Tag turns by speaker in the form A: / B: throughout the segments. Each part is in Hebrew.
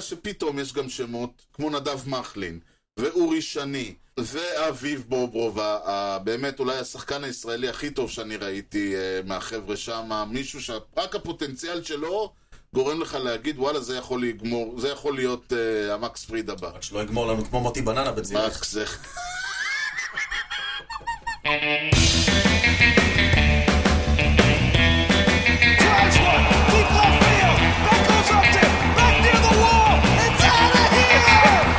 A: שפתאום יש גם שמות, כמו נדב מחלין, ואורי שני, ואביב בוברובה, ה- באמת אולי השחקן הישראלי הכי טוב שאני ראיתי אה, מהחבר'ה שם, מישהו שרק הפוטנציאל שלו גורם לך להגיד, וואלה, זה יכול לגמור, זה יכול להיות אה, המקס פריד הבא.
B: רק שלא יגמור לנו כמו מוטי בננה בצילך.
A: מקס זה...
C: Drives one, deep left field. That goes up to back near the wall. It's out of here.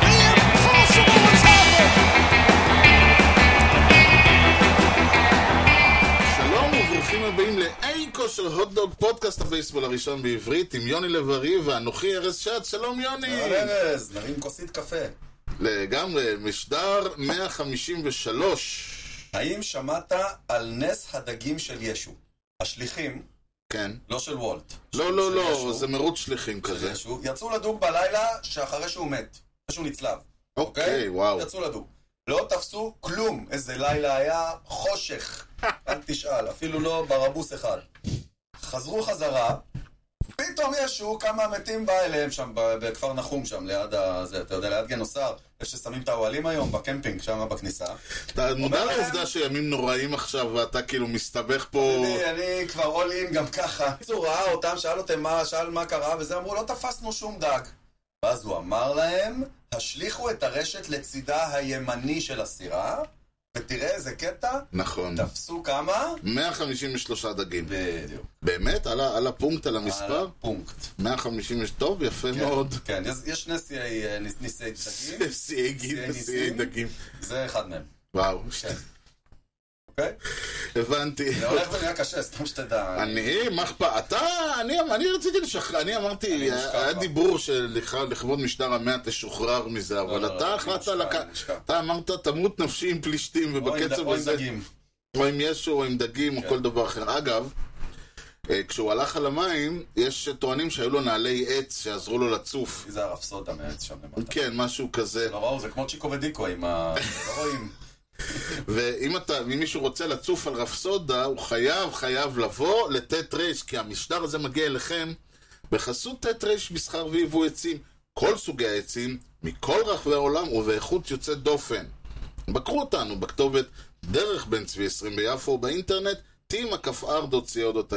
C: The impossible has happened.
A: שלום וברוכים הבאים לאי כושר הוטדוג, פודקאסט הבייסבול הראשון בעברית עם יוני לב-ארי ואנוכי ארז שץ, שלום יוני!
B: אהלן, ארז, נרים כוסית קפה.
A: לגמרי, משדר 153.
B: האם שמעת על נס הדגים של ישו? השליחים,
A: כן.
B: לא של וולט.
A: לא,
B: של
A: לא,
B: ישו,
A: לא, זה מירוץ שליחים
B: של
A: כזה.
B: ישו, יצאו לדוג בלילה שאחרי שהוא מת, אחרי שהוא נצלב,
A: אוקיי,
B: אוקיי?
A: וואו.
B: יצאו לדוג. לא תפסו כלום. איזה לילה היה חושך. אל תשאל, אפילו לא ברבוס אחד. חזרו חזרה, פתאום ישו, כמה מתים בא אליהם שם, ב- בכפר נחום שם, ליד ה... זה, אתה יודע, ליד גנוסר, איפה ששמים את האוהלים היום, בקמפינג, שם בכניסה.
A: אתה מודע
B: אומר להם-
A: לעובדה שימים נוראים עכשיו ואתה כאילו מסתבך פה...
B: אני, אני כבר אול אין גם ככה. בקיצור, ראה אותם, שאל אותם מה, שאל מה קרה, וזה אמרו, לא תפסנו שום דג. ואז הוא אמר להם, השליכו את הרשת לצידה הימני של הסירה, ותראה איזה קטע,
A: נכון.
B: תפסו כמה.
A: 153 דגים.
B: בדיוק.
A: באמת? על ה- על הפונקט, על המספר?
B: על הפונקט.
A: 150, טוב, יפה
B: כן,
A: מאוד.
B: כן, יש, יש שני שיאי אה, ניס- ניסי דגים,
A: שיאי גיל,
B: ניסים?
A: שיאי דגים.
B: זה אחד מהם,
A: וואו,
B: כן. לא. אוקיי?
A: הבנתי.
B: זה הולך ונהיה קשה, סתם שתדע.
A: אני, מה אכפת? אתה, אני, אני רציתי לשחרר, אני אמרתי,
B: אני מושקע
A: היה
B: בה.
A: דיבור שלכבוד משטר המאה תשוחרר מזה, אבל
B: לא, לא,
A: אתה
B: אני
A: החלטת
B: מושקע,
A: לקחת,
B: אני מושקע.
A: אתה אמרת תמות נפשי עם פלישתים,
B: או עם ד-
A: ובקצב
B: או עם
A: הזה,
B: דגים.
A: או עם ישו, או עם דגים, או כל דבר אחר. אגב, אה, כשהוא הלך על המים, יש טוענים שהיו לו נעלי עץ שעזרו לו לצוף.
B: זה הרפסודה מהעץ שם למטה.
A: כן, משהו כזה.
B: לא ראו, זה כמו צ'יקו ודיקו עם ה... לא רואים.
A: ואם אתה, אם מישהו רוצה לצוף על רפסודה, הוא חייב, חייב לבוא לטט רייש, כי המשדר הזה מגיע אליכם בחסות טט רייש מסחר ויבוא עצים, כל סוגי העצים, מכל רחבי העולם ובאיכות יוצאת דופן. בקרו אותנו בכתובת דרך בן צבי 20 ביפו או באינטרנט, tima.co.il,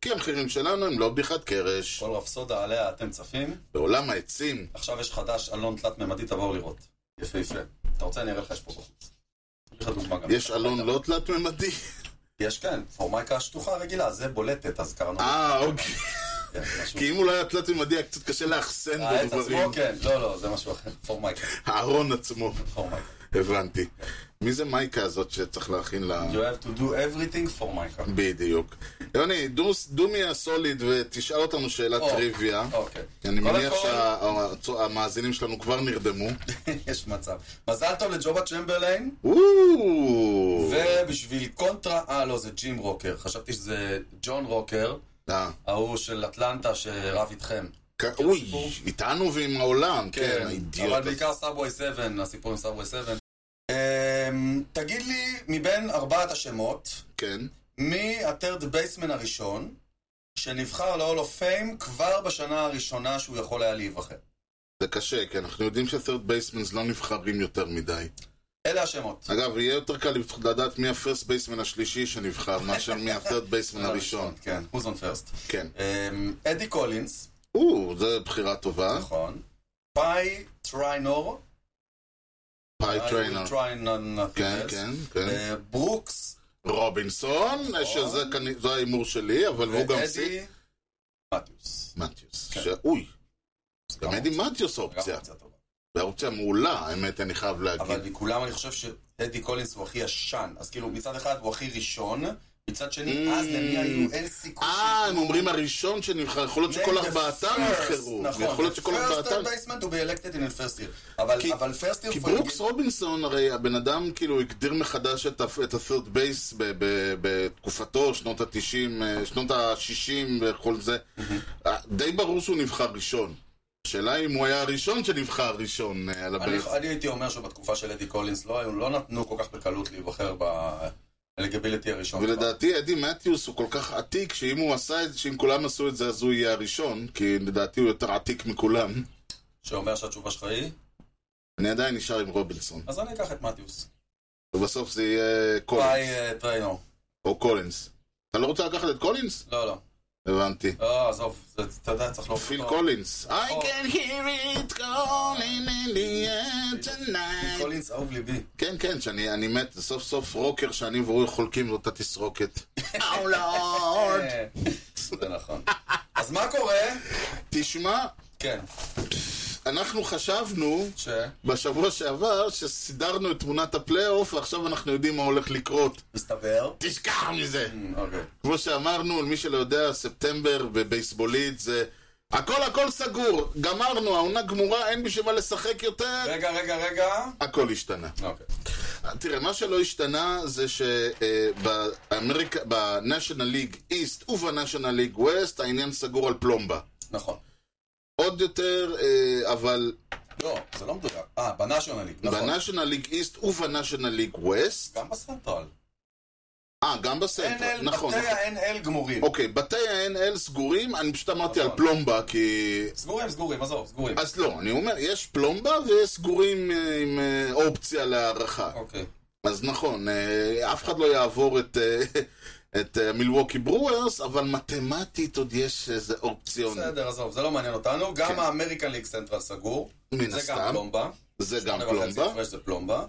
A: כי המחירים שלנו הם לא בדיחת קרש.
B: כל רפסודה עליה אתם צפים.
A: בעולם העצים,
B: עכשיו יש חדש, אלון תלת-ממדי, תבואו לראות. יפהפה. אתה רוצה, אני אראה לך, יש פה בחוץ. יש לך דוגמה גם.
A: יש אלון לא תלת-ממדי?
B: יש, כן, פורמייקה השטוחה הרגילה, זה בולטת, אז קראנו.
A: אה, אוקיי.
B: כן, משהו.
A: כי אם הוא לא היה תלת-ממדי, היה קצת קשה לאחסן בו
B: העץ
A: דברים.
B: עצמו, כן. לא, לא, זה משהו אחר. פורמייקה.
A: הארון עצמו.
B: פורמייקה.
A: הבנתי. מי זה מייקה הזאת שצריך להכין לה...
B: You have to do everything פורמייקה.
A: בדיוק. יוני, דו- דו מי הסוליד ותשאל אותנו שאלת
B: או,
A: טריוויה.
B: אוקיי.
A: אני
B: קודם
A: מניח
B: כל-
A: שהמאזינים שלנו כבר נרדמו.
B: יש מצב. מזל טוב לג'ובה צ'מברליין,
A: וואו!
B: ובשביל קונטרה... אה, לא, זה ג'ים רוקר. חשבתי שזה ג'ון רוקר,
A: אה,
B: ההוא של אטלנטה שרב איתכם.
A: כ- אוי, איתנו ועם העולם, כן,
B: כן,
A: האידיוט.
B: אבל בעיקר סאבווי 7, הסיפור עם סאבווי 7. אמ, תגיד לי, מבין ארבעת השמות,
A: כן.
B: מי הטרד בייסמן הראשון שנבחר ל-all of fame כבר בשנה הראשונה שהוא יכול היה להיבחר?
A: זה קשה, כי אנחנו יודעים שת'רד בייסמנס לא נבחרים יותר מדי.
B: אלה השמות.
A: אגב, יהיה יותר קל לדעת מי הפרסט בייסמן השלישי שנבחר, מאשר מי ה-third בייסמן הראשון.
B: כן, who's on first.
A: כן.
B: אמ, אדי קולינס,
A: או, זו בחירה טובה.
B: נכון. פאי טריינור. אה,
A: פאי טריינר. כן,
B: טריינור.
A: כן, כן.
B: אמ, ברוקס.
A: רובינסון, שזה כנ- זה ההימור שלי, אבל הוא גם סי...
B: נכון. ואדי מתיוס.
A: מתיוס.
B: כן.
A: שאוי, גם אדי מתיוס
B: גם
A: האופציה.
B: אופציה טובה.
A: והאופציה מעולה, האמת, אני חייב
B: אבל
A: להגיד.
B: מכולם אני חושב שאדי קולינס הוא הכי ישן. אז כאילו, מצד אחד הוא הכי ראשון, מצד שני,
A: Mm.
B: אז למי היו? אין סיכוי
A: אה, הם אומרים הראשון שנבחר, יכול להיות שכל ארבעתם נבחרו. יכול להיות שכל ארבעתם...
B: נכון, the נכון, first basement הוא ב-elected in the first year. אבל
A: כי-
B: אבל first year...
A: כי
B: for-
A: ברוקס רובינסון, הרי הבן אדם כאילו הגדיר מחדש את ה-third base ב- ב- בתקופתו, שנות ה-90, שנות ה-60 וכל זה. אה, די ברור שהוא נבחר ראשון. השאלה אם הוא היה הראשון שנבחר ראשון אה, על הבייס.
B: אני- אני הייתי אומר שבתקופה של אדי קולינס לא היו, לא נתנו כל כך בקלות להיבחר ב-eligibility הראשון.
A: ולדעתי אדי מתיוס הוא כל כך עתיק, שאם הוא עשה את זה, שאם כולם עשו את זה אז הוא יהיה הראשון, כי לדעתי הוא יותר עתיק מכולם.
B: שאומר שהתשובה שלך היא,
A: אני עדיין נשאר עם רובינסון.
B: אז אני אקח את מתיוס.
A: ובסוף זה יהיה קולינס,
B: ביי אה, טריינור.
A: או קולינס. אתה לא רוצה לקחת את קולינס?
B: לא, לא.
A: הבנתי.
B: לא, עזוב, זה- אתה יודע, צריך להופיע
A: פיל
B: אותו.
A: קולינס. I
B: או.
A: can hear it calling in the air
B: פיל
A: tonight.
B: קולינס אהוב ליבי.
A: כן, כן, שאני אני מת, סוף סוף רוקר שאני והוא חולקים לו את התסרוקת. Oh lord.
B: אה, זה נכון. אז מה קורה?
A: תשמע,
B: כן,
A: אנחנו חשבנו
B: ש...
A: בשבוע שעבר שסידרנו את תמונת הפלייאוף ועכשיו אנחנו יודעים מה הולך לקרות.
B: מסתבר.
A: תשכח מזה!
B: אמ, אוקיי.
A: כמו שאמרנו, למי שלא יודע, ספטמבר בבייסבולית זה... הכל הכל סגור, גמרנו, העונה גמורה, אין בשביל מה לשחק יותר,
B: רגע, רגע, רגע.
A: הכל השתנה.
B: אוקיי.
A: תראה, מה שלא השתנה זה שבנשיונל ליג איסט ובנשיונל ליג ווסט העניין סגור על פלומבה.
B: נכון.
A: עוד יותר, אה, אבל
B: לא, זה לא מדויק. אה, בנאשונל ליג, נכון.
A: בנשיונל ליג איסט ובנשיונל ליג ווסט,
B: גם בסנטרל.
A: אה, גם בסנטרל,
B: NL,
A: נכון.
B: בתי
A: נכון.
B: ה-NL גמורים.
A: אוקיי, בתי ה-NL סגורים, אני פשוט אמרתי על
B: נכון.
A: פלומבה, כי...
B: סגורים, סגורים, עזוב, סגורים.
A: אז לא, אני אומר, יש פלומבה ויש סגורים אה, עם אה, אופציה להערכה.
B: אוקיי.
A: אז נכון, אה, אף אחד לא יעבור את, אה, את אה, מילווקי ברוורס, אבל מתמטית עוד יש איזה אופציון.
B: בסדר, עזוב, זה לא מעניין אותנו. גם
A: כן.
B: האמריקן ליג סנטרל סגור.
A: מן
B: זה גם
A: הסתם.
B: פלומבה.
A: זה גם
B: שמונה וחצי
A: פלומבה. אוקיי.
B: הפרש זה פלומבה.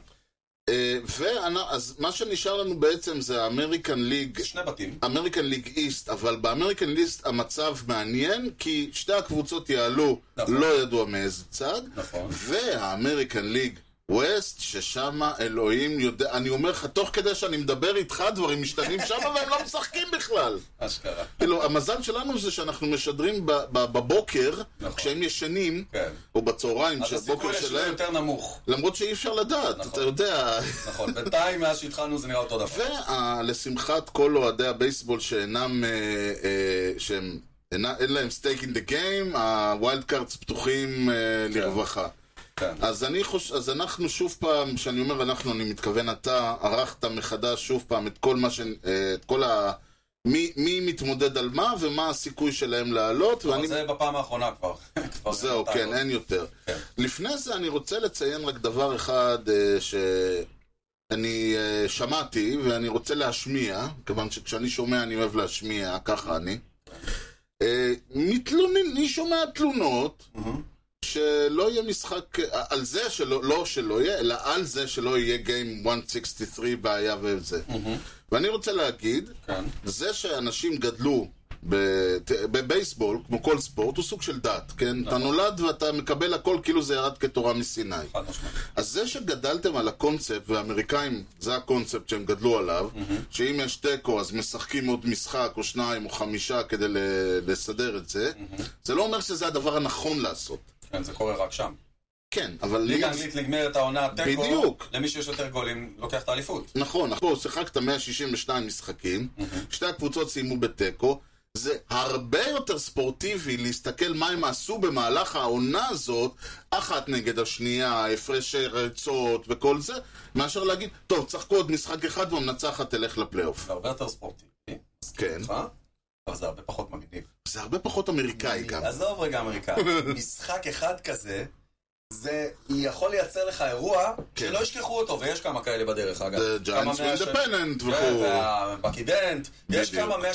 A: ואז מה שנשאר לנו בעצם זה האמריקן ליג,
B: זה שני בתים.
A: אמריקן ליג איסט, אבל באמריקן ליסט המצב מעניין, כי שתי הקבוצות יעלו,
B: נכון.
A: לא ידוע מאיזה צד.
B: נכון.
A: והאמריקן ליג ווסט, ששמה אלוהים יודע, אני אומר לך, תוך כדי שאני מדבר איתך, דברים משתנים שמה והם לא משחקים בכלל.
B: אשכרה.
A: כאילו, המזל שלנו זה שאנחנו משדרים ב- ב- בבוקר,
B: נכון.
A: כשהם ישנים,
B: כן.
A: או בצהריים,
B: אז
A: שהבוקר
B: הסיכוי לשלום
A: שלהם,
B: יותר נמוך.
A: למרות שאי אפשר לדעת,
B: נכון.
A: אתה יודע.
B: נכון. בינתיים, מאז שהתחלנו זה נראה אותו דבר.
A: ולשמחת כל אוהדי הבייסבול שאינם, אה, אה, שהם, אינה- אין להם סטייק אין דה גיים, הווילד קארטס פתוחים אה, לרווחה.
B: כן.
A: אז אני חוש... אז אנחנו שוב פעם, כשאני אומר אנחנו, אני מתכוון אתה, ערכת מחדש שוב פעם את כל מה ש... אה, את כל ה... מי, מי מתמודד על מה ומה הסיכוי שלהם לעלות,
B: אבל
A: ואני...
B: זה בפעם האחרונה כבר. כבר
A: זהו,
B: נתנו.
A: כן, אין יותר.
B: כן.
A: לפני זה אני רוצה לציין רק דבר אחד אה, שאני אה, שמעתי ואני רוצה להשמיע, כיוון שכשאני שומע אני אוהב להשמיע, ככה אני. אה, מתלונן, אני שומע תלונות
B: מהמם.
A: שלא יהיה משחק, אה, על זה שלא, לא שלא יהיה, אלא על זה שלא יהיה Game 163 בעיה וזה.
B: מהמם.
A: ואני רוצה להגיד,
B: Mm-hmm. כן.
A: זה שאנשים גדלו ב- ת- בבייסבול, כמו כל ספורט, הוא סוג של דת, כן? אתה נולד ואתה מקבל הכל כאילו זה ירד כתורה מסיני.
B: חד משמעית.
A: אז זה שגדלתם על הקונספט, והאמריקאים, זה הקונספט שהם גדלו עליו, שאם יש תיקו אז משחקים עוד משחק או שניים או חמישה כדי ל- לסדר את זה, זה לא אומר שזה הדבר הנכון לעשות.
B: כן, זה קורה רק שם.
A: כן, אבל לי...
B: ליגה אנגלית נגמרת העונה תיקו.
A: בדיוק.
B: למי שיש יותר גולים, לוקח את האליפות.
A: נכון, פה שיחקת 162 משחקים, שתי הקבוצות סיימו בתיקו, זה הרבה יותר ספורטיבי להסתכל מה הם עשו במהלך העונה הזאת, אחת נגד השנייה, הפרשי רצות וכל זה, מאשר להגיד, טוב, צחקו עוד משחק אחד והמנצחת תלך לפלייאוף.
B: זה הרבה יותר ספורטיבי.
A: כן.
B: אה? אבל זה הרבה פחות מגניב.
A: זה הרבה פחות אמריקאי גם.
B: עזוב רגע אמריקאי. משחק אחד כזה, זה יכול לייצר לך אירוע שלא ישכחו אותו, ויש כמה כאלה בדרך אגב.
A: The
B: כמה
A: כן. Giants
B: מאה ש-
A: Independent
B: כן,
A: וכו'.
B: והבקידנט, יש
A: בדיוק.
B: כמה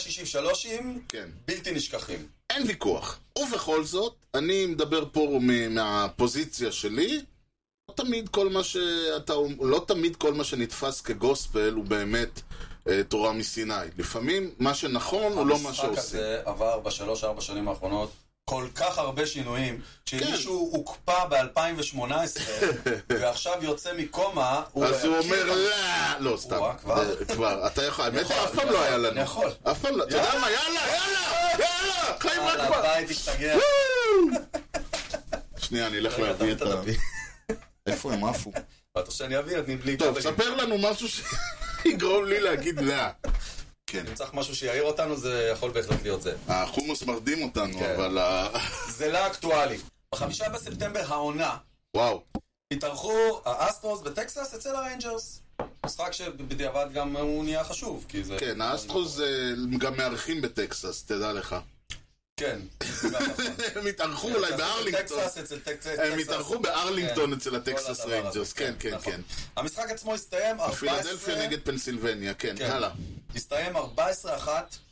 B: 163ים
A: כן.
B: בלתי נשכחים.
A: אין ויכוח. ובכל זאת, אני מדבר פה מ- מהפוזיציה שלי. לא תמיד כל מה שאתה, לא תמיד כל מה שנתפס כגוספל הוא באמת אה, תורה מסיני. לפעמים מה שנכון הוא לא מה
B: המשחק
A: שעושים.
B: הזה עבר בשלוש-ארבע שנים האחרונות כל כך הרבה שינויים,
A: כן.
B: שאם מישהו הוקפא ב-2018 ועכשיו יוצא מקומה,
A: אז הוא
B: ירכיב
A: אומר
B: את המשחק.
A: לא, לא סתם,
B: וואה, כבר? נכון,
A: אה, כבר, אתה יכול, האמת
B: יכול,
A: שאף פעם
B: אני
A: לא היה
B: יכול,
A: לנו,
B: אני יכול.
A: אף פעם לא, אתה יודע מה, יאללה, יאללה, יאללה, חיים רק
B: יאללה,
A: "אה, כבר,
B: ביי, תשתגע.
A: שנייה, אני אלך
B: רגע,
A: להביא
B: אתה
A: את ה...
B: תביא.
A: איפה הם עפו?
B: אתה רוצה שאני אביא? אני בלי
A: טוב,
B: כבלים.
A: ספר לנו משהו שיגרום לי להגיד לא. כן.
B: אם צריך משהו שיעיר אותנו, זה יכול בהחלט להיות זה.
A: החומוס מרדים אותנו,
B: כן.
A: אבל ה...
B: זה לא אקטואלי. בחמישה בספטמבר העונה,
A: וואו.
B: התארחו האסטרוס בטקסס אצל הריינג'רס. משחק שבדיעבד גם הוא נהיה חשוב, כי זה...
A: כן, האסטרוס אה, גם מארחים בטקסס, תדע לך.
B: כן.
A: הם התארחו אולי בארלינגטון.
B: טקסס, אצל טקסס.
A: הם
B: טקסס.
A: התארחו בארלינגטון
B: כן,
A: אצל הטקסס
B: כל הדבר הזה,
A: ריינג'רס, כן, כן,
B: נכון.
A: כן.
B: המשחק עצמו הסתיים 14...
A: פילדלפיה נגד פנסילבניה, כן,
B: כן.
A: הלאה.
B: הסתיים 14-1,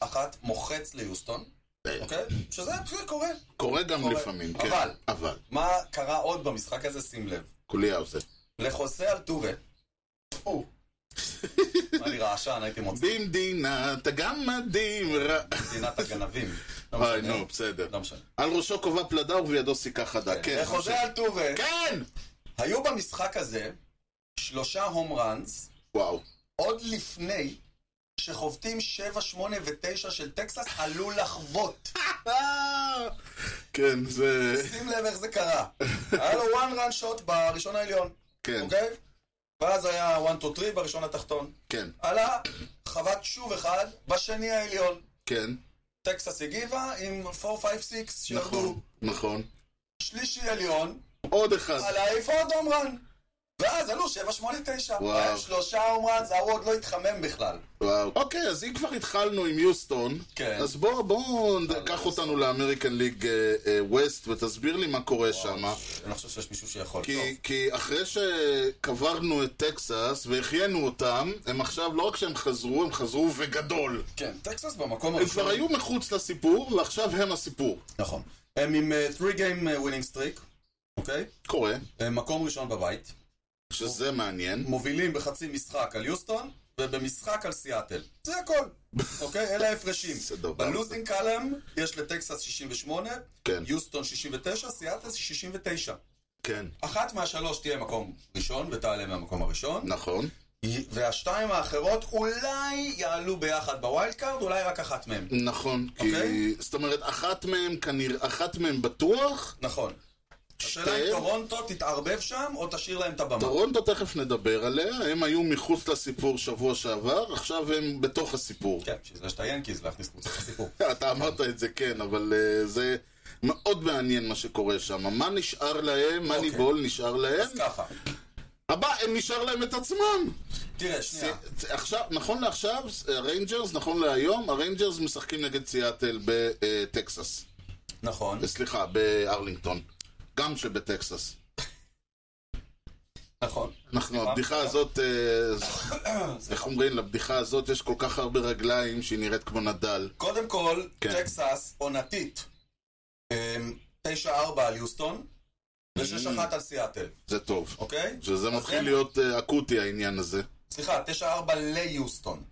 B: אחת מוחץ ליוסטון,
A: אה,
B: אוקיי? שזה זה קורה.
A: קורה גם
B: קורה.
A: לפעמים, כן.
B: אבל.
A: אבל.
B: מה קרה עוד במשחק הזה, שים לב.
A: כולי האוזר.
B: לחוסה על טורה. או. אני רעשן, הייתי מוצא
A: במדינה, אתה גם מדהים. ר-
B: מדינת הגנבים. לא
A: אוי,
B: משנה.
A: אה, נו, בסדר.
B: לא משנה.
A: על ראשו כובע פלדה ובידו סיכה חדה. כן,
B: לחוזה
A: ממשיך.
B: על טורה,
A: כן!
B: היו במשחק הזה שלושה הום ראנס,
A: וואו.
B: עוד לפני שחובטים 7, 8 ו-9 של טקסס עלו לחבוט.
A: כן, זה...
B: שים לב איך זה קרה. היה לו one run shot בראשון העליון,
A: כן,
B: אוקיי? ואז היה 1, 2, 3 בראשון התחתון.
A: כן,
B: עלה, חבט שוב אחד, בשני העליון.
A: כן.
B: טקסס הגיבה עם 4, 5, 6 שירדו.
A: נכון, נכון.
B: שלישי עליון,
A: עוד אחד.
B: על העיפות הומרן. ואז עלו 7, 8, 9.
A: וואו.
B: היה שלושה הומרן, זה ההוא עוד לא התחמם בכלל.
A: וואו. אוקיי, אז אם כבר התחלנו עם יוסטון,
B: כן.
A: אז בוא, בוא, קח אותנו לאמריקן ליג אה, אה, ווסט ותסביר לי מה קורה שם.
B: אני לא חושב שיש מישהו שיכול. טוב.
A: כי, כי אחרי שקברנו את טקסס והחיינו אותם, הם עכשיו, לא רק שהם חזרו, הם חזרו וגדול.
B: כן, טקסס במקום
A: הם
B: הראשון.
A: כבר היו מחוץ לסיפור, ועכשיו הם הסיפור.
B: נכון. הם עם 3 game אה, winning streak, אוקיי?
A: קורה,
B: הם מקום ראשון בבית.
A: שזה מעניין.
B: מובילים בחצי משחק על יוסטון, ובמשחק על סיאטל. זה הכל, אוקיי? אלה ההפרשים.
A: זה דבר.
B: בלוזינג קלאם יש לטקסס 68,
A: כן.
B: יוסטון 69, סיאטל 69.
A: כן,
B: אחת מהשלוש תהיה מקום ראשון, ותעלה מהמקום הראשון,
A: נכון.
B: והשתיים האחרות אולי יעלו ביחד בווילד קארד, אולי רק אחת מהן.
A: נכון, כי...
B: אוקיי.
A: זאת אומרת, אחת מהם כנראה, אחת מהם בטוח,
B: נכון. השאלה אם
A: שתיהן...
B: טורונטו תתערבב שם, או תשאיר להם את הבמה.
A: אוקיי. טורונטו תכף נדבר עליה, הם היו מחוץ לסיפור שבוע שעבר, עכשיו הם בתוך הסיפור.
B: כן, בשביל זה יש את היאנקיז להכניס קבוצה לסיפור.
A: אתה אמרת את זה כן, אבל אה, זה מאוד מעניין מה שקורה שם. מה נשאר להם, מה
B: אוקיי.
A: ניבול נשאר להם?
B: אז ככה,
A: הבא, הם נשאר להם את עצמם.
B: תראה, שנייה.
A: זה- עכשיו, נכון לעכשיו, הריינג'רס, נכון להיום, הריינג'רס משחקים נגד סיאטל בטקסס.
B: נכון.
A: אה, סליחה, בארלינגטון. גם שבטקסס.
B: נכון.
A: אנחנו,
B: סליחה?
A: הבדיחה הזאת, אה, איך אומרים, לבדיחה הזאת יש כל כך הרבה רגליים שהיא נראית כמו נדל.
B: קודם כל,
A: כן.
B: טקסס עונתית. אמ, 9-4 על יוסטון, ו-6-1 על סיאטל,
A: זה טוב.
B: אוקיי?
A: שזה מתחיל
B: הם-
A: להיות אה, אקוטי העניין הזה.
B: סליחה, 9-4 ליוסטון.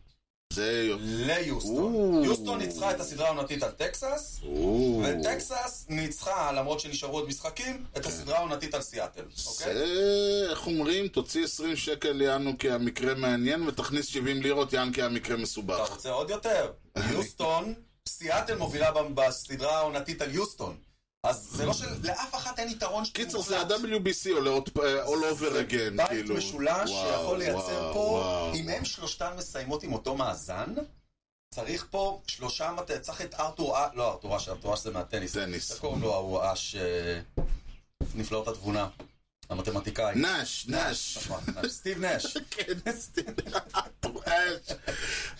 A: זה...
B: Mm. ליוסטון.
A: או.
B: יוסטון ניצחה את הסדרה העונתית על טקסס,
A: או,
B: וטקסס ניצחה, למרות שנשארו עוד משחקים,
A: כן.
B: את הסדרה העונתית על סיאטל, אוקיי?
A: זה, איך אומרים, תוציא 20 שקל יענו כי המקרה מעניין ותכניס 70 לירות יען כי המקרה
B: אתה
A: מסובך.
B: רוצה עוד יותר? יוסטון, סיאטל מובילה ב- בסדרה העונתית על יוסטון. אז זה לא של... לאף אחת אין יתרון ש-
A: קיצר, זה
B: מוחלט.
A: ה-WBC עולה עוד פ- אה, all over
B: זה
A: again,
B: בית
A: כאילו.
B: משולש
A: וואו,
B: שיכול לייצר
A: וואו,
B: פה,
A: וואו.
B: אם הם שלושתן מסיימות עם אותו מאזן, צריך פה שלושה, מט- צריך את ארתור, אה, לא ארתור אש, ארתור אש זה מהטניס.
A: טניס.
B: איך קוראים לו ההוא אש אה, נפלאות התבונה? המתמטיקאי.
A: נש, נש.
B: נכון, נש. סטיב נש.
A: כן, סליחה, ארתור אש.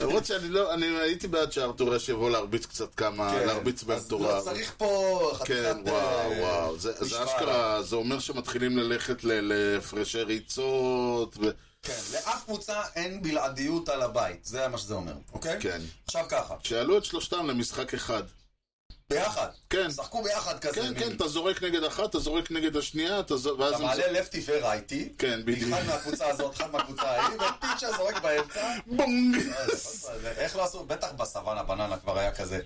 A: למרות שאני לא, אני הייתי בעד שארתור אש יבוא להרביץ קצת כמה,
B: כן.
A: להרביץ
B: אז לא,
A: בארתוריו.
B: צריך פה חתיכת...
A: אה, כן, וואו,
B: אה,
A: וואו, זה זה
B: משוואה.
A: אשכרה, זה אומר שמתחילים ללכת ל- להפרשי ריצות, ו-
B: כן, לאף קבוצה אין בלעדיות על הבית, זה מה שזה אומר, אוקיי?
A: כן.
B: עכשיו ככה,
A: שיעלו את שלושתם למשחק אחד.
B: ביחד,
A: כן,
B: שחקו ביחד כזה.
A: כן,
B: מין-
A: כן, אתה זורק נגד אחת, אתה זורק נגד השנייה, אתה זו- ואז...
B: אתה
A: הם
B: מעלה לפטי ורייטי,
A: כן, בדיוק.
B: אחד מהקבוצה הזאת, אחד מהקבוצה ההיא, ופיצ'ר זורק באמצע. אה,
A: זו- בונג!
B: איך לא עשו, בטח בסוואנה בננה כבר היה כזה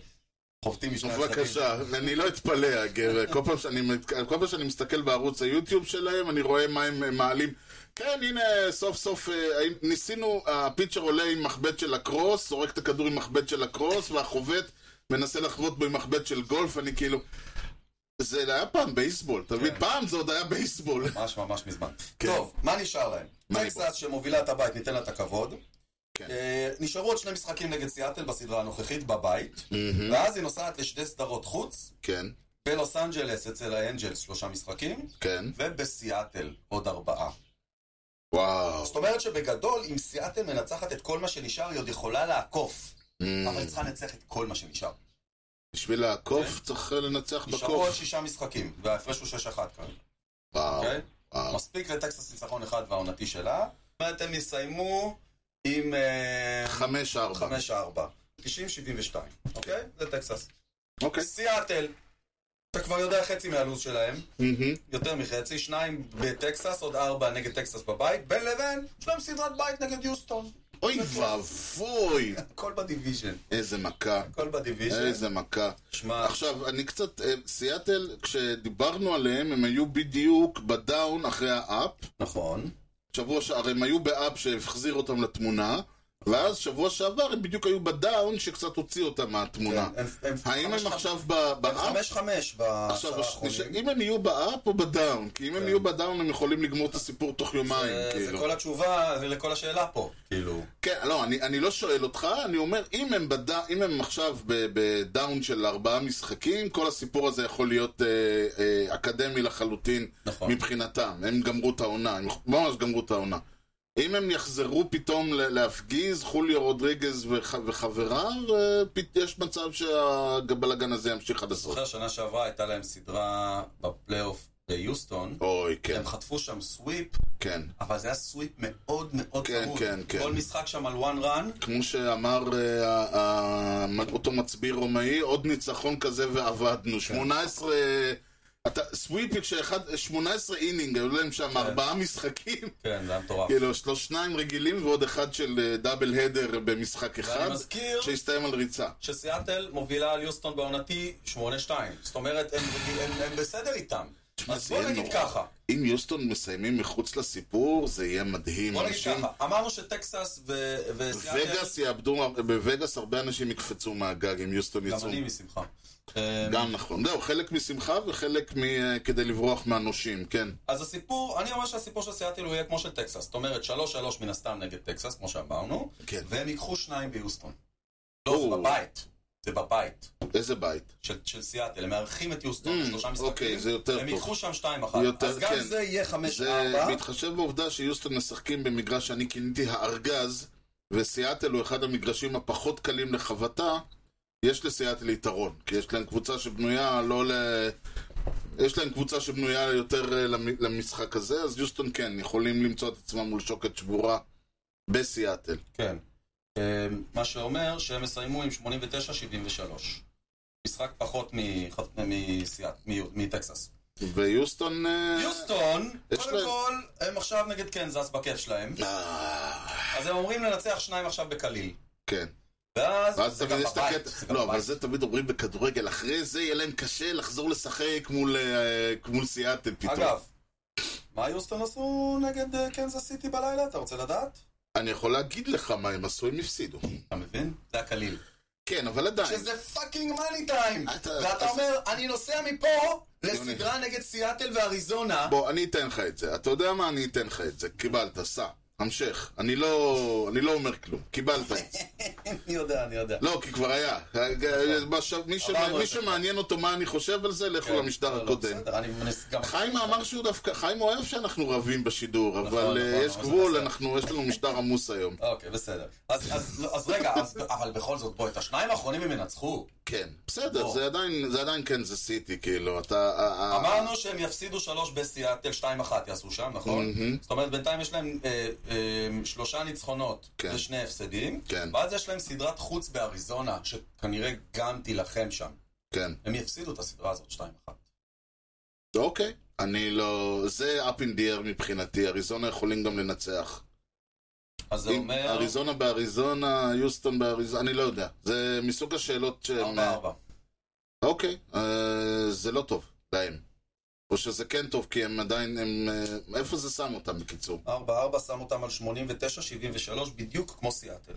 B: חובטים משני
A: בבקשה, אני לא אתפלא, אגב, כל פעם שאני מת- כל פעם שאני מסתכל בערוץ היוטיוב שלהם, אני רואה מה הם אה, מעלים. כן, הנה, סוף סוף אה, האם- ניסינו, הפיצ'ר עולה עם מחבט של הקרוס, זורק את הכדור עם מחבט של הקרוס, והחובט מנסה לחבוט בו עם מחבט של גולף, אני כאילו... זה היה פעם בייסבול, אתה מבין?
B: כן.
A: פעם זה עוד היה בייסבול.
B: ממש ממש מזמן.
A: כן.
B: טוב, מה נשאר להם?
A: מה נשאר?
B: טקסס שמובילה את הבית, ניתן לה את הכבוד.
A: כן.
B: אה, נשארו עוד שני משחקים נגד סיאטל בסדרה הנוכחית בבית,
A: מהמם.
B: ואז היא נוסעת לשתי סדרות חוץ,
A: כן,
B: בלוס אנג'לס אצל האנג'לס שלושה משחקים,
A: כן.
B: ובסיאטל עוד ארבעה.
A: וואו.
B: זאת אומרת שבגדול, אם סיאטל מנצחת את כל מה שנשאר, היא עוד יכולה לעקוף.
A: Mm.
B: אבל היא צריכה לנצח את כל מה שנשאר.
A: בשביל לעקוף צריך לנצח
B: נשארו עוד
A: בקוף.
B: שישה משחקים, וההפרש הוא 6-1 כרגע,
A: וואו,
B: אוקיי?
A: וואו.
B: מספיק לטקסס ניצחון אחד והעונתי שלה. באמת הם יסיימו עם אה,
A: חמש ארבע.
B: 5-4. 90-72, אוקיי? זה טקסס.
A: אוקיי.
B: סיאטל, אתה כבר יודע חצי מהלו"ז שלהם,
A: מהמם.
B: יותר מחצי, שניים בטקסס, עוד ארבע נגד טקסס בבית, בין לבין, יש להם סדרת בית נגד יוסטון.
A: אוי ואבוי,
B: הכל בדיוויז'ן.
A: איזה מכה.
B: הכל בדיוויז'ן.
A: איזה מכה.
B: שמע,
A: עכשיו, אני קצת, אה, סיאטל, כשדיברנו עליהם, הם היו בדיוק בדאון אחרי האפ.
B: נכון.
A: שבוע ש... הרי הם היו באפ שהחזיר אותם לתמונה, ואז שבוע שעבר הם בדיוק היו בדאון שקצת הוציא אותם מהתמונה.
B: כן, הם- הם-
A: האם
B: חמש-
A: הם עכשיו ב- באפ?
B: חמש חמש בעשרה
A: עכשיו, נש-
B: האחרונים.
A: אם הם יהיו באפ או בדאון? כי אם הם
B: כן.
A: יהיו בדאון הם יכולים לגמור את הסיפור תוך יומיים,
B: אה, זה
A: כאילו.
B: כל התשובה לכל השאלה פה. כאילו.
A: כן, לא, אני, אני לא שואל אותך, אני אומר, אם הם, בד... אם הם עכשיו ב- בדאון של ארבעה משחקים, כל הסיפור הזה יכול להיות אה, אה, אקדמי לחלוטין
B: נכון.
A: מבחינתם. הם גמרו את העונה, הם ממש גמרו את העונה. אם הם יחזרו פתאום ל- להפגיז, חוליו רודריגז וח... וחבריו, אה, פ- יש מצב שהבלאגן הזה ימשיך עד הסוף.
B: זוכר שנה שעברה הייתה להם סדרה בפלייאוף ביוסטון.
A: אוי, כן,
B: הם חטפו שם סוויפ,
A: כן.
B: אבל זה היה סוויפ מאוד מאוד
A: כן,
B: צמוד.
A: כן, כן.
B: כל משחק שם על one run.
A: כמו שאמר אה, ה- ה- אותו מצביא רומאי, עוד ניצחון כזה
B: כן.
A: ועבדנו. 18... אתה, סוויפי כשאחד, 18 אינינג, היו להם שם ארבעה משחקים,
B: כן, זה היה מטורף.
A: כאילו שלוש שניים רגילים ועוד אחד של אה, דאבל הדר במשחק אחד,
B: ואני מזכיר
A: שהסתיים על ריצה.
B: שסיאטל מובילה על יוסטון בעונתי 8-2. זאת אומרת, הם- הם הם בסדר איתם. אז
A: זה
B: בוא
A: יהיה
B: נגיד
A: נורא.
B: ככה.
A: אם יוסטון מסיימים מחוץ לסיפור, זה יהיה מדהים.
B: בוא נגיד
A: אנשים-
B: ככה. אמרנו שטקסס ו- וסיאטל...
A: וגאס יאבדו, בווגאס הרבה אנשים יקפצו מהגג אם יוסטון
B: גם
A: יצאו.
B: אני משמחה. אה,
A: גם נכון. זהו, חלק משמחה וחלק מ- אה, כדי לברוח מהנושים, כן.
B: אז הסיפור, אני אומר שהסיפור של סיאטל הוא יהיה כמו של טקסס. זאת אומרת, 3-3 מן הסתם נגד טקסס, כמו שאמרנו,
A: כן.
B: והם ייקחו שניים ביוסטון. לא, זה
A: או.
B: בבית. זה בבית
A: איזה בית?
B: של, של סיאטל. הם מארחים את יוסטון
A: Mm,
B: בשלושה משחקים.
A: אוקיי, זה יותר
B: הם
A: טוב.
B: ייקחו שם 2-1.
A: יותר,
B: אז גם
A: כן.
B: זה יהיה 5-4.
A: זה מתחשב בעובדה שיוסטון משחקים במגרש שאני כיניתי הארגז, וסיאטל הוא אחד המגרשים הפחות קלים לחבטה, יש לסיאטל יתרון, כי יש להם קבוצה שבנויה לא ל... יש להם קבוצה שבנויה יותר אה, למ- למשחק הזה, אז יוסטון כן, יכולים למצוא את עצמם מול שוקת שבורה בסיאטל.
B: כן. אה, מה שאומר שהם יסיימו עם 89-73. משחק פחות מח- מסיאט- מ- מטקסס.
A: ויוסטון... אה,
B: יוסטון,
A: יש
B: קודם
A: להם-
B: כל, הם עכשיו נגד קנזס בכיף שלהם.
A: אה,
B: אז הם אומרים לנצח שניים עכשיו בקליל.
A: כן.
B: ואז
A: ואז
B: זה
A: תמיד
B: גם
A: יש את
B: בבית.
A: הקטע,
B: זה גם
A: לא, אבל
B: בבית.
A: זה תמיד אומרים בכדורגל, אחרי זה יהיה להם קשה לחזור לשחק מול, אה, מול סיאטל פתאום.
B: אגב, מה יוסטון עשו נגד אה, קנזס סיטי בלילה? אתה רוצה לדעת?
A: אני יכול להגיד לך מה הם עשו, הם הפסידו.
B: אתה מבין? זה הקליל.
A: כן, אבל עדיין.
B: שזה פאקינג מאני טיים!
A: אתה-
B: ואתה
A: אז-
B: אומר, אני נוסע מפה לסדרה נגד סיאטל ואריזונה.
A: בוא, אני אתן לך את זה. אתה יודע מה? אני אתן לך את זה. קיבלת, סע. המשך. אני לא, אני לא אומר כלום. קיבלת את זה.
B: אני יודע, אני יודע.
A: לא, כי כבר היה. מה ש- מי ש-
B: עברנו
A: מי
B: נכון. את זה.
A: שמעניין אותו מה אני חושב על זה,
B: כן,
A: לכו למשדר
B: לא, לא,
A: הקודם.
B: בסדר, אני מנס- גם-
A: חיים אמר שהוא דווקא, חיים אוהב שאנחנו רבים בשידור,
B: נכון,
A: אבל אה,
B: נכון,
A: יש
B: אבל זה
A: גבול,
B: בסדר.
A: אנחנו, יש לנו משדר עמוס היום.
B: אוקיי, בסדר. אז- אז אז רגע, אז- אבל בכל זאת, בוא, את השניים האחרונים הם ינצחו.
A: כן, בסדר,
B: בוא.
A: זה עדיין, זה עדיין קנזס סיטי, כאילו, אתה... ה- ה-
B: אמרנו שהם יפסידו שלוש בסיאטל, שתיים אחת יעשו שם, נכון?
A: מהמם.
B: זאת אומרת, בינתיים יש להם אה, אה, שלושה ניצחונות
A: כן.
B: ושני הפסדים,
A: כן.
B: ואז יש להם סדרת חוץ באריזונה, שכנראה גם תילחם שם.
A: כן.
B: הם יפסידו את הסדרה הזאת, שתיים אחת.
A: אוקיי. אני לא... זה up in the air מבחינתי, אריזונה יכולים גם לנצח.
B: אז זה
A: אם
B: אומר...
A: אריזונה באריזונה, יוסטון באריזונה, אני לא יודע. זה מסוג השאלות שהן...
B: ארבע ארבע.
A: אוקיי, אה, זה לא טוב להם. או שזה כן טוב, כי הם עדיין, הם... אה, איפה זה שם אותם בקיצור?
B: ארבע ארבע שם אותם על 89-73, בדיוק כמו סיאטל.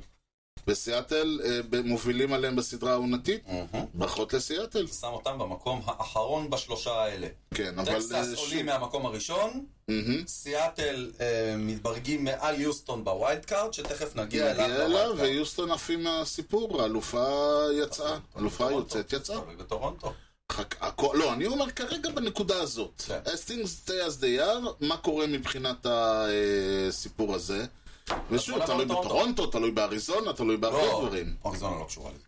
A: וסיאטל אה, ב- מובילים עליהם בסדרה העונתית?
B: מהמם.
A: ברכות לסיאטל,
B: זה שם אותם במקום האחרון בשלושה האלה.
A: כן, אבל... אה,
B: טקסס
A: שוב-
B: עולים מהמקום הראשון,
A: מהמם.
B: סיאטל אה, מתברגים מעל יוסטון בווילד קארד, שתכף נגיע אליו.
A: הגיע אליו,
B: בווילד קארד.
A: ויוסטון עפים מהסיפור, האלופה
B: נכון.
A: יצאה, האלופה
B: בטורונטו.
A: יוצאת יצאה.
B: תלוי בטורונטו.
A: חק- הכ- לא, אני אומר כרגע בנקודה הזאת.
B: כן.
A: As things stay as they are, מה קורה מבחינת הסיפור הזה? ושוב,
B: בוא נעבור
A: תלוי
B: לטורונטו.
A: בטורונטו, תלוי באריזונה, תלוי בהרבה
B: לא,
A: דברים.
B: אריזונה לא קשורה לזה.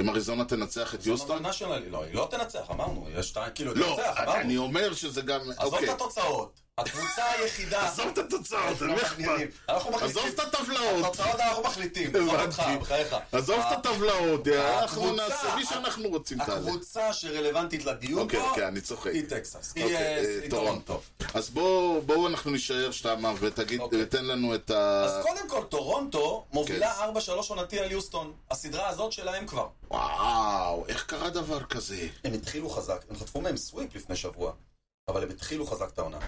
A: אם אריזונה תנצח את יוסטון?
B: בעונה שלה, לא, היא לא תנצח, אמרנו, יש שתיים, כאילו,
A: לא,
B: תנצח,
A: אני
B: אמרנו.
A: אומר שזה גם...
B: עזוב
A: אוקיי.
B: את התוצאות. הקבוצה היחידה...
A: עזוב את התוצאות,
B: אנחנו
A: אני
B: מחליטים.
A: לא אכפת.
B: אנחנו מחליטים.
A: עזוב את הטבלאות.
B: התוצאות אנחנו מחליטים. עזוב אותך,
A: הבנתי.
B: בחייך.
A: עזוב את הטבלאות,
B: הקבוצה-
A: אנחנו נעשה מי שאנחנו רוצים תעלה.
B: הקבוצה שרלוונטית לדיון
A: אוקיי,
B: פה,
A: אוקיי, אני צוחק.
B: היא טקסס. היא
A: אוקיי,
B: אה,
A: אה,
B: היא
A: טורונטו.
B: טורונטו.
A: אז בואו בואו אנחנו נישאר שמה ותגיד,
B: אוקיי.
A: ותן לנו את ה...
B: אז קודם כל, טורונטו
A: כן.
B: מובילה 4-3 עונתי על יוסטון. הסדרה הזאת שלהם כבר.
A: וואו, איך קרה דבר כזה?
B: הם התחילו חזק, הם חטפו מהם סוויפ לפני שבוע, אבל הם התחילו חזק את העונה.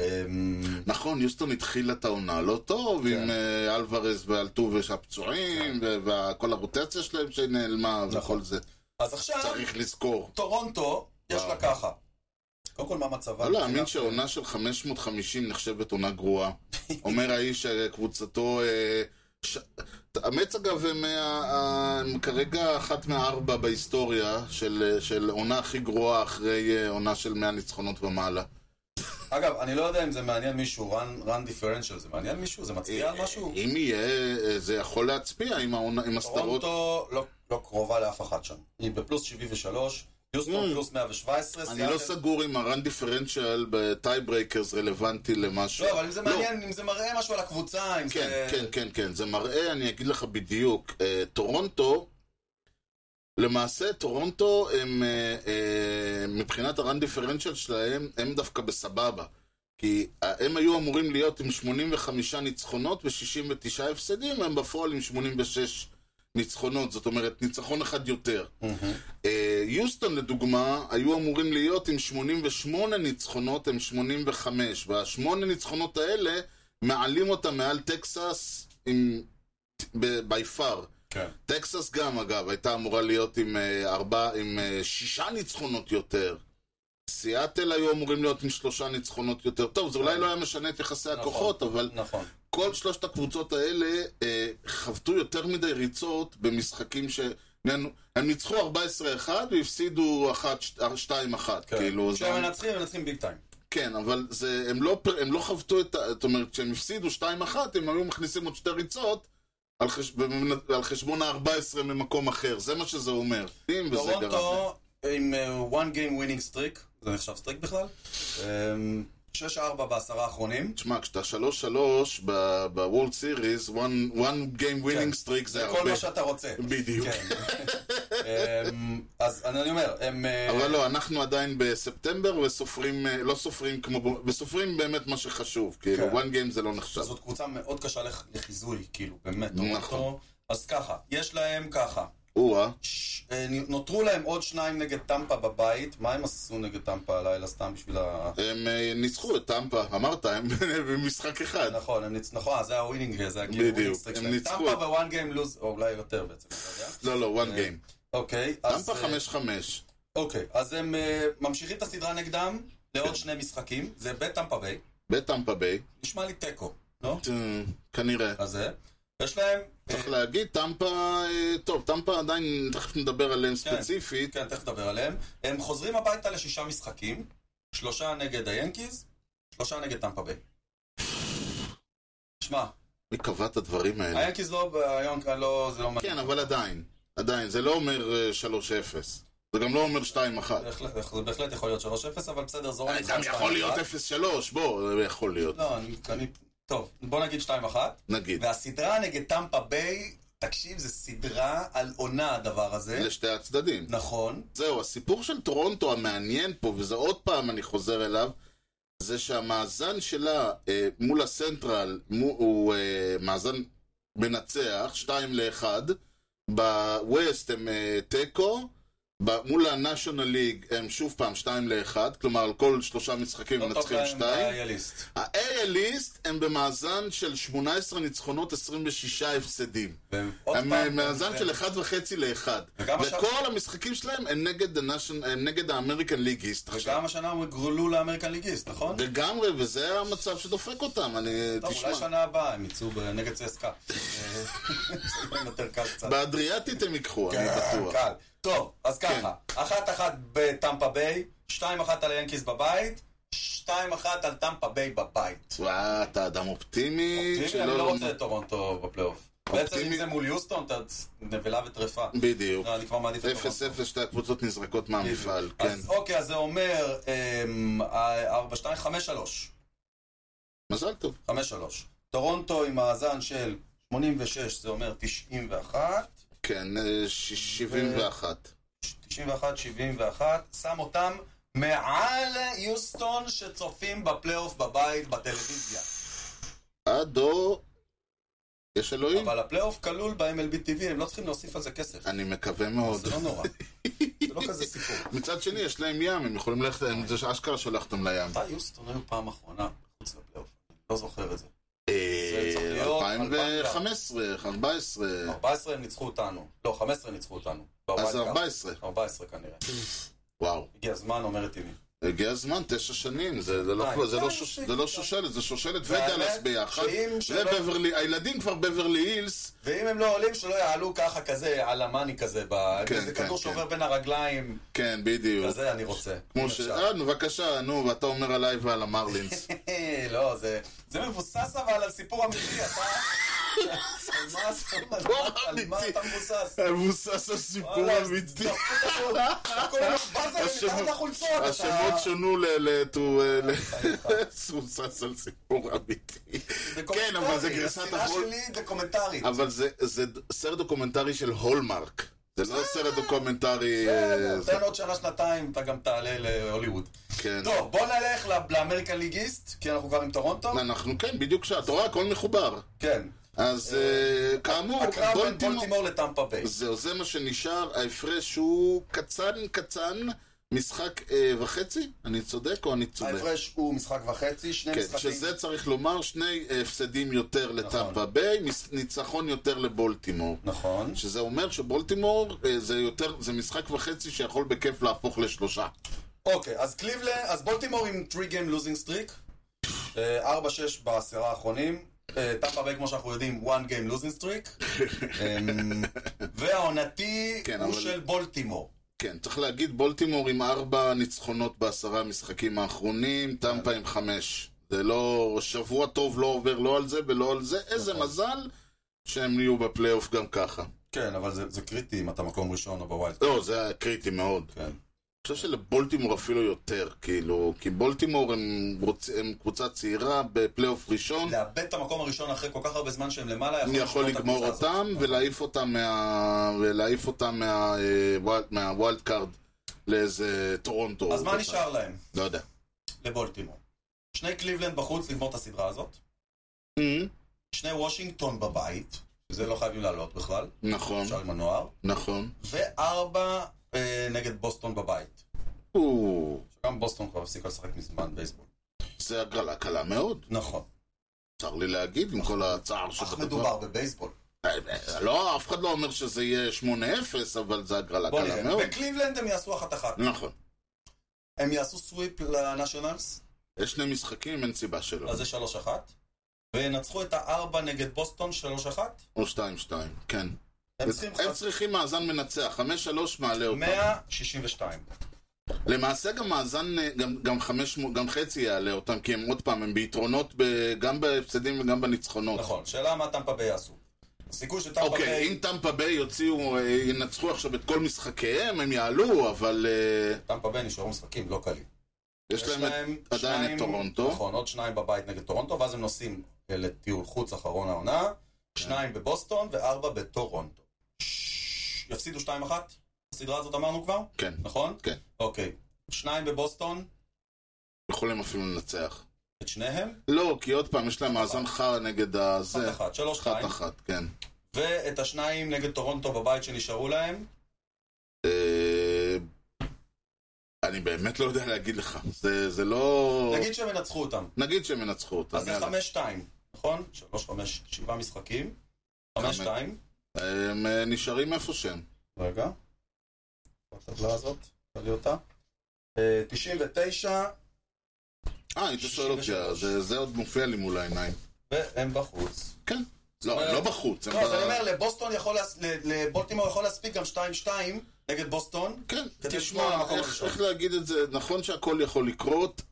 B: אמ,
A: נכון, יוסטון התחילה את העונה לא טוב, עם אה, אלוורז ואלטובש הפצועים, ו- וכל הרוטציה שלהם שנעלמה וכל זה.
B: אז עכשיו,
A: צריך לזכור.
B: טורונטו, יש
A: וואו.
B: לה ככה. קודם כל, מה מצבה?
A: לא להאמין שהעונה של 550 נחשבת עונה גרועה. אומר האיש שקבוצתו... אה, ש- המץ אגב הם, אה, אה, הם כרגע אחת מהארבע בהיסטוריה של, אה, של עונה הכי גרועה אחרי אה, עונה של 100 ניצחונות ומעלה.
B: אגב, אני לא יודע אם זה מעניין מישהו, רן- רן דיפרנציאל, זה מעניין מישהו? זה מצביע על משהו?
A: אה, אם יהיה, אה, זה יכול להצביע עם, העונה, עם הסדרות.
B: טורונטו לא- לא קרובה לאף אחת שם. היא בפלוס 73, יוסטון פלוס 117.
A: אה. אני
B: סיאטל-
A: לא סגור אם הרן דיפרנציאל בטייברייקרס רלוונטי למשהו.
B: לא, אבל אם זה מעניין, אם זה מראה משהו על הקבוצה, אם
A: כן,
B: זה...
A: כן, כן, כן, זה מראה, אני אגיד לך בדיוק, אה, טורונטו, למעשה טורונטו הם, אה, אה, מבחינת הרן דיפרנציאל שלהם, הם דווקא בסבבה. כי אה, הם היו אמורים להיות עם 85 ניצחונות ו-69 הפסדים, הם בפועל עם 86 ניצחונות, זאת אומרת, ניצחון אחד יותר.
B: מהמם.
A: אה, יוסטון לדוגמה, היו אמורים להיות עם 88 ניצחונות, הם 85. והשמונה ניצחונות האלה, מעלים אותם מעל טקסס עם... by far.
B: כן.
A: טקסס גם, אגב, הייתה אמורה להיות עם, אה, ארבע, עם אה, שישה ניצחונות יותר. סיאטל היו אמורים להיות עם שלושה ניצחונות יותר. טוב, זה אולי לא היה משנה את יחסי
B: נכון.
A: הכוחות, אבל
B: נכון.
A: כל שלושת הקבוצות האלה אה, חבטו יותר מדי ריצות במשחקים ש... הם ניצחו 14-1 והפסידו 1-2-1,
B: כן.
A: כאילו, זה...
B: כשהם מנצחים, הם מנצחים ביג טיים.
A: כן, אבל זה, הם, לא, פר- הם לא חבטו את ה... זאת אומרת, כשהם הפסידו 2-1, הם היו מכניסים עוד שתי ריצות על, חש... ומנ- על חשבון ה-14 ממקום אחר, זה מה שזה אומר. אם וזה גרם להם.
B: טורונטו עם אה, one game winning streak, זה נחשב סטריק בכלל? אמ, 6-4 בעשרה האחרונים.
A: תשמע, כשאתה 3-3 בוולד סיריס, one, one game
B: כן.
A: winning streak זה
B: זה
A: הרבה.
B: כל מה שאתה רוצה.
A: בדיוק.
B: כן. אמ, אז אני אומר, הם... אה,
A: אבל לא, אנחנו עדיין בספטמבר וסופרים, אה, לא סופרים כמו, ב- וסופרים באמת מה שחשוב, כאילו,
B: כן.
A: one game זה לא נחשב.
B: זאת קבוצה מאוד קשה לח- לחיזוי, כאילו, באמת.
A: נכון.
B: טורונטו. אז ככה, יש להם ככה.
A: או-אה,
B: ש- אה, נותרו להם עוד שניים נגד טמפה בבית, מה הם עשו נגד טמפה הלילה סתם בשביל ה...
A: הם אה, ניצחו את טמפה, אמרת, הם במשחק אחד.
B: נכון, הם ניצחו, נכון, זה הווינינג, זה הגיל
A: בדיוק,
B: ווינינג סטריק
A: הם
B: שלהם.
A: ניצחו.
B: טמפה בוואן גיים לוז, או אולי יותר בעצם, אני לא יודע.
A: לא, לא, one
B: אה,
A: game.
B: אוקיי, אז...
A: טמפה
B: אה,
A: 5-5.
B: אוקיי, אז הם אה, ממשיכים את הסדרה נגדם
A: כן.
B: לעוד שני משחקים, זה בטמפה ביי,
A: בטמפה ביי,
B: נשמע לי תיקו, לא?
A: אה, כנראה.
B: אז זה. יש להם... אה,
A: צריך להגיד, טמפה, אה, טוב, טמפה עדיין, תכף נדבר עליהם ספציפית.
B: כן, תכף נדבר עליהם. הם חוזרים הביתה לשישה משחקים, שלושה נגד היאנקיז, שלושה נגד טמפה ביי. שמע,
A: מי קבע את הדברים האלה?
B: היאנקיז לא, היונק, לא, זה לא מעניין.
A: כן, אבל עדיין. עדיין, זה לא אומר אה, 3-0. זה גם לא אומר 2-1.
B: בהחלט- זה בהחלט יכול להיות 3-0, אבל בסדר, זורם.
A: אה, גם יכול להיות 0-3, בוא, זה יכול להיות,
B: לא, אני... אני- טוב, בוא נגיד 2-1.
A: נגיד.
B: והסדרה נגד טמפה ביי, תקשיב, זה סדרה על עונה הדבר הזה.
A: לשתי הצדדים.
B: נכון.
A: זהו, הסיפור של טורונטו המעניין פה, וזה עוד פעם אני חוזר אליו, זה שהמאזן שלה אה, מול הסנטרל מו, הוא אה, מאזן מנצח, 2 ל-1, בווסט הם אה, תיקו, ב- מול ה-National League הם שוב פעם 2 ל-1, כלומר על כל שלושה משחקים
B: לא טוב
A: מנצחים
B: להם
A: 2.
B: באייליסט.
A: ה-AL-East הם במאזן של 18 ניצחונות, 26 הפסדים.
B: ועוד
A: הם
B: פעם-
A: מאזן של 1.5 ל-1.
B: וגם השאר-
A: וכל המשחקים שלהם הם נגד הנשן- הם נגד האמריקן ליג איסט עכשיו.
B: וגם השנה הם גרולו לאמריקן ליגיסט, נכון?
A: לגמרי, וזה המצב שדופק אותם, אני...
B: טוב, אולי
A: תשמע.
B: שנה הבאה הם יצאו ב- נגד צסקה. זה יהיה יותר קל קצת.
A: באדריאטית הם ייקחו, אני
B: כן,
A: בטוח. כן.
B: קל. טוב, אז ככה, אחת אחת בטמפה ביי, שתיים אחת על היאנקיס בבית, שתיים אחת על טמפה ביי בבית.
A: וואה, אתה אדם אופטימי.
B: אופטימי,
A: שלא
B: אני לא
A: לומד.
B: רוצה את טורונטו בפלייאוף. בעצם אם
A: אופטימי-
B: זה מול יוסטון, אתה נבלה וטרפה.
A: בדיוק.
B: לא, אני כבר מעדיף את
A: אפס אפס, שתי הקבוצות נזרקות מהמפעל,
B: בדיוק.
A: כן.
B: אז אוקיי, אז זה אומר אמ, אה, 4, 2, 5, 3.
A: מזל טוב.
B: 5, 3. טורונטו עם מאזן של 86, זה אומר 91.
A: כן, אה, ש- 71.
B: 91, 71. שם אותם מעל יוסטון שצופים בפלייאוף בבית, בטלוויזיה.
A: אדו, יש אלוהים?
B: אה. אבל הפלייאוף כלול ב-MLB TV, הם לא צריכים להוסיף על זה כסף.
A: אני מקווה מאוד.
B: זה לא נורא. זה לא כזה סיפור.
A: מצד שני, יש להם ים, הם יכולים ללכת, הם- זה אשכרה שולח אותם לים.
B: מתי יוסטון היו פעם אחרונה מחוץ לפלייאוף? אני לא זוכר את זה.
A: אה,
B: צריך להיות
A: 2015, 14,
B: 14 הם ניצחו אותנו. לא, 15 הם ניצחו אותנו.
A: אז
B: בווילד קאפ.
A: 14.
B: 14 כנראה.
A: וואו.
B: הגיע הזמן, אומרת אימי.
A: הגיע הזמן, תשע שנים, זה זה לא-
B: די.
A: זה לא שוש- זה לא שושלת, זה שושלת ודלס
B: והאמת,
A: ביחד.
B: שאם שלא-
A: ובברלי, הילדים כבר בברלי הילס,
B: ואם הם לא עולים, שלא יעלו ככה כזה, על המאני כזה, ב-
A: כן,
B: איזה
A: כן,
B: כדור
A: כן.
B: שעובר בין הרגליים,
A: כן, בדיוק.
B: כזה אני רוצה. אם
A: כמו ש...
B: אפשר.
A: אה, נו, בבקשה, נו, ואתה אומר עליי ועל המרלינס.
B: לא, זה זה מבוסס אבל על סיפור אמיתי, אתה... על מה- על מה- על מה
A: אמיתי.
B: אתה מבוסס?
A: מבוסס על סיפור
B: וואלה,
A: אמיתי.
B: דפקו את הכול, דפקו לנו באזרים מתחת
A: השמות-
B: לחולצות, אתה-
A: השמות שונו ל... ל- to- ל-
B: בחייך.
A: מבוסס על סיפור אמיתי.
B: זה
A: כן, אבל זה
B: קומנטרי,
A: גרסת
B: הסדרה
A: החול-
B: שלי זה קומנטרי.
A: אבל זה זה סרט דוקומנטרי של הולמרק. זה לא סרט דוקומנטרי... אה, זה-
B: תן עוד שנה, שנתיים, אתה גם תעלה להוליווד.
A: כן.
B: טוב, בוא נלך ל- לאמריקן ליגיסט, כי אנחנו כבר עם טורונטו.
A: אנחנו כן, בדיוק שעה. אתה רואה, הכל מחובר.
B: כן.
A: אז אה, כאמור,
B: הקרב בין
A: בולטימור...
B: בולטימור לטמפה ביי.
A: זהו, זה מה שנשאר, ההפרש הוא קצן קצן, משחק אה, וחצי? אני צודק או אני צודק?
B: ההפרש הוא משחק וחצי, שני
A: כן,
B: משחקים.
A: שזה צריך לומר, שני אה, הפסדים יותר לטמפה ביי, מס- ניצחון יותר לבולטימור.
B: נכון.
A: שזה אומר שבולטימור אה, זה יותר, זה משחק וחצי שיכול בכיף להפוך לשלושה.
B: אוקיי, אז קליבלנד, אז בולטימור עם 3 גיים לוזינג סטריק. 4-6 אה, בעשרה האחרונים. אה, טמפה ביי, כמו שאנחנו יודעים, 1 גיים לוזינג סטריק. אמ, והעונתי
A: כן,
B: הוא
A: אבל-
B: של בולטימור.
A: כן, צריך להגיד, בולטימור עם ארבע ניצחונות בעשרה המשחקים האחרונים, טמפה עם חמש. זה לא, שבוע טוב לא עובר לא על זה ולא על זה, איזה
B: נכון.
A: מזל שהם יהיו בפלייאוף גם ככה.
B: כן, אבל זה- זה קריטי אם אתה מקום ראשון או בווילד.
A: לא, זה היה קריטי מאוד.
B: כן.
A: אני חושב שלבולטימור אפילו יותר, כאילו, כי בולטימור הם, רוצ... הם קבוצה צעירה בפלייאוף ראשון,
B: לאבד את המקום הראשון אחרי כל כך הרבה זמן שהם למעלה,
A: אני יכול
B: נכון,
A: לגמור אותם ולהעיף אותם מה... ולהעיף אותם מה... אה, וואל- מהווילד קארד לאיזה טורונטו.
B: אז מה נשאר להם?
A: לא יודע.
B: לבולטימור. שני קליבלנד בחוץ לגמור את הסדרה הזאת. Mm-hmm.
A: אה,
B: שני וושינגטון בבית, שזה לא חייבים לעלות בכלל,
A: נכון,
B: אפשר עם הנוער.
A: נכון.
B: וארבע אה, נגד בוסטון בבית.
A: או,
B: גם בוסטון כבר הפסיקה לשחק מזמן בייסבול.
A: זה הגרלה קלה מאוד,
B: נכון.
A: צר לי להגיד, עם כל הצער
B: אך
A: שבדבר.
B: מדובר בבייסבול.
A: אה, אה, לא, אף אחד לא אומר שזה יהיה 8-0, אבל זה הגרלה
B: בוא
A: קלה מאוד.
B: נראה. לא- בקליבלנד הם יעשו אחת אחת.
A: נכון.
B: הם יעשו סוויפ לנשיונלס,
A: יש שני משחקים, אין סיבה שלא.
B: אז זה שלוש אחת. וינצחו את הארבע נגד בוסטון שלוש אחת.
A: או 2-2, כן.
B: הם צריכים
A: הם צריכים מאזן מנצח, 5-3 מעלה אותם.
B: 162.
A: למעשה גם מאזן, אה, גם- גם 500, גם חצי יעלה אותם, כי הם עוד פעם, הם ביתרונות ב- גם בהפסדים וגם בניצחונות.
B: נכון. שאלה מה טמפה ביי יעשו. הסיכוי שטמפה
A: אוקיי,
B: ביי...
A: אם טמפה ביי יוציאו, אה, ינצחו עכשיו את כל משחקיהם, הם יעלו, אבל אה,
B: טמפה ביי נשארו משחקים לא קלים.
A: יש להם את- עדיין
B: שניים-
A: את טורונטו.
B: נכון, עוד שניים בבית נגד טורונטו, ואז הם נוסעים לטיול חוץ אחרון העונה,
A: כן.
B: שניים בבוסטון וארבע בטורונטו. ש- יפסידו שתיים אחת? הסדרה הזאת אמרנו כבר?
A: כן,
B: נכון?
A: כן.
B: אוקיי. שניים בבוסטון,
A: יכולים אפילו לנצח.
B: את שניהם,
A: לא, כי עוד פעם, יש להם מאזן חרא נגד הזה.
B: אחת אחת, שלוש
A: אחת
B: שתיים,
A: אחת, כן.
B: ואת השניים נגד טורונטו בבית שנשארו להם,
A: אה, אני באמת לא יודע להגיד לך. זה, זה לא... נגיד,
B: נגיד שהם ינצחו אותם.
A: שהם ינצחו אותם.
B: אז זה
A: יאללה.
B: חמש שתיים, נכון? שלוש, חמש, שבעה משחקים.
A: חמש.
B: חמש שתיים.
A: הם אה, נשארים איפה שהם.
B: רגע. הטבלה הזאת, תביא אותה. אה, 99,
A: אה, היית שואל אותי,
B: 63.
A: זה, זה עוד מופיע לי מול העיניים.
B: והם בחוץ.
A: כן. לא,
B: אומרת-
A: הם לא בחוץ. הם
B: לא, אז
A: ב-
B: אני אומר, לבוסטון יכול, להס- ל- לבולטימור יכול להספיק גם 2-2 נגד בוסטון.
A: כן,
B: כדי לשמור על
A: תשמע,
B: המקום
A: איך-
B: הראשון.
A: איך להגיד את זה? נכון שהכל יכול לקרות.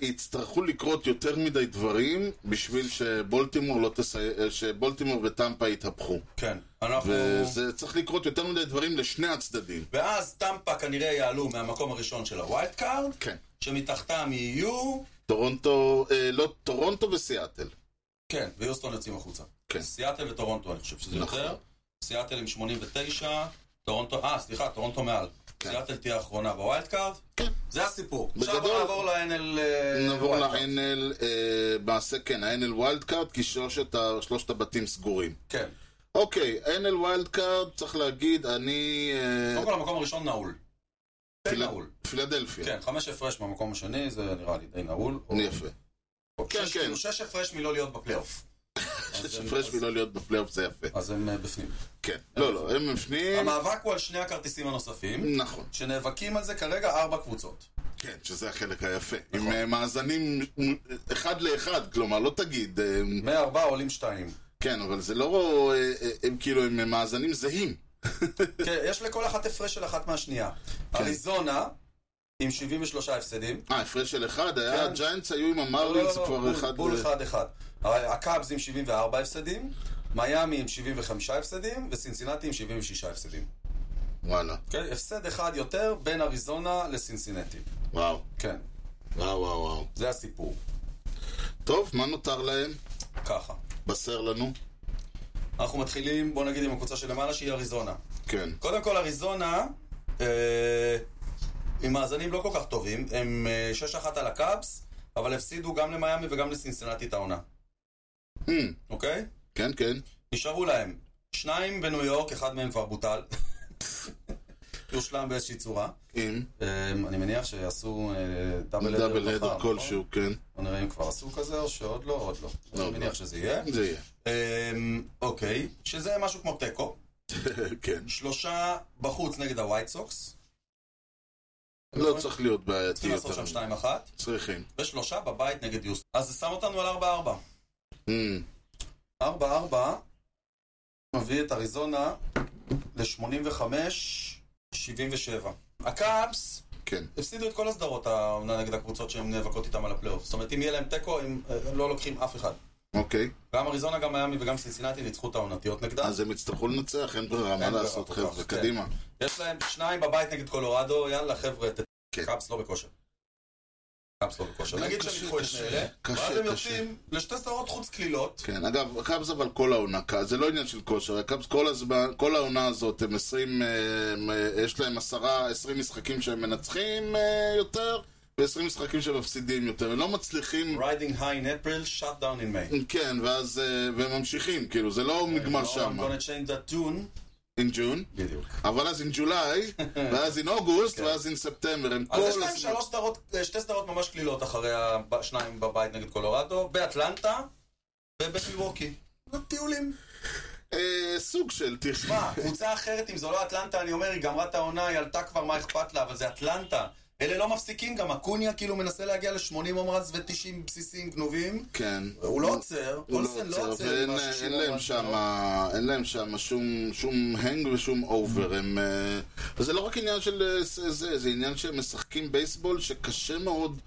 A: יצטרכו לקרות יותר מדי דברים בשביל שבולטימור, לא תסי... שבולטימור וטמפה יתהפכו.
B: כן. אנחנו...
A: וזה צריך לקרות יותר מדי דברים לשני הצדדים.
B: ואז טמפה כנראה יעלו מהמקום הראשון של הווילד קארד,
A: כן.
B: שמתחתם יהיו...
A: טורונטו, אה, לא, טורונטו וסיאטל.
B: כן, ויוסטון יוצאים החוצה.
A: כן.
B: סיאטל וטורונטו, אני חושב שזה
A: נכון.
B: יותר. סיאטל עם 89, טורונטו... אה, סליחה, טורונטו מעל.
A: כן.
B: סיאטל תהיה האחרונה בווילד קארד.
A: כן.
B: זה הסיפור. עכשיו
A: בגדול-
B: נעבור אה, ל-NL...
A: נעבור ל-NL, אה, למעשה כן, ה-NL ווילד קארד, כי שלושת ה- שלושת הבתים סגורים.
B: כן.
A: אוקיי, NL ווילד קארד, צריך להגיד, אני... אה,
B: קודם כל המקום הראשון נעול. די
A: פילה-
B: נעול.
A: פילדלפיה.
B: כן, חמש הפרש מהמקום השני, זה נראה לי די נעול.
A: יפה.
B: או
A: כן,
B: שש-
A: כן.
B: כאילו שש הפרש מלא להיות בפלייאוף. אז
A: יש
B: הם-
A: הפרש
B: אז-
A: מלא להיות בפלייאוף זה יפה.
B: אז הם אה, בפנים.
A: כן. לא, לא, הם בפנים.
B: המאבק הוא על שני הכרטיסים הנוספים,
A: נכון.
B: שנאבקים על זה כרגע ארבע קבוצות.
A: כן, שזה החלק היפה.
B: נכון.
A: עם אה, מאזנים אה, אחד לאחד, כלומר, לא תגיד. אה,
B: מארבע עולים שתיים.
A: כן, אבל זה לא... אה, אה, הם כאילו, הם אה, מאזנים זהים.
B: כן, יש לכל אחת הפרש של אחת מהשנייה.
A: כן.
B: אריזונה, עם 73 הפסדים.
A: אה, הפרש של אחד, היה
B: כן.
A: הג'יינטס היו עם
B: לא, לא,
A: המרלינס
B: לא, בול-
A: כבר אחד...
B: בול
A: ל-
B: אחד אחד. הקאבס עם 74 הפסדים, מיאמי עם 75 הפסדים, וסינסינטי עם 76 הפסדים.
A: וואלה.
B: כן, הפסד אחד יותר בין אריזונה לסינסינטי.
A: וואו.
B: כן,
A: וואו, וואו, וואו.
B: זה הסיפור.
A: טוב, מה נותר להם?
B: ככה.
A: בשר לנו.
B: אנחנו מתחילים, בוא נגיד, עם הקבוצה שלמעלה, שהיא אריזונה.
A: כן.
B: קודם כל, אריזונה, אה, עם מאזנים לא כל כך טובים, הם אה, 6-1 על הקאבס, אבל הפסידו גם למיאמי וגם לסינסינטי את העונה,
A: Hmm,
B: אוקיי?
A: כן, כן.
B: נשארו להם שניים בניו יורק, אחד מהם כבר בוטל. יושלם באיזושהי צורה.
A: עם
B: אה, אני מניח שיעשו אה, דאבל אדר
A: דאבל
B: מחר,
A: הדר
B: נכון?
A: כלשהו, כן.
B: בוא נראה אם כבר עשו כזה או שעוד לא, עוד לא.
A: לא,
B: אני
A: לא.
B: מניח שזה יהיה.
A: זה יהיה.
B: אה, אוקיי, שזה משהו כמו תיקו.
A: כן.
B: שלושה בחוץ נגד הווייט סוקס.
A: לא צריך להיות בעייתי
B: צריכים נכון. לעשות
A: יותר.
B: שם
A: מדי.
B: 2-1,
A: צריכים.
B: ושלושה בבית נגד יוסטון. אז זה שם אותנו על 4-4.
A: Hmm,
B: 4-4 מביא את אריזונה ל-85-77. הקאפס
A: כן.
B: הפסידו את כל הסדרות העונה נגד הקבוצות שהן נאבקות איתן על הפלייאוף. זאת אומרת, אם יהיה להם תיקו, הם אה, לא לוקחים אף אחד.
A: אוקיי.
B: גם אריזונה, גם מיאמי וגם סינסינטי ניצחו את העונתיות נגדם.
A: אז הם יצטרכו לנצח, אין ברירה, מה
B: אין ברירה
A: לעשות,
B: כל
A: חבר'ה?
B: כך, כן.
A: קדימה.
B: יש להם שניים בבית נגד קולורדו, יאללה חבר'ה, ת...
A: כן.
B: קאפס לא בכושר. קאפס לא בכושר.
A: כן,
B: נגיד שהם
A: קשה,
B: ייקחו את
A: קשה,
B: שני אלה,
A: קשה,
B: ואז הם
A: קשה.
B: יוצאים לשתי סדרות חוץ קלילות.
A: כן, אגב, הקאבס אבל כל העונה, ק- זה לא עניין של כושר, הקאבס כל הזמן, כל העונה הזאת, הם עשרים, אה, הם, אה, יש להם עשרה, עשרים משחקים שהם מנצחים אה, יותר, ועשרים משחקים שהם מפסידים יותר, הם לא מצליחים,
B: Riding high in April, shut down in May.
A: כן, ואז, אה, והם ממשיכים, כאילו, זה
B: כן,
A: לא נגמר שם,
B: I'm gonna change that tune.
A: in June,
B: בדיוק.
A: אבל אז in July, ואז in August, ואז in September, הם
B: כן. אז יש
A: כל
B: להם
A: הזמן,
B: שלוש סדרות, אה, שתי סדרות ממש קלילות אחרי השניים בבית נגד קולורדו, באטלנטה ובמילווקי. זה טיולים.
A: אה, סוג של תכנון,
B: מה, קבוצה אחרת, אם זו לא אטלנטה, אני אומר, היא גמרה את העונה, היא עלתה כבר, מה אכפת לה, אבל זה אטלנטה. אלה לא מפסיקים, גם אקוניה כאילו מנסה להגיע ל-80 אומרץ ו-90 בסיסים גנובים.
A: כן.
B: הוא לא עוצר,
A: הוא
B: אולסן לא עוצר.
A: ואין
B: עם ה-60
A: אין להם
B: אומרץ
A: שם,
B: שלו.
A: אין להם שם שום, שום הנג ושום אובר. הם, אה, זה לא רק עניין של אה, ס- זה, זה עניין שהם משחקים בייסבול שקשה מאוד,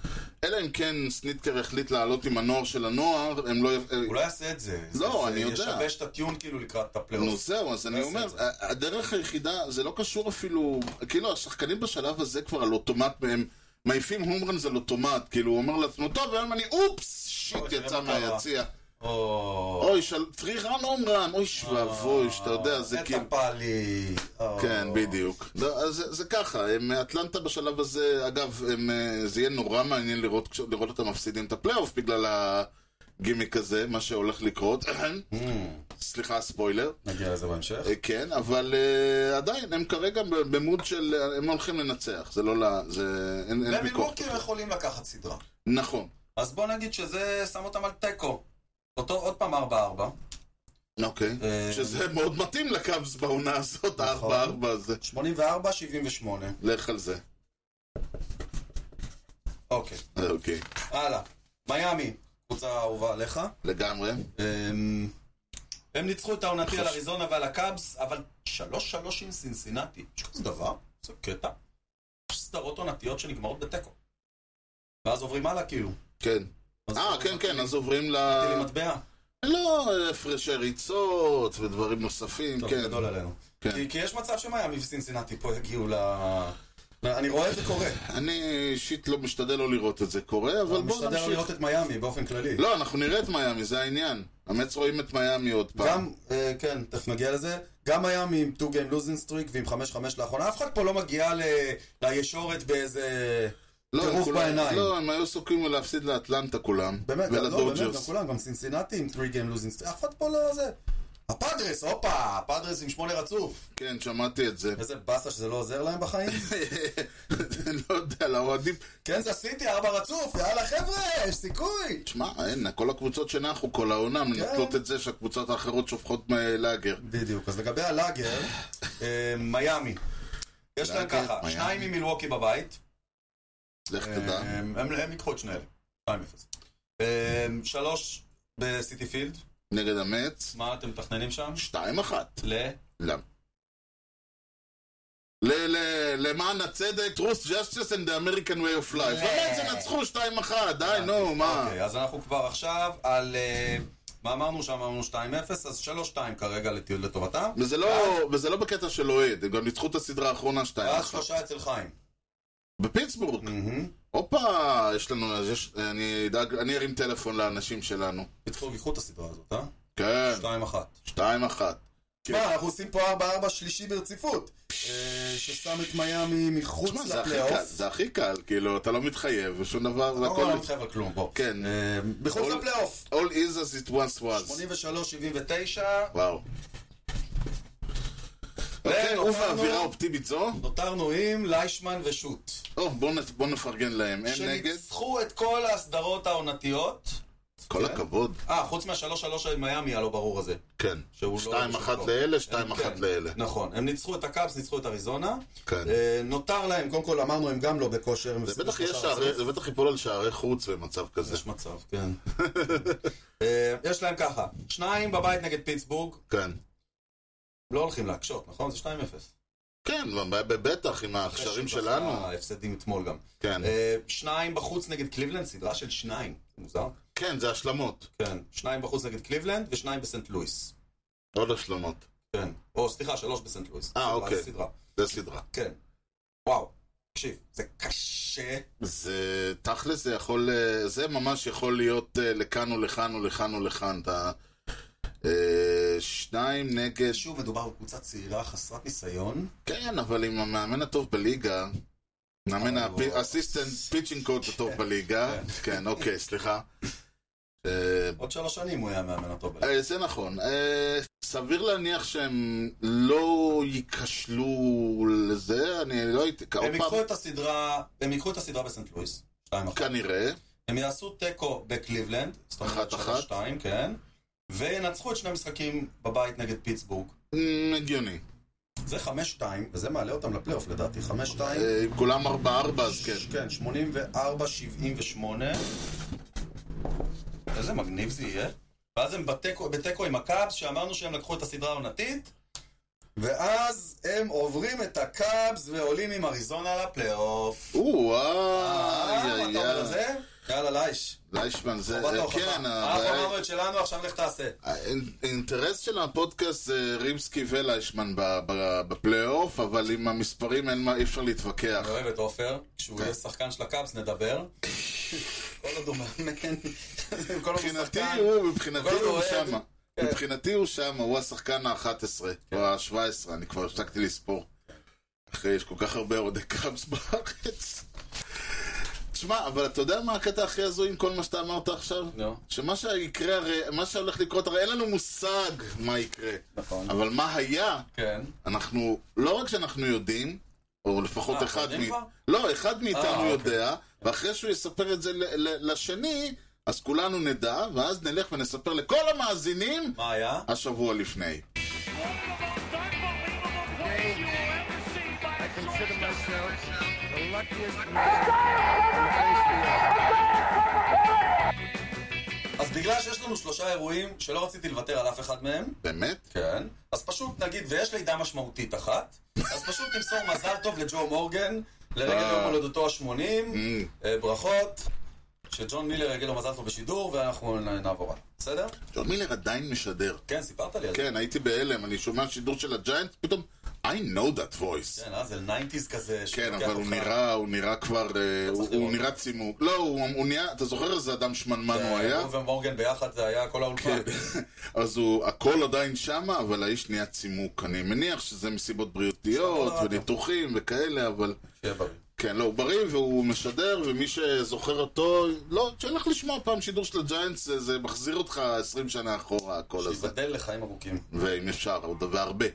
A: אלא אם כן סניטקר החליט לעלות עם הנוער של הנוער, הם לא... יפ- אה,
B: הוא לא יעשה את זה.
A: לא,
B: זה-
A: אני יודע.
B: זה ישבש את הטיון כאילו לקראת
A: נו
B: הפלייאוף.
A: זהו, אז אני
B: לא
A: אומר,
B: עושה את
A: ה- הדרך היחידה, זה לא קשור אפילו, כאילו השחקנים בשלב הזה כבר על אוטומט, הם מעיפים הומרנס על אוטומט, כאילו הוא אומר לעצמו, טוב, היום אני, אופס, שיט,
B: אוי, תראה
A: יצא
B: מה קרה."
A: מהיציע.
B: או...
A: אוי, של... טרי רן אומרן, אוי ואבוי,
B: אה,
A: שאתה יודע, זה
B: נטע
A: כאילו...
B: פאלי. או.
A: כן, בדיוק. לא, אז זה, זה ככה, הם, אה, אטלנטה בשלב הזה, אגב, הם, אה, זה יהיה נורא מעניין לראות, כש- לראות אותם מפסידים את הפלייאוף בגלל הגימיק הזה, מה שהולך לקרות. סליחה, ספוילר.
B: Hmm, נגיע לזה בהמשך.
A: אה, כן, אבל אה, עדיין, הם כרגע ב- במוד של, אה, הם הולכים לנצח, זה לא ל... זה... אין, אין ויכוח.
B: ומילווקי יכולים לקחת סדרה.
A: נכון,
B: אז בוא נגיד שזה שם אותם על תיקו. אותו עוד פעם 4-4.
A: אוקיי.
B: אה,
A: שזה מאוד מתאים לקאבס בעונה הזאת,
B: נכון.
A: ה-4-4 הזה.
B: 84-78.
A: לך על זה.
B: אוקיי,
A: אה, אוקיי.
B: הלאה. מיאמי, קבוצה אהובה עליך.
A: לגמרי.
B: אמ, הם ניצחו את העונתי על
A: חוש-
B: אריזונה ועל הקאבס, אבל 3-3 עם סינסינטי. יש כזה דבר? זה קטע. יש סדרות עונתיות שנגמרות בתיקו. ואז עוברים הלאה כאילו.
A: כן.
B: אז-
A: אה, כן, כן, אז עוברים ל...
B: תן לי מטבע.
A: לא, הפרשי ריצות ודברים נוספים,
B: טוב,
A: כן.
B: גדול עלינו.
A: כן.
B: כי כי יש מצב שמיאמי וסינצינטי פה יגיעו ל... אני רואה את זה קורה.
A: אני אישית לא משתדל לא לראות את זה קורה, אבל
B: אבל
A: בואו
B: משתדל
A: נמשיך.
B: לראות את מיאמי באופן כללי.
A: לא, אנחנו נראה את מיאמי, זה העניין. המץ רואים את מיאמי עוד פעם.
B: גם, אה, כן, תכף נגיע לזה, גם מיאמי עם 2 game losing streak ועם 5-5 לאחרונה, אף אחד פה לא מגיע ל... לישורת באיזה...
A: לא, הם
B: טירוף
A: כולם-
B: בעיניים.
A: לא, הם היו עסוקים בלהפסיד לאטלנטה כולם.
B: באמת, גם- לא, באמת, גם
A: ולדודג'רס.
B: כולם, גם סינסינטי עם 3 game losing streak, אף אחד פה לא זה. הפאדרס, הופה, הפאדרס עם 8 רצוף.
A: כן, שמעתי את זה.
B: איזה באסה שזה לא עוזר להם בחיים.
A: לא יודע, לאוהדים...
B: כן, זה סיטי, 4 רצוף, יאללה חבר'ה, יש סיכוי.
A: תשמע, אין, כל הקבוצות שנחו כל העונה
B: כן.
A: מנצלות את זה שהקבוצות האחרות שופכות מלאגר.
B: בדיוק, אז לגבי הלאגר, אה, מיאמי. יש להם
A: לאגר,
B: ככה,
A: מיאמי.
B: שניים ממילווקי בבית,
A: לך
B: אה.
A: תדע.
B: הם, אמ, הם, הם ייקחו את שניהם, 2-0. אמ, שלוש בסיטי פילד,
A: נגד המץ,
B: מה אתם מתכננים שם?
A: 2-1.
B: ל...
A: למה? ל- ל- למען הצדק, Truth, Justice and the American Way of Life.
B: לא.
A: באמת, שנצחו 2-1, די, נו, מה?
B: אוקיי, אז אנחנו כבר עכשיו על... אה, מה אמרנו שם? אמרנו 2-0, אז 3-2 כרגע לט- לטובתם.
A: וזה לא- וזה לא בקטע של אוהד, הם גם ניצחו את הסדרה האחרונה 2-1.
B: ואז שלושה אצל חיים. אה.
A: בפיטסבורג.
B: מהמם.
A: הופה, יש לנו, אז יש- אני אדאג, אני ארים טלפון לאנשים שלנו.
B: פיטסבורג ייקחו את הסדרה הזאת, אה?
A: כן,
B: 2-1.
A: 2-1.
B: תשמע, אנחנו עושים פה 4-4 שלישי ברציפות. אה, ששם את מיאמי מחוץ
A: תשמע, זה הכי קל,
B: לפלייאוף.
A: זה הכי קל, כאילו, אתה לא מתחייב, ושום דבר,
B: לא
A: והכל...
B: לא מתחייב על כלום, בוא.
A: כן.
B: אה, מחוץ
A: כל-
B: לפלייאוף.
A: All is as it once was.
B: 83-79.
A: וואו. אוקיי,
B: נותרנו-
A: ובאווירה אופטימית זו,
B: נותרנו עם ליישמן ושות.
A: טוב, בוא נ- בוא נפרגן להם. הם נגד?
B: שניצחו את כל ההסדרות העונתיות.
A: כל
B: כן.
A: הכבוד.
B: אה, חוץ מהשלוש שלוש עם מיאמי הלא ברור הזה.
A: כן.
B: שהוא לא-
A: שתיים אחת
B: שהוא לא.
A: לאלה, שתיים
B: הם-
A: אחת
B: כן,
A: לאלה.
B: נכון. הם ניצחו את הקאפס, ניצחו את אריזונה.
A: כן.
B: אה, נותר להם, קודם כל אמרנו, הם גם לא בכושר. הם
A: זה
B: הפסידו
A: בטח יהיה
B: שלושה
A: שערי,
B: רצוף.
A: זה בטח ייפול על שערי חוץ במצב כזה.
B: יש מצב, כן. אה, יש להם ככה, שניים בבית נגד פיטסבורג,
A: כן.
B: לא הולכים להקשות, נכון? זה 2-0.
A: כן, ב- ב- בטח, עם הקשרים שלנו.
B: ההפסדים אתמול גם.
A: כן.
B: אה, שניים בחוץ נגד קליבלנד, סדרה של שניים. זה מוזר.
A: כן, זה השלמות.
B: כן, שניים בחוץ נגד קליבלנד ושניים בסנט לואיס.
A: עוד השלמות.
B: כן. או סליחה, שלוש בסנט לואיס.
A: אה,
B: סדרה,
A: אוקיי.
B: סדרה.
A: זה סדרה.
B: כן. וואו, תקשיב, זה קשה.
A: זה, תכל'ס, זה יכול, אה, זה ממש יכול להיות אה, לכאן ולכאן ולכאן ולכאן. אתה... אה, שניים נגד...
B: שוב, מדובר בקבוצה צעירה חסרת ניסיון.
A: כן, אבל עם המאמן הטוב בליגה, מאמן
B: אבל הוא-
A: האסיסטנט פיצ'ינג קוד הטוב בליגה, כן, אוקיי, סליחה. אה,
B: עוד שלוש שנים הוא היה מאמן אותו. בליגה.
A: אה, זה נכון. אה, סביר להניח שהם לא ייכשלו לזה, אני לא הייתי...
B: הם
A: עוד פעם, אוקיי.
B: ייקחו את הסדרה, הם ייקחו את הסדרה בסנט לואיס. שתיים אחת.
A: כנראה,
B: הם יעשו תיקו בקליבלנד. זאת אומרת,
A: אחת,
B: שלוש,
A: אחת.
B: שתיים, כן. וינצחו את שני המשחקים בבית נגד פיטסבורג.
A: מ, אמ, הגיוני.
B: זה חמש שתיים, וזה מעלה אותם לפלייאוף לדעתי. חמש שתיים.
A: אה, כולם 4-4, אז כן.
B: כן, 84-78. איזה מגניב זה יהיה. ואז הם בתיקו, בתיקו עם הקאבס, שאמרנו שהם לקחו את הסדרה העונתית. ואז הם עוברים את הקאבס ועולים עם אריזונה לפלייאוף.
A: או,
B: אה,
A: איי,
B: מה אתה אומר על
A: איי,
B: זה? יאללה, לייש.
A: ליישמן זה,
B: חובת
A: אה,
B: ההוכחה.
A: כן,
B: אנחנו
A: הבעיה-
B: אמרנו את שלנו, עכשיו לך תעשה.
A: האינ- האינטרס של הפודקאסט זה רימסקי וליישמן ב- ב- בפלייאוף, אבל עם המספרים אין מה, אי אפשר להתווכח.
B: אני אוהב את עופר, כשהוא יהיה שחקן של הקאבס נדבר. כן. כל עוד הוא מאמן, כל עוד הוא
A: מבחינתי
B: שחקן.
A: הוא, מבחינתי
B: אבל הוא
A: הוא
B: אוהד.
A: שמה.
B: כן.
A: מבחינתי הוא שמה, הוא השחקן ה-11, או ה-17, אני כבר הפסקתי לספור. אחרי, יש כל כך הרבה אוהדי קראבס בארץ. תשמע, אבל אתה יודע מה הקטע הכי הזוי עם כל מה שאתה אמרת עכשיו?
B: נו,
A: שמה שיקרה, הרי, מה שהולך לקרות, הרי אין לנו מושג מה יקרה.
B: נכון.
A: אבל מה היה,
B: כן.
A: אנחנו, לא רק שאנחנו יודעים, או לפחות
B: אה,
A: אחד
B: יודעים
A: מ...
B: כבר?
A: לא, אחד מאיתנו
B: אה,
A: יודע, ואחרי שהוא יספר את זה ל- ל- לשני, אז כולנו נדע, ואז נלך ונספר לכל המאזינים
B: מה היה?
A: השבוע לפני.
D: I consider myself the luckiest man.
B: אז בגלל שיש לנו שלושה אירועים שלא רציתי לוותר על אף אחד מהם,
A: באמת?
B: כן, אז פשוט נגיד, ויש לידה משמעותית אחת, אז פשוט נמסור מזל טוב לג'ו מורגן, לרגל
A: אה.
B: יום הולדתו ה-80,
A: אמ,
B: ברכות, שג'ון מילר יגיד לו מזל טוב בשידור, ואנחנו נ- נעבור הלאה. בסדר?
A: ג'ון מילר עדיין משדר.
B: כן, סיפרת לי על זה.
A: כן, הייתי בהלם, אני שומע שידור של הג'יינט, פתאום, I know that voice.
B: כן, אה, זה 90's כזה.
A: כן,
B: שלוקח
A: אבל הוא
B: אותך.
A: נראה, הוא נראה כבר, אה, הוא
B: אוקיי.
A: הוא
B: צריך לראות. כן,
A: נראה צימוק. לא, הוא הוא נהיה, אתה זוכר איזה אדם שמנמן הוא היה? כן.
B: הוא ומורגן אה, ביחד זה היה כל האולפן.
A: אז הוא, הכל עדיין שמה, אבל האיש נהיה צימוק. אני מניח שזה מסיבות בריאותיות,
B: לא, לא.
A: וניתוחים וכאלה, אבל...
B: שיהיה בריא.
A: כן, לא, הוא בריא והוא משדר, ומי שזוכר אותו, לא, שילך לשמוע פעם שידור של הג'יינטס, זה- זה מחזיר אותך 20 שנה אחורה, הקול הזה.
B: שיבדל לחיים ארוכים.
A: ואם אפשר, עוד והרבה.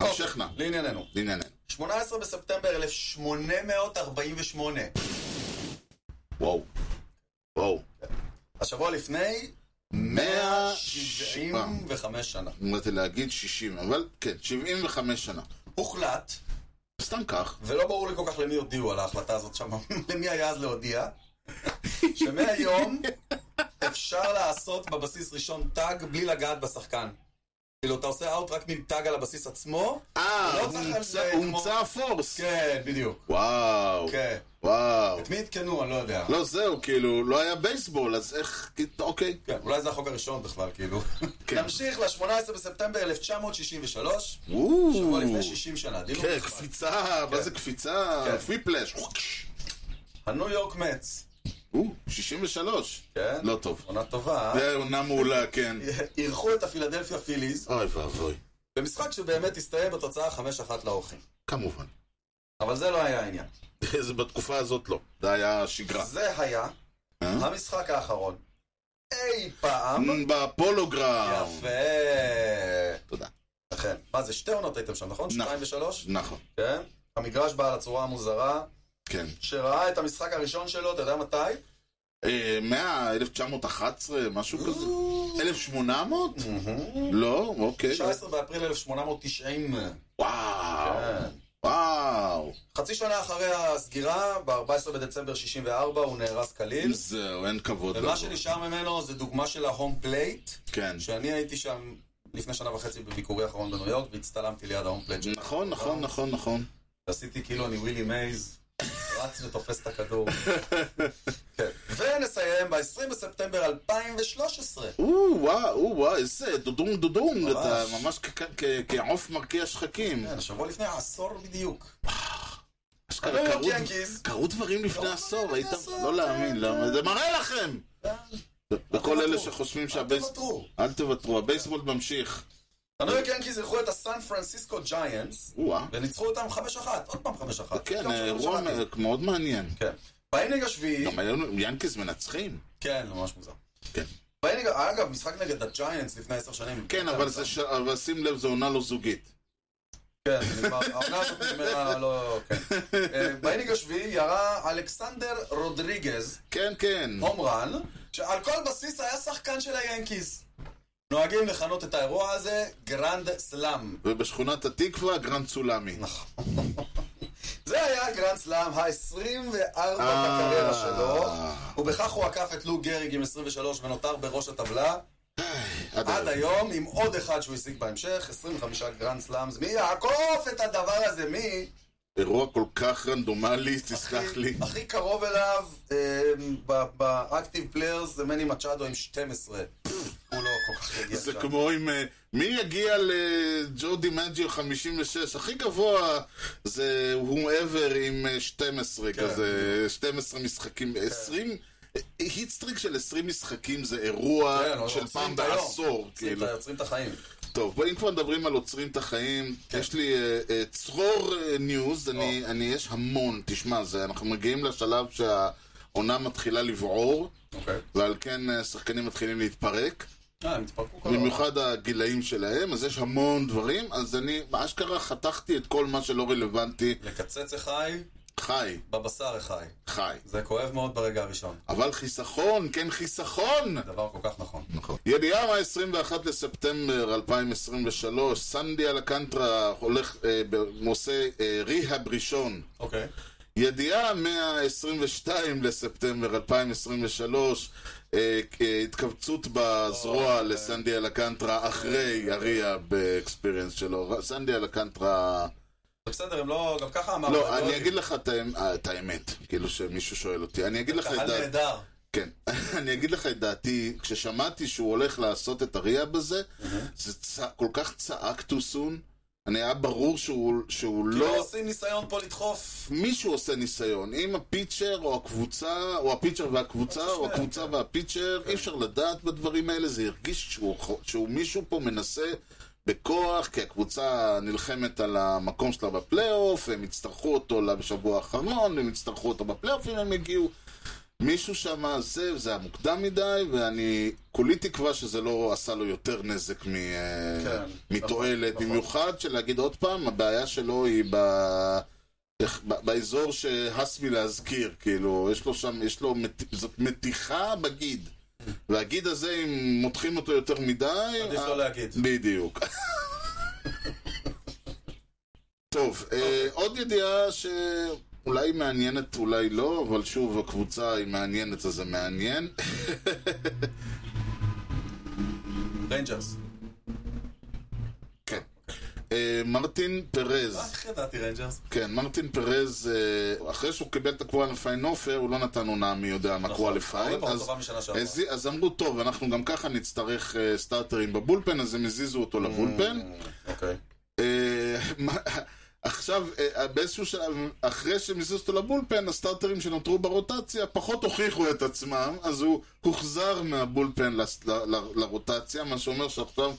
A: המשכנה,
B: אוקיי, לענייננו.
A: לענייננו.
B: 18 בספטמבר 1848.
A: וואו. וואו.
B: השבוע לפני
A: 170.
B: 75 שנה.
A: אמרתי להגיד 60, אבל כן, 75 שנה.
B: הוחלט,
A: סתם כך.
B: ולא ברור לי כל כך למי הודיעו על ההחלטה הזאת שם, למי היה אז להודיע, שמהיום אפשר לעשות בבסיס ראשון טאג בלי לגעת בשחקן. כאילו, אתה עושה אאוט רק מטאג על הבסיס עצמו?
A: אה,
B: לא צריך על זה
A: הוא
B: כמו-
A: הומצא הפורס.
B: כן, בדיוק.
A: וואו.
B: כן.
A: וואו.
B: את מי עדכנו? אני לא יודע.
A: לא, זהו, כאילו, לא היה בייסבול, אז איך... אוקיי.
B: כן, אולי זה החוק הראשון בכלל, כאילו.
A: כן.
B: נמשיך ל-18 בספטמבר 1963,
A: וואו.
B: שבוע לפני 60 שנה, דילוג
A: כן,
B: בכלל.
A: קפיצה, מה זה קפיצה?
B: כן.
A: פיפלש.
B: הניו יורק מצ,
A: או, 63.
B: כן?
A: לא טוב.
B: עונה טובה.
A: זה עונה מעולה, כן.
B: אירחו את הפילדלפיה פיליז,
A: אוי ואבוי.
B: במשחק שבאמת הסתיים בתוצאה 5-1 לאורחים.
A: כמובן.
B: אבל זה לא היה העניין.
A: זה בתקופה הזאת לא. זה היה שגרה.
B: זה היה
A: אה? אמ,
B: המשחק האחרון. אי פעם.
A: בפולוגרם.
B: יפה.
A: תודה.
B: אכן. מה זה, שתי עונות הייתם שם, נכון?
A: נכון.
B: שתיים ושלוש?
A: נכון.
B: כן. המגרש בעל הצורה המוזרה,
A: כן.
B: שראה את המשחק הראשון שלו, אתה יודע מתי?
A: אה, 100, 1911, משהו
B: אה.
A: כזה. 1800? לא, אוקיי.
B: 19 באפריל 1890.
A: וואו.
B: כן.
A: וואו.
B: חצי שנה אחרי הסגירה, ב-14 בדצמבר 64, הוא נהרס כליל.
A: זהו, אין כבוד.
B: ומה
A: לזה.
B: שנשאר ממנו זה דוגמה של ההום פלייט,
A: כן.
B: שאני הייתי שם לפני שנה וחצי בביקורי האחרון בניו יורק, והצטלמתי ליד ההום פלייט. שלו.
A: נכון, נכון,
B: אה.
A: נכון, נכון.
B: עשיתי כאילו אני ווילי מייז, רץ ותופס את הכדור. כן. ונסיים ב-20 בספטמבר 2013.
A: או וואו, או וואו, איזה דודום דודום,
B: ממש.
A: אתה ממש כ- כ- כעוף מרקיע שחקים.
B: כן, השבוע לפני עשור בדיוק.
A: אשכרה,
B: הניו יורק
A: קרו-
B: ינקיז.
A: קרו דברים לפני
B: אה, לא,
A: עשור,
B: לפני
A: היית...
B: עשור,
A: לא להאמין,
B: כן,
A: למה?
B: כן.
A: זה מראה לכם! לכל
B: תוותרו.
A: אלה שחושבים שהבייס...
B: תוותרו.
A: אל תוותרו, הבייסבול ממשיך.
B: הניו יורק ינקיז אירחו את הסן פרנסיסקו ג'יינטס,
A: או-אה.
B: וניצחו אותם 5-1, עוד פעם 5-1.
A: אה. כן,
B: לא,
A: אירוע
B: שמעתי.
A: מאוד מעניין.
B: כן. באינינג השביעי...
A: גם היום ינקיז מנצחים.
B: כן, זה ממש מוזר.
A: כן.
B: באינינג, אגב, משחק נגד הג'יינטס לפני עשר שנים.
A: כן, אבל זה ש- אבל שים לב, זו עונה לא זוגית.
B: כן, זה נגמר. העונה הזאת נגמרה, לא... כן. אה, באינינג השביעי ירה אלכסנדר רודריגז,
A: כן, כן.
B: הום רן, שעל כל בסיס היה שחקן של היאנקיז. נוהגים לכנות את האירוע הזה גרנד סלאם.
A: ובשכונת התקווה, גרנד צולמי.
B: נכון. זה היה גרנד סלאם ה-24
A: אה.
B: בקריירה שלו, ובכך הוא עקף את לו גריג עם 23 ונותר בראש הטבלה. עד היום, עם עוד אחד שהוא השיג בהמשך, 25 גרנד סלאמס. מי יעקוף את הדבר הזה? מי?
A: אירוע כל כך רנדומלי, תסלח לי.
B: הכי קרוב אליו אמ, ב- באקטיב פליירס זה מני מצ'אדו עם 12. הוא לא כל כך יגיע
A: זה
B: שם.
A: כמו עם... אה, מי יגיע לג'ו דימג'יו 56? הכי גבוה זה whoever עם אה, 12
B: כן.
A: כזה, 12 משחקים. 20... היטסטריק של 20 משחקים זה אירוע
B: כן, אבל
A: של
B: עוצרים
A: פעם
B: את היום.
A: בעשור,
B: עוצרים את-
A: כאילו.
B: עוצרים את החיים.
A: טוב, בואי, אם כבר מדברים על עוצרים את החיים,
B: כן.
A: יש לי אה, אה, צרור אה, ניוז, אני, אני, יש המון, תשמע, זה, אנחנו מגיעים לשלב שהעונה מתחילה לבעור,
B: אוקיי.
A: ועל כן אה, שחקנים מתחילים להתפרק.
B: אה, הם התפרקו כל העולם.
A: במיוחד הגילאים שלהם, אז יש המון דברים, אז אני אשכרה חתכתי את כל מה שלא רלוונטי,
B: לקצץ החי,
A: חי,
B: בבשר החי.
A: חי.
B: זה כואב מאוד ברגע הראשון.
A: אבל חיסכון, כן חיסכון!
B: דבר כל כך נכון.
A: נכון. ידיעה מה-21 לספטמבר 2023, סנדי אלקנטרה הולך, אה, ב- עושה אה, ריהאב ראשון.
B: אוקיי.
A: ידיעה מה-22 לספטמבר 2023, אה, אה, התכווצות בזרוע לסנדי אלקנטרה אחרי הריהאב אקספיריאנס שלו. סנדי אלקנטרה
B: זה בסדר, הם לא... גם ככה אמרנו.
A: לא, אני אגיד לך את האמ- אה, את האמת, כאילו שמישהו שואל אותי. אני אגיד לך את
B: קהל
A: דעתי.
B: נהדר.
A: כן. אני אגיד לך את דעתי, כששמעתי שהוא הולך לעשות את הריאב הזה, זה צע- כל כך צעק too soon. אני היה ברור שהוא שהוא
B: לא
A: לא...
B: עושים ניסיון פה לדחוף.
A: מישהו עושה ניסיון, אם הפיצ'ר או הקבוצה, או הפיצ'ר והקבוצה, או הקבוצה והפיצ'ר, אי אפשר לדעת בדברים האלה, זה הרגיש שהוא, שהוא מישהו פה מנסה בכוח, כי הקבוצה נלחמת על המקום שלה בפלייאוף, הם יצטרכו אותו בשבוע האחרון, הם יצטרכו אותו בפלייאוף אם הם יגיעו. מישהו שם עזב, זה היה מוקדם מדי, ואני כולי תקווה שזה לא עשה לו יותר נזק מ...
B: כן,
A: מתועלת,
B: נכון, נכון.
A: במיוחד שלהגיד עוד פעם, הבעיה שלו היא ב... איך- ב- באזור שהס מלהזכיר, כאילו, יש לו שם, יש לו, מת- זאת מתיחה בגיד. והגיד הזה, אם מותחים אותו יותר מדי...
B: עדיף
A: ה-
B: לא להגיד.
A: בדיוק. טוב, אה, עוד ידיעה שאולי מעניינת, אולי לא, אבל שוב, הקבוצה היא מעניינת, אז זה מעניין.
B: ריינג'רס.
A: כן. אה, מרטין פרז.
B: אה, איך ידעתי ריינג'רס?
A: כן, מרטין פרז, אה, אחרי שהוא קיבל את הקוואליפיין אופר, הוא לא נתן עונה מי יודע מה
B: נכון, הרבה
A: קוואליפיין.
B: פחות
A: אז,
B: טובה משנה שעברה.
A: אז, אה, אז אמרו, טוב, אנחנו גם ככה נצטרך אה, סטארטרים בבולפן, אז הם הזיזו אותו לבולפן.
B: אוקיי.
A: אה, מה- עכשיו, אה, באיזשהו שלב, אחרי שהם הזיזו אותו לבולפן, הסטארטרים שנותרו ברוטציה פחות הוכיחו את עצמם, אז הוא הוחזר מהבולפן לס- ל- ל- לרוטציה, מה שאומר שעכשיו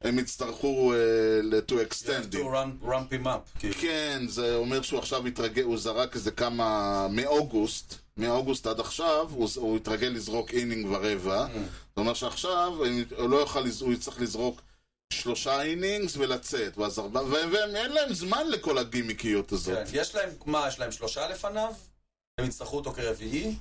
A: הם יצטרכו אה, ל- to
B: You have
A: extend
B: to
A: him.
B: run- ramp him up. כאילו.
A: כן, זה אומר שהוא עכשיו התרגל, הוא זרק איזה כמה, מאוגוסט, מאוגוסט עד עכשיו, הוא, ז- הוא התרגל לזרוק אינינג ורבע. זאת אומרת שעכשיו הם- הוא לא יוכל, לז- הוא יצטרך לזרוק שלושה אינינגס ולצאת, ואז ארבע, ו- והם אין להם זמן לכל הגימיקיות הזאת.
B: כן, יש להם, מה, יש להם שלושה לפניו? הם יצטרכו אותו כרביעי? יש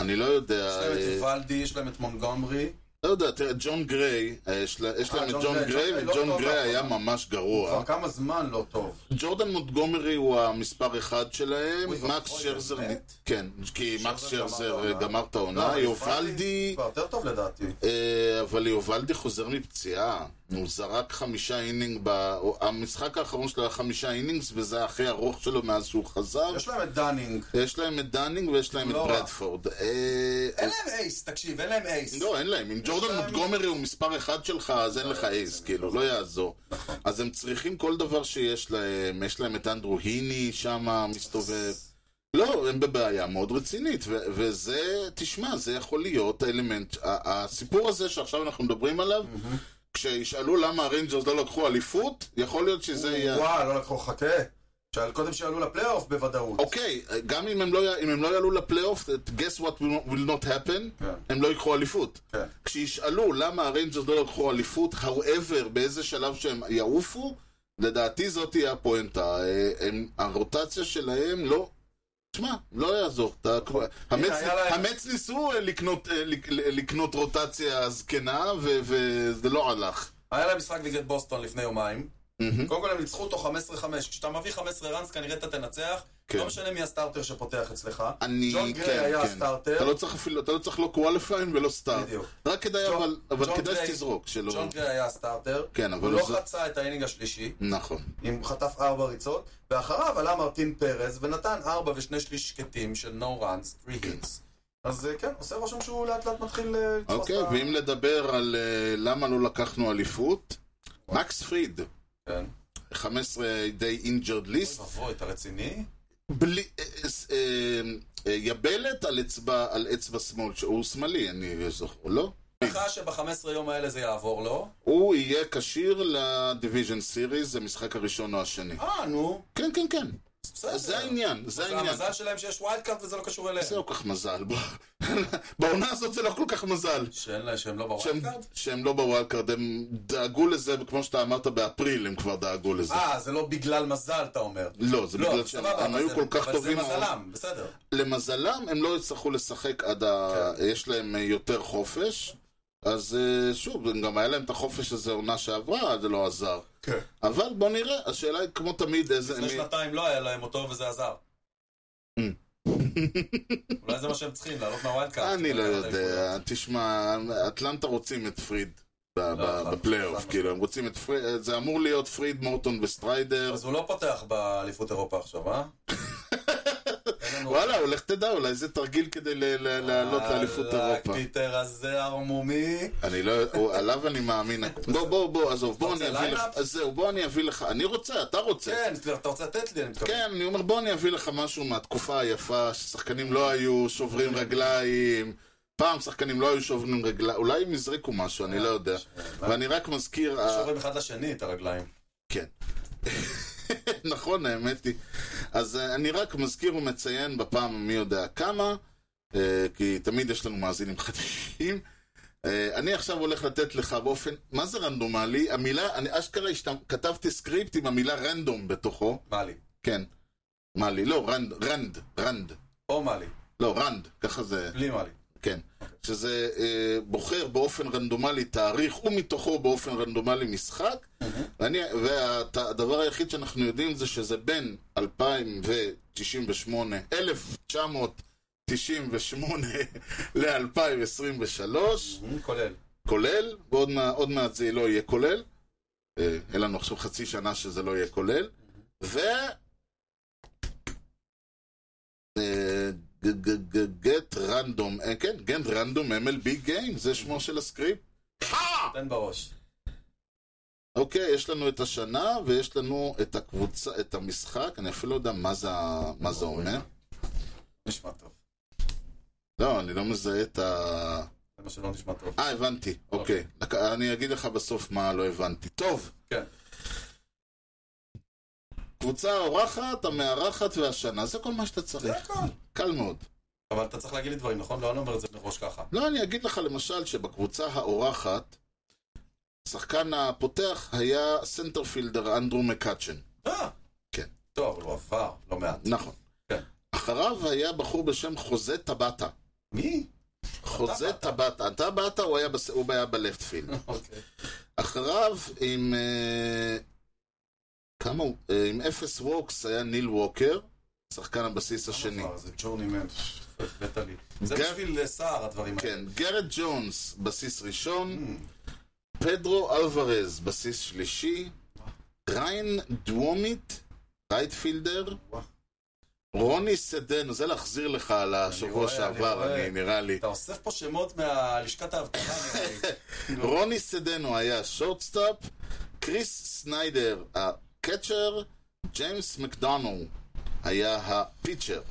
A: אני לא יודע,
B: להם
A: אה,
B: את ולדי, יש להם את מונגומרי.
A: לא יודע, תראה, ג'ון גריי, אה, יש לה- יש
B: אה,
A: להם את
B: ג'ון
A: ג'ון
B: גריי,
A: גריי,
B: ג'ון גריי לא
A: וג'ון
B: טוב
A: גריי
B: לעבוד.
A: היה ממש גרוע.
B: כבר כמה זמן לא טוב.
A: ג'ורדן מונטגומרי הוא המספר אחד שלהם,
B: אוי,
A: מקס
B: אוי,
A: שרזר,
B: באמת?
A: כן, כי מקס
B: אה? גמר את
A: שרזר
B: העונה.
A: גמר את
B: לא,
A: העונה,
B: אבל
A: יובלדי,
B: כבר יותר טוב לדעתי.
A: אה, אבל יובלדי חוזר מפציעה, הוא זרק חמישה אינינג, ב- המשחק האחרון שלו היה חמישה אינינגס, וזה הכי ארוך שלו מאז שהוא חזר,
B: יש להם את דנינג.
A: יש להם את דנינג ויש להם את
B: לא רע.
A: ברדפורד. אה,
B: אין להם אייס, תקשיב, אין להם אייס.
A: לא, אין להם. אם ג'ורדן
B: להם-
A: מונטגומרי הוא מספר אחד שלך, אז אין לך אייס, כאילו, לא יעזור. אז הם צריכים כל דבר שיש להם. יש להם את אנדרו היני שם מסתובב. לא, הם בבעיה מאוד רצינית, ו- וזה, תשמע, זה יכול להיות האלמנט, ה- הסיפור הזה שעכשיו אנחנו מדברים עליו, כשישאלו למה הריינג'רס לא לקחו אליפות, יכול להיות שזה יהיה...
B: וואו, לא לקחו, חכה. שאל- קודם שיעלו לפלייאוף בוודאות.
A: אוקיי, גם אם הם לא, י- אם הם לא יעלו לפלייאוף, guess what will- will not happen,
B: כן.
A: הם לא ייקחו אליפות.
B: כן.
A: כשישאלו למה הריינג'רס לא לקחו אליפות, however, באיזה שלב שהם יעופו, לדעתי זאת תהיה הפואנטה. אה, הם, הרוטציה שלהם לא... תשמע, לא יעזור. אתה כבר- המץ-
B: היה להם-
A: המץ ניסו אה, לקנות, אה, לק- לקנות רוטציה זקנה, ו- וזה לא הלך.
B: היה להם משחק נגד בוסטון לפני יומיים.
A: מהמם.
B: קודם כל הם ניצחו אותו 15-5. כשאתה מביא 15 ראנס כנראה אתה תנצח.
A: כן.
B: לא משנה מי הסטארטר שפותח אצלך.
A: אני,
B: ג'ון
A: כן,
B: גריי היה
A: כן.
B: הסטארטר.
A: אתה לא צריך אפילו, אתה לא צריך לא קוואליפיין ולא סטארט.
B: בדיוק.
A: רק כדאי,
B: ג'ון-
A: אבל, אבל
B: ג'ון
A: כדאי
B: גריי-
A: שתזרוק, שלא...
B: ג'ון גריי היה הסטארטר.
A: לא- כן, אבל
B: הוא לא
A: זה-
B: חצה את האינינג השלישי.
A: נכון.
B: עם חטף ארבע ריצות, ואחריו עלה מרטין פרז ונתן ארבע ושני שליש שקטים של no runs,
A: כן.
B: 3 hits. אז אה, כן, עושה רושם שהוא לאט לאט מתחיל אה, לתפוס
A: אוקיי,
B: את ה-
A: ואם לדבר על אה, למה לא לקחנו אליפות, מקס פריד,
B: כן.
A: 15 די אינג'רד ליסט,
B: אוי ואבוי, אתה רציני?
A: בלי... אה, אה, אה, יבלת על אצבע, על אצבע שמאל, שהוא שמאלי, אני זוכר, לא?
B: בהנחה שב-15 יום האלה זה יעבור לו.
A: הוא יהיה כשיר לדיוויז'ן סיריס, המשחק הראשון או השני.
B: אה, נו.
A: כן, כן, כן.
B: אז בסדר.
A: זה העניין, זה
B: זה
A: העניין.
B: המזל שלהם שיש ווילד קארט וזה לא קשור אליהם.
A: זה לא כל כך מזל. בוא. בעונה הזאת זה לא כל כך מזל.
B: שאין להם, שהם לא
A: שהם,
B: בווילד קארט?
A: שהם לא בוואלקארד, הם דאגו לזה, וכמו שאתה אמרת, באפריל הם כבר דאגו לזה.
B: אה, זה לא בגלל מזל, אתה אומר.
A: לא, זה בגלל
B: לא,
A: שהם
B: סבבה,
A: הם
B: אבל
A: היו
B: זה-
A: כל כך
B: אבל זה
A: טובים.
B: מזלם, בסדר.
A: למזלם, הם לא יצטרכו לשחק עד ה...
B: כן.
A: יש להם אה, יותר חופש. אז אה, שוב, הם גם היה להם את החופש הזה עונה שעברה, זה לא עזר.
B: כן.
A: אבל בוא נראה, השאלה היא כמו תמיד איזה...
B: לפני
A: מי-
B: שנתיים לא היה להם אותו וזה עזר.
A: Mm.
B: אולי כן, זה מה שהם צריכים, לעלות מהווילד קארט.
A: אני לא
B: לקחת אליפויות.
A: יודע, תשמע, אטלנטה רוצים את פריד. ב- ב-
B: נכון,
A: בפלייאוף,
B: נכון.
A: כאילו, הם רוצים את פריד, זה אמור להיות פריד, מורטון וסטריידר.
B: אז הוא לא פותח באליפות אירופה עכשיו, אה? אין לנו-
A: וואלה, הולך תדע, אולי זה תרגיל כדי ל- ל- לעלות לאליפות
B: וואלכ,
A: אירופה.
B: פיטר אה, הזה ערמומי.
A: אני לא, הוא- עליו אני מאמין. בוא, בוא, בוא, עזוב, בוא
B: רוצה
A: אני אביא לך,
B: ליינאפ?
A: אז זהו, בוא אני אביא לך, אני רוצה, אתה רוצה.
B: כן, אתה רוצה לתת לי? אני מתכוון.
A: כן, אני אומר, בוא אני אביא לך משהו מהתקופה היפה, ששחקנים לא היו שוברים
B: אוקיי.
A: רגליים. פעם שחקנים לא היו שוברים רגליים, אולי הם יזרקו משהו, אני לא יודע. ואני רק מזכיר, אה, ה-
B: אה, שוברים אחד לשני את הרגליים.
A: כן. נכון, האמת היא. אז אה, אני רק מזכיר ומציין בפעם מי יודע כמה, אה, כי תמיד יש לנו מאזינים חדשים. אה, אני עכשיו הולך לתת לך באופן, מה זה רנדומלי? המילה, אני אשכרה השת- כתבתי סקריפט עם המילה רנדום בתוכו.
B: מה לי?
A: כן. מה לי? לא, רנד, רנד, רנד.
B: או מה לי?
A: לא, רנד, ככה זה,
B: בלי מה לי.
A: כן. שזה אה, בוחר באופן רנדומלי תאריך ומתוכו באופן רנדומלי משחק. ואני, והדבר היחיד שאנחנו יודעים זה שזה בין 2098, 1998 ל-2023,
B: מ,
A: אה.
B: כולל.
A: כולל, ועוד מה- עוד מעט זה לא יהיה כולל. אה, אין לנו עכשיו חצי שנה שזה לא יהיה כולל. ו... אה, גט רנדום, כן, גט רנדום MLB גיים, זה שמו של הסקריפט.
B: תן בראש.
A: אוקיי, יש לנו את השנה ויש לנו את הקבוצה, את המשחק, אני אפילו לא יודע מה זה, ה- מה
B: לא
A: זה אומר.
B: נשמע טוב.
A: לא, אני לא מזהה את ה...
B: זה מה שלא נשמע טוב.
A: אה, הבנתי, אוקיי. לק- אני אגיד לך בסוף מה לא הבנתי. טוב.
B: כן.
A: קבוצה האורחת, המארחת והשנה, זה כל מה שאתה
B: זה
A: צריך.
B: הכל.
A: קל מאוד.
B: אבל אתה צריך להגיד לי דברים, נכון? לא, אני לא אומר את זה מראש ככה.
A: לא, אני אגיד לך למשל שבקבוצה האורחת, השחקן הפותח היה סנטרפילדר אנדרו מקאצ'ן.
B: אה!
A: כן.
B: טוב, אבל הוא עבר, לא מעט.
A: נכון.
B: כן.
A: אחריו היה בחור בשם חוזה טבטה.
B: מי?
A: חוזה טבטה. טבטה הוא היה בס- הוא היה בלפט פילד.
B: אוקיי.
A: אחריו עם... אה, כמה הוא? אה, עם אפס ווקס היה ניל ווקר, שחקן הבסיס השני.
B: עבר, זה ג'ורני מן. הבאת לי. זה
A: גם-
B: בשביל אה, סער הדברים האלה.
A: כן,
B: Hmm,
A: גרד ג'ונס, בסיס ראשון, פדרו אלוורז, בסיס שלישי, ריין דוומית, רייטפילדר,
B: וואו.
A: רוני סדן, זה להחזיר לך על השבוע
B: רואה, אני
A: שעבר,
B: רואה.
A: אני- נראה לי.
B: אתה אוסף פה שמות מהלשכת האבטחה כאילו, נראה לי.
A: רוני סדנו היה שורטסטאפ, קריס סניידר הקצ'ר, ג'יימס מקדונלד היה הפיצ'ר.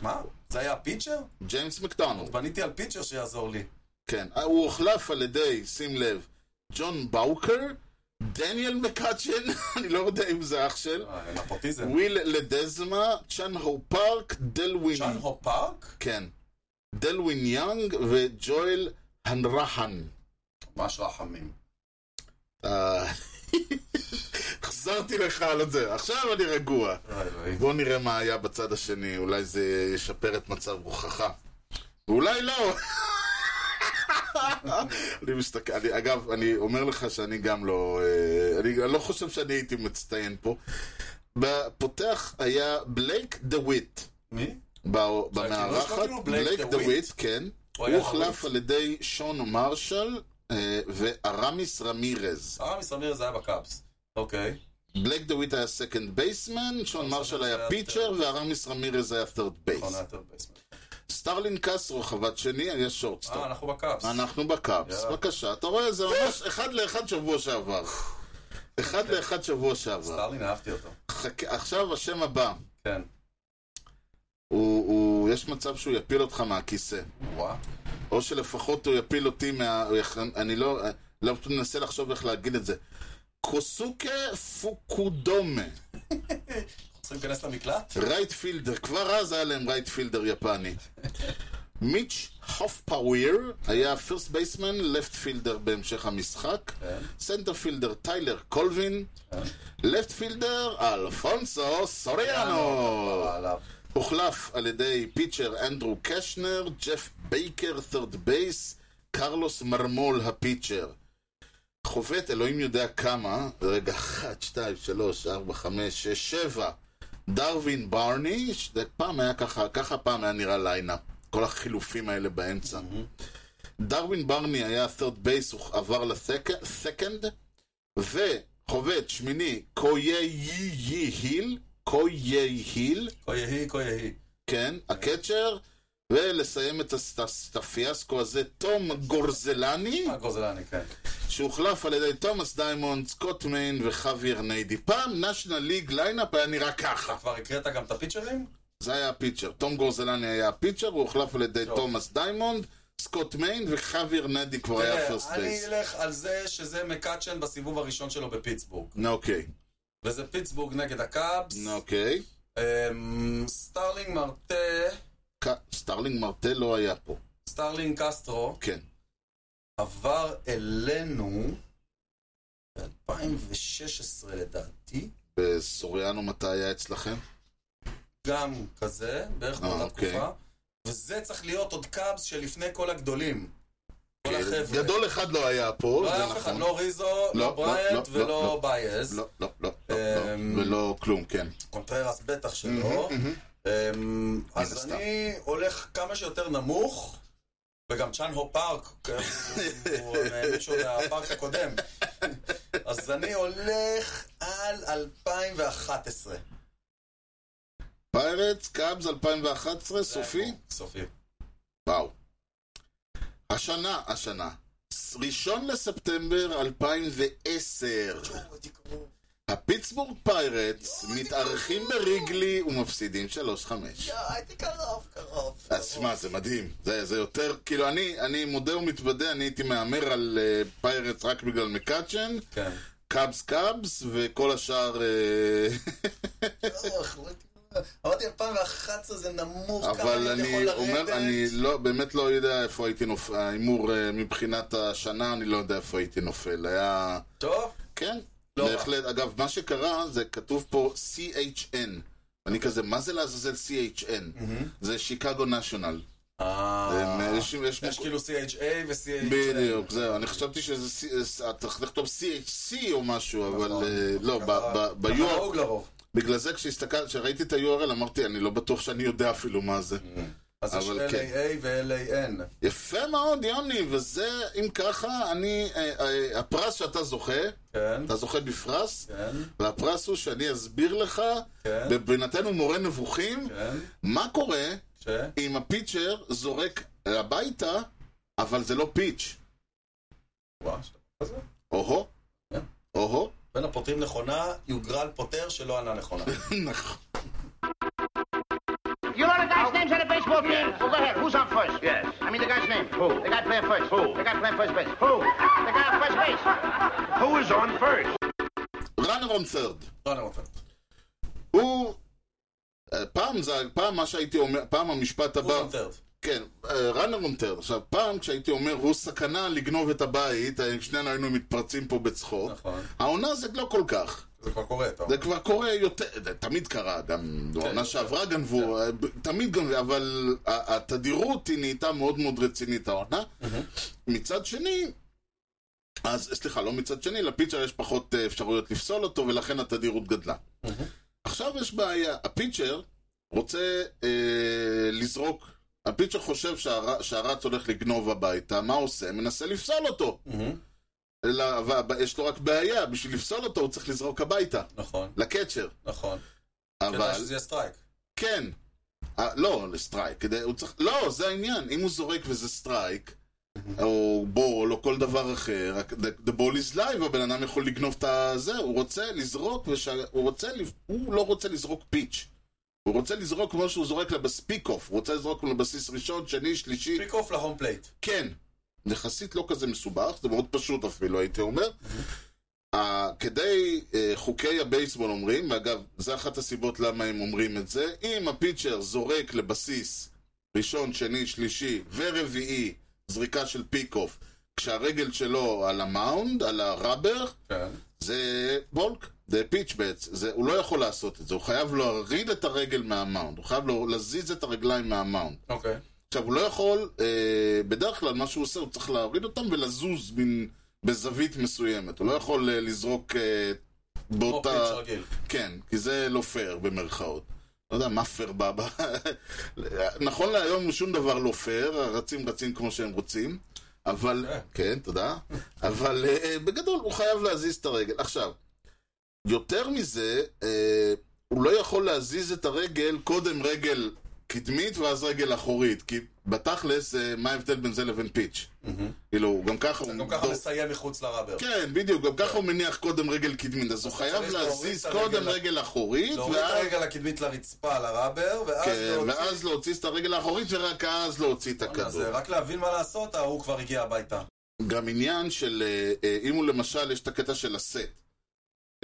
B: מה? זה היה פיצ'ר?
A: ג'יימס מקדונלד,
B: בניתי על פיצ'ר שיעזור לי.
A: כן. הוא הוחלף על ידי, שים לב, ג'ון באוקר, דניאל מקאצ'ן, אני לא יודע אם זה אח של,
B: אה, נפוטיזם.
A: וויל לדזמה, צ'אן הו פארק, דלווין,
B: צ'אן הו פארק?
A: כן. דלווין יאנג וג'ואל הנרחן.
B: ממש רחמים.
A: אה, החזרתי לך על זה, עכשיו אני רגוע.
B: אוי, אלוהים.
A: בוא נראה מה היה בצד השני, אולי זה ישפר את מצב רוחך. ואולי לא. אני מסתכל, אני, אגב, אני אומר לך שאני גם לא, אה, אני לא חושב שאני הייתי מצטיין פה. בפותח היה בלייק דה וויט,
B: מי? הכינוי שלו
A: במארחת,
B: כאילו בלייק
A: בלייק דה
B: דה וויט.
A: וויט, כן.
B: הוא
A: הוא
B: היה
A: הוחלף
B: וויט.
A: על ידי שון מרשל אה, וארמיס רמירז.
B: הרמי סמיר אה, זה היה בקאפס. אוקיי.
A: בלייק דה וויט היה סקנד בייסמן, שון מרשל היה פיצ'ר וארמיס רמירז היה ת'רד
B: נכון,
A: בייס.
B: היה יותר בייסמן.
A: סטארלין קסרו, חוות שני, היה שורטסטופ.
B: אה, אנחנו בקאפס.
A: אנחנו בקאפס,
B: יאללה.
A: בבקשה. אתה רואה, זה ממש אחד לאחד שבוע שעבר. אחד
B: אוקיי.
A: לאחד שבוע שעבר.
B: סטרלין, אהבתי אותו.
A: חכה- עכשיו השם הבא.
B: כן.
A: הוא, הוא, יש מצב שהוא יפיל אותך מהכיסא.
B: וואה.
A: או שלפחות הוא יפיל אותי מה... הוא יח- אני לא... לא מנסה לחשוב איך להגיד את זה. קוסוקה פוקודומה.
B: אנחנו צריכים להיכנס למקלט?
A: רייטפילדר, כבר אז היה להם רייטפילדר יפני. מיץ' הופפאוויר היה פירסט בייסמן, לפט פילדר בהמשך המשחק.
B: כן.
A: סנטר פילדר טיילר קולבין. לפט פילדר אלפונסו סוריאנו.
B: אה, עליו.
A: הוחלף על ידי פיצ'ר אנדרו קשנר, ג'ף בייקר ת'רד בייס, קרלוס מרמול הפיצ'ר. חובט אלוהים יודע כמה, רגע, 1, 2, 3, 4, 5, 6, 7, דרווין ברני, שזה פעם היה ככה, ככה פעם היה נראה ליינה, כל החילופים האלה באמצע. דרווין ברני היה third base, הוא עבר לסקנד, וחובט שמיני, קויי היל, קויי היל,
B: כה יהי, כה יהי.
A: כן, הקצ'ר, ולסיים את הס- הס- הפיאסקו הזה, תום גורזלני,
B: מה גוזלני, כן.
A: שהוחלף על ידי תומאס דיימונד, סקוט מיין וחוויר ניידי. פעם נשנה ליג ליינאפ היה נראה ככה.
B: כבר הקראת גם את הפיצ'רים?
A: זה היה הפיצ'ר. תום גורזלני היה הפיצ'ר, הוא הוחלף על ידי
B: טוב.
A: תומאס דיימונד, סקוט מיין וחוויר ניידי כבר היה פרסט
B: תראה, אני
A: בייס.
B: אלך על זה שזה מקאצ'ן בסיבוב הראשון שלו בפיטסבורג.
A: אוקיי,
B: וזה פיטסבורג נגד הקאבס.
A: אוקיי.
B: אמ, סטארלינג מרטה,
A: ק- סטארלינג מרטל לא היה פה.
B: סטארלינג קסטרו,
A: כן.
B: עבר אלינו ב-2016 לדעתי.
A: וסוריאנו מתי היה אצלכם?
B: גם כזה, בערך
A: אה,
B: באותה
A: אוקיי.
B: תקופה. וזה צריך להיות עוד קאבס שלפני כל הגדולים. כל
A: כן,
B: החבר'ה.
A: גדול אחד לא היה פה,
B: לא היה
A: זה
B: אף אחד,
A: נכון.
B: לא ריזו,
A: לא,
B: לא
A: לא,
B: בריאנט
A: לא, לא,
B: ולא
A: לא.
B: בייס.
A: לא, לא, לא, לא, לא.
B: אמ, לא?
A: ולא כלום, כן.
B: קונטררס בטח שלא. אמ,
A: מן
B: אז
A: הסתם.
B: אני הולך כמה שיותר נמוך, וגם צ'אן הו פארק, כן, הוא- הוא אה, מישהו מהפארק הקודם. אז אני הולך על 2011.
A: פיירטס, קאבס 2011,
B: זה
A: סופי?
B: הכל, סופי.
A: וואו. השנה, השנה. ס- ראשון לספטמבר 2010. הפיטסבורג פיירטס מתארחים בריגלי ומפסידים 3-5.
B: הייתי קרוב, קרוב.
A: אז מה, זה מדהים. זה, זה יותר, כאילו, אני, אני מודה ומתוודה, אני הייתי מהמר על uh, פיירטס רק בגלל מקאצ'ן,
B: כן.
A: קאבס קאבס, וכל השאר... אה,
B: אמרתי 2011 זה נמוך,
A: אבל אני אומר, אני לא, באמת לא יודע איפה הייתי נופל, ההימור אה, מבחינת השנה, אני לא יודע איפה הייתי נופל. היה...
B: טוב,
A: כן,
B: לא רע.
A: בהחלט. אגב, מה שקרה, זה כתוב פה CHN. אני כזה, מה זה לעזאזל CHN? זה שיקגו נשיונל.
B: אה,
A: הם, יש- יש
B: יש כאילו CHA ו-CHA.
A: בדיוק, זהו. אני חשבתי שזה... C- אה, אתה צריך לכתוב CHC או משהו, אבל
B: נכון.
A: אה, לא, ב- ב-
B: ככה
A: ב-URL.
B: נהוג לרוב.
A: בגלל זה כשהסתכל- כשראיתי את ה-URL אמרתי, אני לא בטוח שאני יודע אפילו מה זה.
B: Mm. אז יש
A: אבל כן.
B: LAA ו-LAN.
A: יפה מאוד, יוני, וזה, אם ככה, אני... אה, אה, הפרס שאתה זוכה,
B: כן,
A: אתה זוכה בפרס,
B: כן,
A: והפרס הוא שאני אסביר לך,
B: כן.
A: בבינתנו מורה נבוכים,
B: כן,
A: מה קורה
B: ש...
A: אם הפיצ'ר זורק הביתה, אבל זה לא פיץ'.
B: וואו, יש דבר כזה.
A: או-הו,
B: כן.
A: או-הו,
B: בין הפותרים נכונה, יוגרל פותר שלא ענה נכונה.
A: נכון.
E: You know the guy's names on the baseball team? Well, go ahead. Who's on first? Yes. I mean the guy's name. Who? The guy playing first. Who? The guy playing first base. Who? The guy on first base. Who is on first?
A: ראנר און סרד.
B: לא ענה נכונה.
A: הוא... אה, פעם זה, פעם מה שהייתי אומר, פעם המשפט הבא...
B: הוא פותר.
A: כן, ראנר אונטר. עכשיו, פעם כשהייתי אומר, הוא סכנה לגנוב את הבית, אה, שנינו היינו מתפרצים פה בצחוק.
B: נכון.
A: העונה זה לא כל כך.
B: זה כבר קורה, טוב.
A: זה כבר קורה יותר, זה תמיד קרה, גם העונה שעברה גנבו, אה, ב- תמיד גנבו, אבל ה- התדירות היא נהייתה מאוד מאוד רצינית העונה. מצד שני, אז סליחה, לא מצד שני, לפיצ'ר יש פחות אה, אפשרויות לפסול אותו, ולכן התדירות גדלה. עכשיו יש בעיה, הפיצ'ר רוצה אה, לזרוק, הפיצ'ר חושב שהר- שהרץ הולך לגנוב הביתה, מה עושה? מנסה לפסול אותו.
B: מהמם.
A: אלא, אבל יש לו רק בעיה, בשביל לפסול אותו הוא צריך לזרוק הביתה,
B: נכון,
A: לקצ'ר.
B: נכון. כדאי
A: אבל,
B: שזה יהיה סטרייק.
A: כן. אה, לא, לסטרייק, כדי- הוא צריך, לא, זה העניין, אם הוא זורק וזה סטרייק, או בול, או כל דבר אחר, רק the, the ball is live, הבן אדם יכול לגנוב את הזה, הוא רוצה לזרוק, וש... הוא, רוצה, לפ- הוא לא רוצה לזרוק פיץ'. הוא רוצה לזרוק כמו שהוא זורק לבספיק אוף, הוא רוצה לזרוק לבסיס ראשון, שני, שלישי,
B: פיק אוף להום פלייט.
A: כן, יחסית לא כזה מסובך, זה מאוד פשוט אפילו, הייתי אומר. Uh, כדי, uh, חוקי הבייסבול אומרים, ואגב, זה אחת הסיבות למה הם אומרים את זה, אם הפיצ'ר זורק לבסיס ראשון, שני, שלישי ורביעי זריקה של פיק-אוף, כשהרגל שלו על המאונד, על הראבר,
B: כן.
A: זה בולק, זה פיץ' בעצם, זה, הוא לא יכול לעשות את זה, הוא חייב להוריד את הרגל מהמאונד, הוא חייב לו- להזיז את הרגליים מהמאונד.
B: אוקיי.
A: עכשיו, הוא לא יכול, אה, בדרך כלל מה שהוא עושה, הוא צריך להוריד אותם ולזוז מן, בזווית מסוימת. הוא לא יכול אה, לזרוק אה,
B: כמו
A: באותה...
B: פיץ' רגיל.
A: כן, כי זה לא פייר במרכאות. לא יודע מה פייר בבא. נכון להיום שום דבר לא פייר, הרצים רצים כמו שהם רוצים. אבל, כן, תודה. אבל אה, בגדול, הוא חייב להזיז את הרגל. עכשיו, יותר מזה, אה, הוא לא יכול להזיז את הרגל, קודם רגל קדמית ואז רגל אחורית, כי בתכלס, אה, מה ההבדל בין זה לבין פיץ'? כאילו, גם ככה הוא...
B: גם ככה
A: דור-
B: מסיים מחוץ לראבר.
A: כן, בדיוק, גם ככה הוא מניח קודם רגל קדמית, אז הוא חייב
B: צריך להוריד
A: להזיז
B: את הרגל
A: קודם
B: ל-
A: רגל אחורית,
B: להוריד את
A: ואז...
B: הרגל הקדמית לרצפה, לראבר, ואז
A: כן,
B: להוציא-
A: ואז להוציא את הרגל האחורית, ורק אז להוציא את
B: וואלה,
A: הכדור.
B: זה רק להבין מה לעשות, ההוא כבר הגיע הביתה.
A: גם עניין של, אה, אה, אם הוא למשל, יש את הקטע של הסט.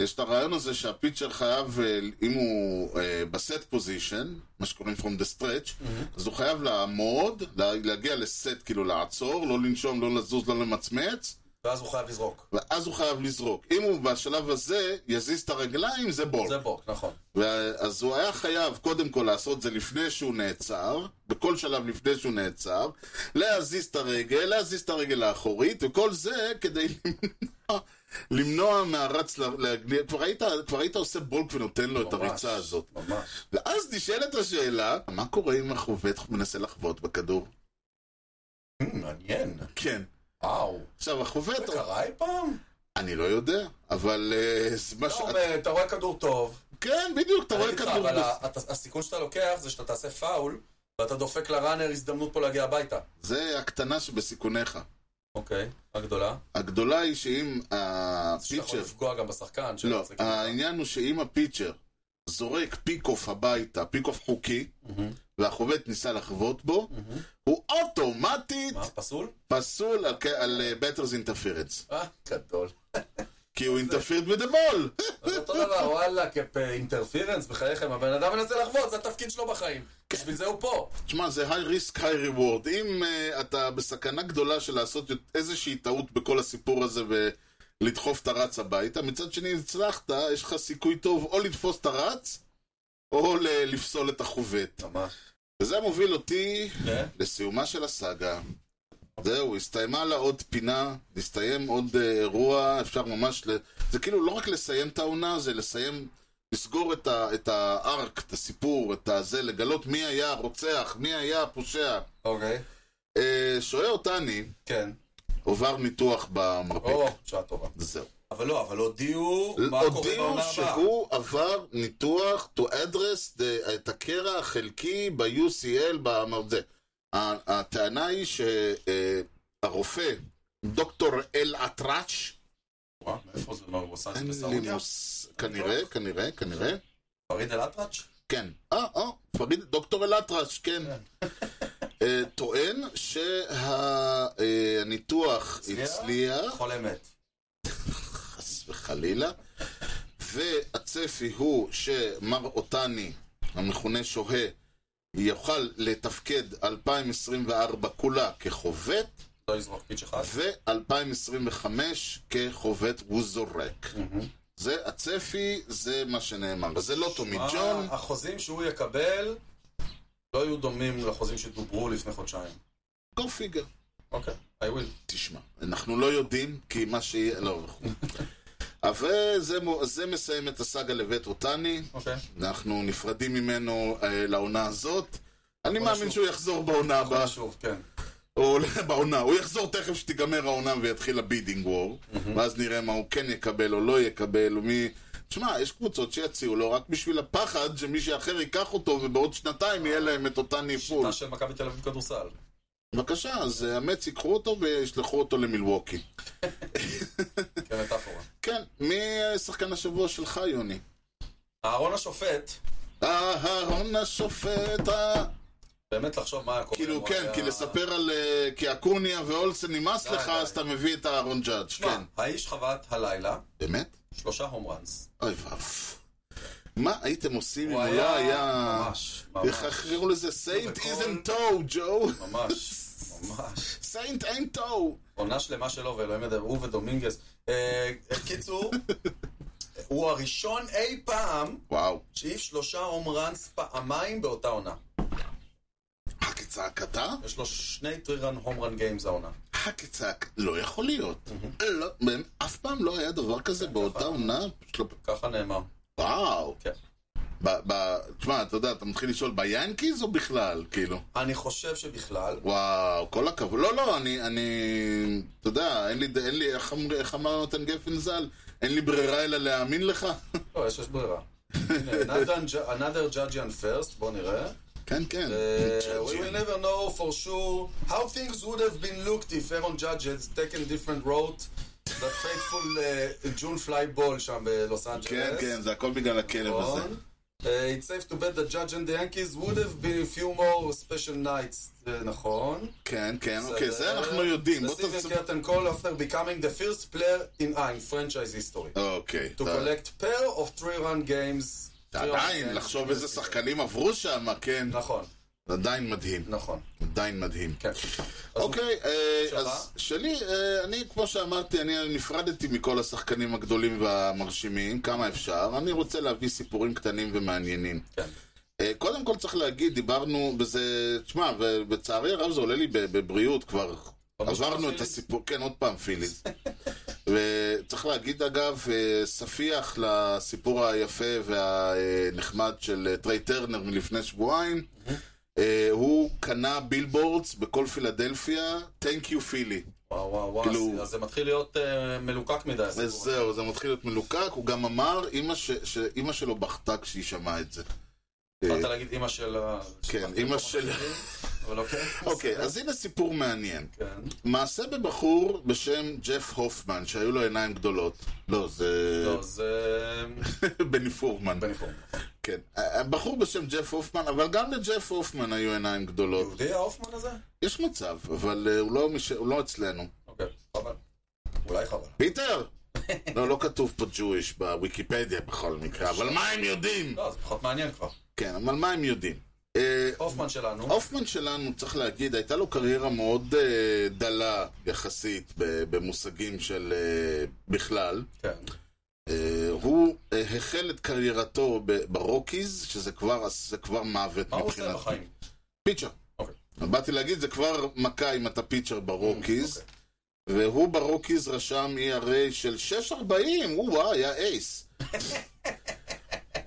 A: יש את הרעיון הזה שהפיצ'ר חייב, אה, אם הוא אה, בסט פוזיישן, מה שקוראים from the stretch,
B: Mm-hmm.
A: אז הוא חייב לעמוד, לה- להגיע לסט, כאילו לעצור, לא לנשום, לא לזוז, לא למצמץ,
B: ואז הוא חייב לזרוק.
A: ואז הוא חייב לזרוק. אם הוא בשלב הזה יזיז את הרגליים, זה בול.
B: זה בוק, נכון.
A: אז הוא היה חייב קודם כל לעשות זה לפני שהוא נעצר, בכל שלב לפני שהוא נעצר, להזיז את הרגל, להזיז את הרגל האחורית, וכל זה כדי למנוע, למנוע מהרץ לה- להגניב. כבר היית, כבר היית עושה בולק ונותן לו את
B: ממש,
A: הריצה הזאת.
B: ממש.
A: ואז נשאלת השאלה, מה קורה אם החובט מנסה לחבוט בכדור?
B: Hmm, מעניין.
A: כן.
B: וואו.
A: עכשיו, החובט,
B: זה קרה אי פעם?
A: אני לא יודע, אבל אה, זה מה ש...
B: לא, אתה רואה כדור טוב.
A: כן, בדיוק, אתה רואה
B: אני איתך,
A: כדור...
B: אבל ה- אתה- הסיכון שאתה לוקח זה שאתה תעשה פאול, ואתה דופק לראנר הזדמנות פה להגיע הביתה.
A: זה הקטנה שבסיכוניך.
B: אוקיי, הגדולה.
A: הגדולה היא שאם
B: אז שאתה יכול
A: הפיצ'ר...
B: לפגוע גם בשחקן. שלא
A: לא,
B: יצא כאילו.
A: העניין הוא שאם הפיצ'ר זורק פיק-אוף הביתה, פיק-אוף חוקי, והחובט ניסה לחבוט בו, הוא אוטומטית
B: מה, פסול?
A: פסול על כ- על בטרס אינטרפרנס.
B: אה, גדול.
A: כי הוא אינטרפירד בדמול!
B: אז אותו דבר, וואלה, כאינטרפירנס, בחייכם, הבן אדם מנסה לחבוט, זה התפקיד שלו בחיים. בשביל זה הוא פה.
A: תשמע, זה היי ריסק, היי ריוורד. אם אה, אתה בסכנה גדולה של לעשות איזושהי טעות בכל הסיפור הזה ולדחוף את הרץ הביתה, מצד שני, אם הצלחת, יש לך סיכוי טוב או לתפוס את הרץ, או ל- לפסול את החובט.
B: ממש.
A: וזה מוביל אותי
B: כן.
A: לסיומה של הסאגה. זהו, הסתיימה לה עוד פינה, הסתיים עוד אה, אירוע, אפשר ממש ל... זה כאילו לא רק לסיים את העונה, זה לסיים, לסגור את, ה, את הארק, את הסיפור, את הזה, לגלות מי היה הרוצח, מי היה הפושע.
B: אוקיי.
A: אה, שוער אותני
B: כן.
A: עובר ניתוח במרפק.
B: או, שעה טובה.
A: זהו.
B: אבל לא, אבל הודיעו מה קורה
A: הודיעו
B: בעונה הבאה.
A: שהוא עבר ניתוח to address the, את הקרע החלקי ב-UCL, במרדה. ה- הטענה היא שהרופא, דוקטור אל עטראץ',
B: וואה, מאיפה זה מרוסן?
A: אין לי
B: בסעודיה? לא?
A: מוס... כנראה, כנראה, כנראה.
B: פריד אל-אטרץ'?
A: כן. אה, אה, פריד, דוקטור אלאטרש, כן. אה, טוען שהניתוח
B: הצליח?
A: הצליח,
B: חולה מת.
A: חס וחלילה. והצפי הוא שמר אותני, המכונה שוהה, יוכל לתפקד 2024 כולה כחובט,
B: לא יזרוק פיץ' אחד.
A: ו-2025 כחובט הוא זורק. זה הצפי, זה מה שנאמר. זה לא טומי
B: מה,
A: ג'ון,
B: החוזים שהוא יקבל לא יהיו דומים לחוזים שדוברו לפני חודשיים.
A: go figure.
B: אוקיי, I will.
A: תשמע, אנחנו לא יודעים, כי מה שיהיה... לא, וכו'. אבל זה, מו- זה מסיים את הסאגה לבית אותני.
B: אוקיי.
A: אנחנו נפרדים ממנו אה, לעונה הזאת. אני
B: עונה
A: מאמין
B: שוב.
A: שהוא יחזור בעונה הבאה,
B: שוב, כן.
A: או בעונה, הוא יחזור תכף שתיגמר העונה ויתחיל הבידינג וור, ואז נראה מה הוא כן יקבל או לא יקבל, ומי... תשמע, יש קבוצות שיציעו לו רק בשביל הפחד שמישהו אחר ייקח אותו ובעוד שנתיים יהיה להם את אותה ניפול.
B: שיטה של מכבי תל אביב כדורסל.
A: בבקשה, אז אה, המץ ייקחו אותו וישלחו אותו למילווקי.
B: כן, מטאפורה.
A: כן, מי אה, שחקן השבוע שלך, יוני?
B: אהרון השופט,
A: אהרון השופט, אה...
B: באמת לחשוב מה היה קורה.
A: כאילו,
B: הוא
A: כן,
B: היה-
A: כי לספר על... אה, כי אקוניה ואולסן נמאס
B: די,
A: לך,
B: די.
A: אז אתה מביא את אהרון ג'אדג',
B: לא, שמע,
A: כן.
B: האיש חבט הלילה
A: באמת?
B: שלושה הום ראנס.
A: אוי ואף. מה הייתם עושים אם
B: הוא
A: הוא
B: היה...
A: לא היה...
B: ממש, ממש,
A: איך קראו לזה? סיינט
B: בכל-
A: איזן טו, ג'ו.
B: ממש, ממש.
A: סיינט אין טו.
B: עונה שלמה שלו, ואלוהים ידע, הוא ודומינגס. אה, קיצור, הוא הראשון אי פעם
A: וואו.
B: שהעיף שלושה הום ראנס פעמיים באותה עונה.
A: הכצעקתה?
B: יש לו שני טרירן הום רן גיימס העונה.
A: הכצעק... לא יכול להיות. לא, באמת, אף פעם לא היה דבר כזה באותה עונה? של-
B: ככה נאמר.
A: וואו.
B: כן, כן.
A: ב- ב- תשמע, אתה יודע, אתה מתחיל לשאול ביאנקיז או בכלל, כאילו?
B: אני חושב שבכלל,
A: וואו, כל הכבוד. לא, לא, אני, אני, אתה יודע, אין לי, אין לי איך, אמר- איך אמר נותן גפן ז"ל? אין לי ברירה אלא להאמין לך?
B: לא, יש יש ברירה. הנה, another ju- another judge and first, בוא נראה.
A: כן, כן.
B: Uh, we will never know for sure how things would have been looked if Aaron Judge had taken different route. that fateful uh, June fly ball שם בלוס
A: כן,
B: אנג'לס.
A: כן, זה הכל בגלל הכלב הזה.
B: נכון. Uh, it's safe to bet the judge and the Yankees would have been a few more special nights, uh, נכון.
A: כן, כן, אוקיי, זה אנחנו יודעים. בוא
B: The
A: תעשה...
B: Steven Curtain call after becoming the first player in uh, in franchise history
A: אוקיי.
B: to
A: אתה-
B: collect pair of three-run games. three-run
A: עדיין,
B: games.
A: לחשוב איזה שחקנים עברו שם, כן.
B: נכון,
A: עדיין מדהים.
B: נכון,
A: עדיין מדהים.
B: כן. אז
A: אוקיי, אה,
B: שלך?
A: אז שלי, אה, אני, כמו שאמרתי, אני נפרדתי מכל השחקנים הגדולים והמרשימים, כמה אפשר. אני רוצה להביא סיפורים קטנים ומעניינים.
B: כן.
A: אה, קודם כל צריך להגיד, דיברנו בזה, תשמע, ובצערי הרב זה עולה לי ב- בבריאות כבר.
B: עוד
A: עברנו
B: פעם
A: את
B: פיליס?
A: הסיפור, כן, עוד פעם פיליס. וצריך להגיד אגב, אה, ספיח לסיפור היפה והנחמד של אה, טריי טרנר מלפני שבועיים,
B: Mm-hmm.
A: אה, הוא קנה בילבורדס בכל פילדלפיה, Thank you פילי.
B: וואו וואו וואו,
A: כאילו-
B: אז- אז זה מתחיל להיות אה, מלוקק מדי הסיפור.
A: אז זהו, זה מתחיל להיות מלוקק, הוא גם אמר, "אמא ש- שאימא שלו בכתה כשהיא שמעה את זה.
B: התחלת להגיד אימא של... ה-
A: כן,
B: של-
A: אימא של...
B: אבל אוקיי.
A: אוקיי, אז הנה סיפור מעניין.
B: כן.
A: מעשה בבחור בשם ג'ף הופמן, שהיו לו עיניים גדולות. לא, זה...
B: לא, זה...
A: בני פורמן.
B: בני פורמן.
A: כן. בחור בשם ג'ף הופמן, אבל גם לג'ף הופמן היו עיניים גדולות.
B: יהודי ההופמן הזה?
A: יש מצב, אבל אה, הוא לא מש- הוא לא אצלנו.
B: אוקיי, חבל. אולי חבל.
A: פיטר! לא, לא כתוב פה Jewish בוויקיפדיה בכל מקרה, אבל מה הם יודעים?
B: לא, זה פחות מעניין כבר.
A: כן, אבל מה הם יודעים? אה,
B: הופמן שלנו.
A: הופמן שלנו, צריך להגיד, הייתה לו קריירה מאוד אה, דלה יחסית ב- במושגים של אה, בכלל.
B: כן.
A: אה, הוא אה, החל את קריירתו ב- ברוקיז, שזה כבר, זה כבר מוות
B: מה הוא עושה בחיים?
A: פיצ'ר.
B: אוקיי.
A: באתי להגיד, זה כבר מכה אם אתה פיצ'ר ברוקיז.
B: אוקיי.
A: והוא ברוקיז רשם ERA של 6.40, הוא וואי, היה אייס.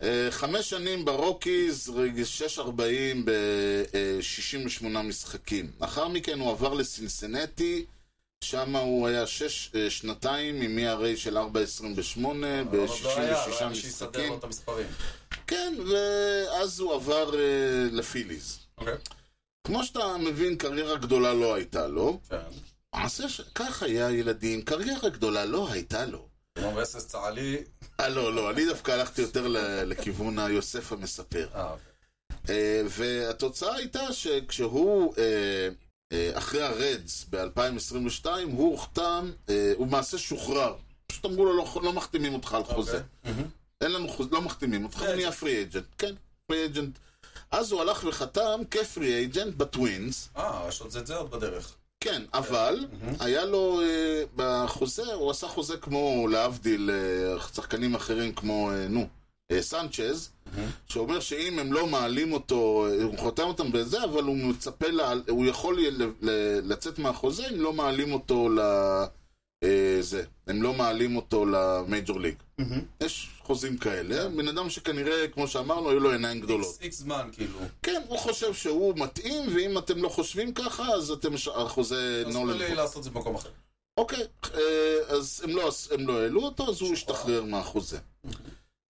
A: אה, חמש שנים ברוקיז, רגע, 6.40 ב-68 משחקים. לאחר מכן הוא עבר לסינסנטי, שם הוא היה שש, אה, שנתיים עם ERA של 4.28
B: אבל עוד לא היה, לא
A: ב-66
B: היה מי שיסדר
A: משחקים.
B: לו את המספרים.
A: כן, ואז הוא עבר אה, לפיליז.
B: אוקיי.
A: כמו שאתה מבין, קריירה גדולה לא הייתה לו.
B: כן.
A: מעשה ש... כך היה, ילדים, קריירה גדולה לא הייתה לו.
B: כמו באסס צה"לי.
A: אה, לא, לא, אני דווקא הלכתי יותר ל- לכיוון היוסף המספר.
B: אה, אוקיי.
A: אה, והתוצאה הייתה שכשהוא, אה, אה, אחרי הרדס ב-2022, הוא הוחתם, אה, הוא למעשה שוחרר. פשוט אמרו לו, לא, לא מחתימים אותך על חוזה.
B: אוקיי.
A: אין לנו חוזה, לא מחתימים אותך, הוא נהיה פרי אג'נט. כן, פרי אג'נט. אז הוא הלך וחתם כפרי אג'נט בטווינס.
B: אה, יש עוד זה- זה עוד בדרך.
A: כן, אבל היה לו אה, בחוזה, הוא עשה חוזה כמו, להבדיל, אה, שחקנים אחרים כמו, אה, נו, אה, סנצ'ז, שאומר שאם הם לא מעלים אותו, אה, הוא חותם אותם בזה, אבל הוא מצפה, לה, הוא יכול ל- ל- לצאת מהחוזה אם לא מעלים אותו ל... אה, זה, הם לא מעלים אותו למייג'ור ליג. יש חוזים כאלה, בן אדם שכנראה, כמו שאמרנו, היו לו עיניים גדולות.
B: כן. איקס- איקס זמן, כאילו.
A: כן, הוא חושב שהוא מתאים, ואם אתם לא חושבים ככה, אז אתם ש- החוזה
B: אז לא תנו
A: נולד.
B: לי לעשות את זה במקום אחר.
A: אוקיי, אה, אז הם לא, הם לא העלו אותו, אז הוא השתחרר מהחוזה.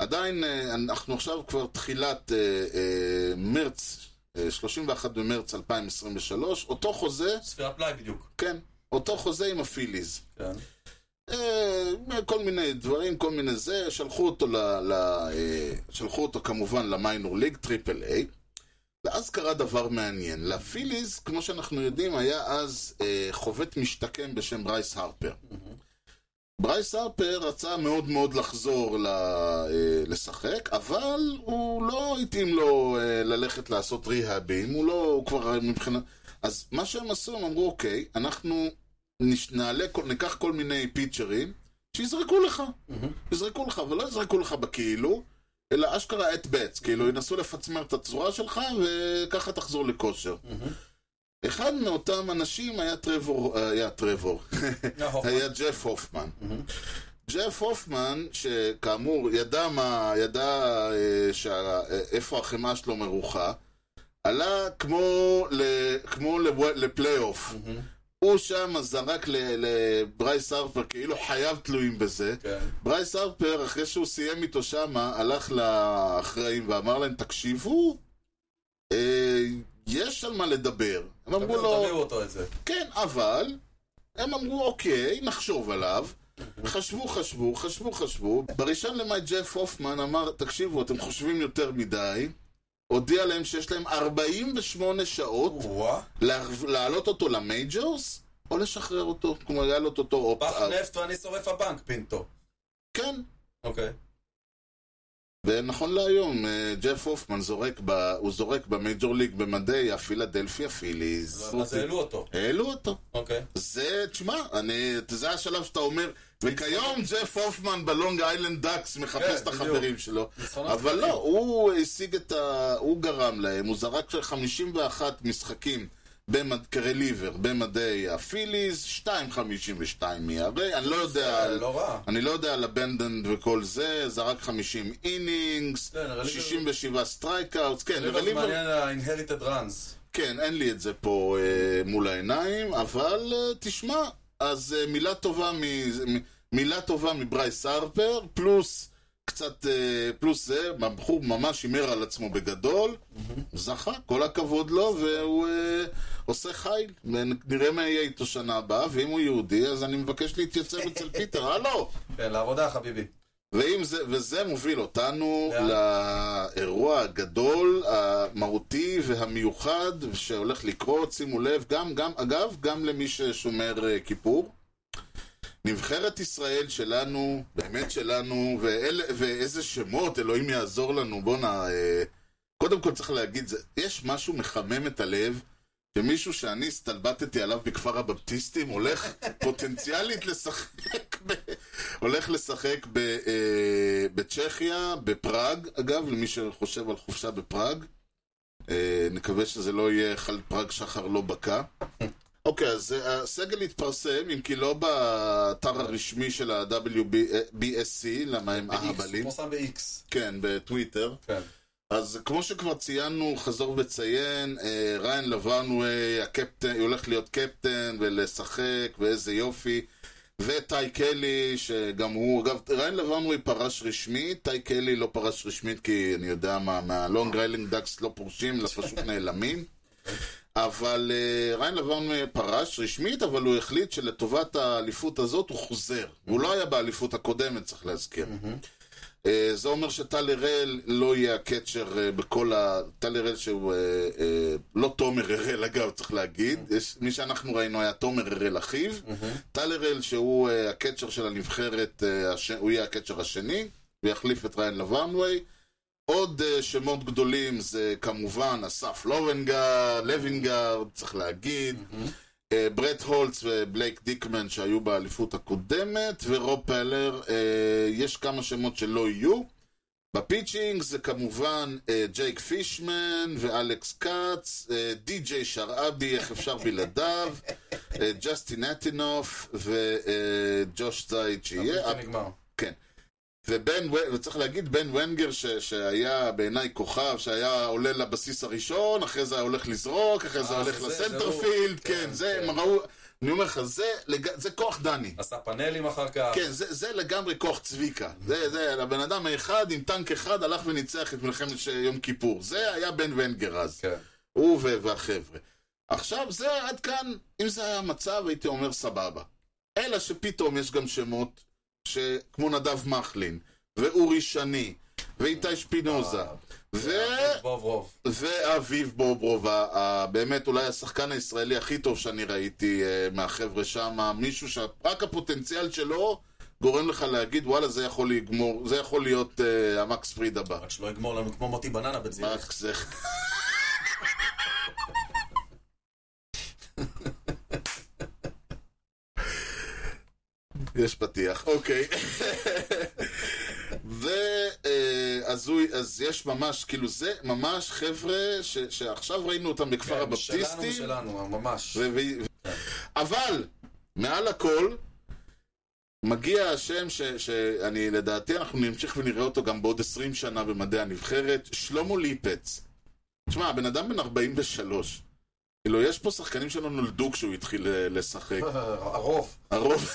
A: עדיין, אה, אנחנו עכשיו כבר תחילת אה, אה, מרץ, אה, 31 במרץ 2023, אותו חוזה,
B: ספירת פלאי בדיוק.
A: כן, אותו חוזה עם הפיליז.
B: כן.
A: אה, כל מיני דברים, כל מיני זה, שלחו אותו, ל, ל, אה, שלחו אותו כמובן למיינור ליג, טריפל איי, ואז קרה דבר מעניין. לפיליז, כמו שאנחנו יודעים, היה אז אה, חובט משתקם בשם ברייס הרפר. ברייס הרפר רצה מאוד מאוד לחזור ל, אה, לשחק, אבל הוא לא התאים לו אה, ללכת לעשות ריהאבים, הוא לא, הוא כבר אה, מבחינת... אז מה שהם עשו, הם אמרו, אוקיי, אנחנו נש- נעלה, כל- ניקח כל מיני פיצ'רים שיזרקו לך. יזרקו לך, אבל לא יזרקו לך בכאילו, אלא אשכרה את בץ. כאילו, ינסו לפצמר את הצורה שלך, וככה תחזור לכושר. אחד מאותם אנשים היה טרבור, היה טרבור,
B: אה, הופמן.
A: היה ג'ף הופמן. ג'ף הופמן, שכאמור ידע מה, ידע אה, שה, אה, איפה החמאה שלו מרוחה, עלה כמו, ל, כמו לב, לפלייאוף. הוא שם זרק ל- לברייס הרפר, כאילו חייו תלויים בזה.
B: כן.
A: ברייס הרפר, אחרי שהוא סיים איתו שמה, הלך לאחראים ואמר להם, תקשיבו, אה, יש על מה לדבר. הם אמרו לו...
B: תביאו אותו את זה.
A: כן, אבל הם אמרו, אוקיי, נחשוב עליו. חשבו, חשבו, חשבו, חשבו. בראשון למאי ג'ף הופמן אמר, תקשיבו, אתם חושבים יותר מדי. הודיע להם שיש להם 48 שעות
B: וואה.
A: לה- להעלות אותו למייג'ורס, או לשחרר אותו, כמו להעלות אותו
B: פח
A: אופט-אאוט.
B: נפט ואני שורף הבנק, פינטו.
A: כן.
B: אוקיי.
A: ונכון להיום, אה, ג'ף הופמן זורק, ב... הוא זורק במייג'ור ליג במדי הפילדלפיה פיליז.
B: אז העלו אותו.
A: העלו אותו.
B: אוקיי.
A: זה, תשמע, אני, זה השלב שאתה אומר, וכיום ג'ף הופמן בלונג איילנד דאקס
B: כן,
A: מחפש את
B: בדיוק.
A: החברים שלו,
B: ניצחונות
A: אבל
B: קטנים.
A: לא, הוא השיג את ה... הוא גרם להם, הוא זרק של 51 משחקים במד... כרליבר במדי הפיליז, 2.52 מהרי, אני לא יודע...
B: אה, לא רע.
A: אני לא יודע על הבנדנד וכל זה, זרק 50 אינינגס,
B: כן, הרליבר-
A: 67 סטרייקאוטס, כן,
B: זה
A: הרליבר-
B: מעניין ה-inherited runs.
A: כן, אין לי את זה פה אה, מול העיניים, אבל אה, תשמע, אז אה, מילה טובה מ... מ- מילה טובה מברייס הרפר, פלוס קצת, אה, פלוס זה, הבחור ממש הימר על עצמו בגדול, זכה, כל הכבוד לו, והוא אה, עושה חיל, נראה מה יהיה איתו שנה הבאה, ואם הוא יהודי, אז אני מבקש להתייצב אצל פיטר, הלו!
B: כן, לעבודה, חביבי.
A: ואם זה, וזה מוביל אותנו
B: לאן?
A: לאירוע הגדול, המהותי והמיוחד שהולך לקרות, שימו לב, גם, גם, אגב, גם למי ששומר אה, כיפור. נבחרת ישראל שלנו, באמת שלנו, ואל, ואיזה שמות, אלוהים יעזור לנו, בואנה, אה, קודם כל צריך להגיד, זה, יש משהו מחמם את הלב, שמישהו שאני הסתלבטתי עליו בכפר הבפטיסטים, הולך פוטנציאלית לשחק ב... הולך לשחק ב, אה, בצ'כיה, בפראג, אגב, למי שחושב על חופשה בפראג. אה, נקווה שזה לא יהיה חל פראג שחר לא בקע. אוקיי, אז אה, הסגל התפרסם, אם כי לא באתר הרשמי של אה, ה-WBSC, למה הם
B: ב-X,
A: אהבלים.
B: פורסם ב-X.
A: כן, בטוויטר.
B: כן.
A: אז כמו שכבר ציינו, חזור וציין, אה, ריין לברנווי, הקפטן, הולך להיות קפטן ולשחק, ואיזה יופי. וטי קלי, שגם הוא, אגב, ריין לברנווי פרש רשמית, טי קלי לא פרש רשמית כי אני יודע מה, מהלונג ריילינג דאקס לא פורשים, אלא פשוט נעלמים. אבל אה, ריין לברנווי פרש רשמית, אבל הוא החליט שלטובת האליפות הזאת הוא חוזר. הוא לא היה באליפות הקודמת, צריך להזכיר. אה, זה אומר שטל הראל לא יהיה הקצ'ר אה, בכל ה... טל הראל שהוא... אה, אה, לא תומר הראל, אגב, צריך להגיד. יש, מי שאנחנו ראינו היה תומר הראל אחיו. טל הראל, שהוא אה, הקצ'ר של הנבחרת, אה, הש... הוא יהיה הקצ'ר השני, ויחליף את ריין לברנווי. עוד אה, שמות גדולים זה כמובן אסף לובנגרד, לוינגרד, צריך להגיד. אה, ברט הולץ ובלייק דיקמן שהיו באליפות הקודמת, ורוב פלר, אה, יש כמה שמות שלא יהיו. בפיצ'ינג זה כמובן אה, ג'ייק פישמן ואלכס כץ, אה, די.ג'יי שרעבי, איך אפשר בלעדיו, אה, ג'סטין אטינוף וג'וש זייד שיהיה.
B: הבלתי נגמר.
A: כן. ובן, ו- וצריך להגיד, בן ונגר ש, שהיה בעיניי כוכב, שהיה עולה לבסיס הראשון, אחרי זה היה הולך לזרוק, אחרי זה
B: אה,
A: הולך
B: זה- זה
A: לסנטרפילד,
B: הוא.
A: כן,
B: כן,
A: זה,
B: כן.
A: הם ראו, אני אומר לך, זה, לג- זה כוח דני.
B: עשה פאנלים אחר כך.
A: כן, זה, זה לגמרי כוח צביקה. זה, זה, הבן אדם האחד עם טנק אחד הלך וניצח את מלחמת ש- יום כיפור. זה היה בן ונגר אז.
B: כן.
A: הוא ו- והחבר'ה. עכשיו, זה עד כאן, אם זה היה המצב, הייתי אומר סבבה. אלא שפתאום יש גם שמות, שכמו נדב מחלין, ואורי שני, ואיתי שפינוזה, ו...
B: בוב רוב.
A: ואביב בוברוב, ה- ה- באמת אולי השחקן הישראלי הכי טוב שאני ראיתי אה, מהחבר'ה שם, מישהו שרק הפוטנציאל שלו גורם לך להגיד, וואלה, זה יכול לגמור, זה יכול להיות אה, המקס פריד הבא.
B: רק שלא יגמור לנו כמו מוטי בננה בציר.
A: רק זה... יש פתיח, אוקיי. ואז אה, אז יש ממש, כאילו זה ממש חבר'ה ש, שעכשיו ראינו אותם בכפר
B: כן, שלנו,
A: הבפטיסטים.
B: שלנו, ממש.
A: ו- ו- אבל, מעל הכל, מגיע השם ש, שאני, לדעתי, אנחנו נמשיך ונראה אותו גם בעוד 20 שנה במדעי הנבחרת, שלמה ליפץ. תשמע, הבן אדם בן 43. כאילו, יש פה שחקנים שלא נולדו כשהוא התחיל אה, לשחק.
B: הרוב.
A: הרוב,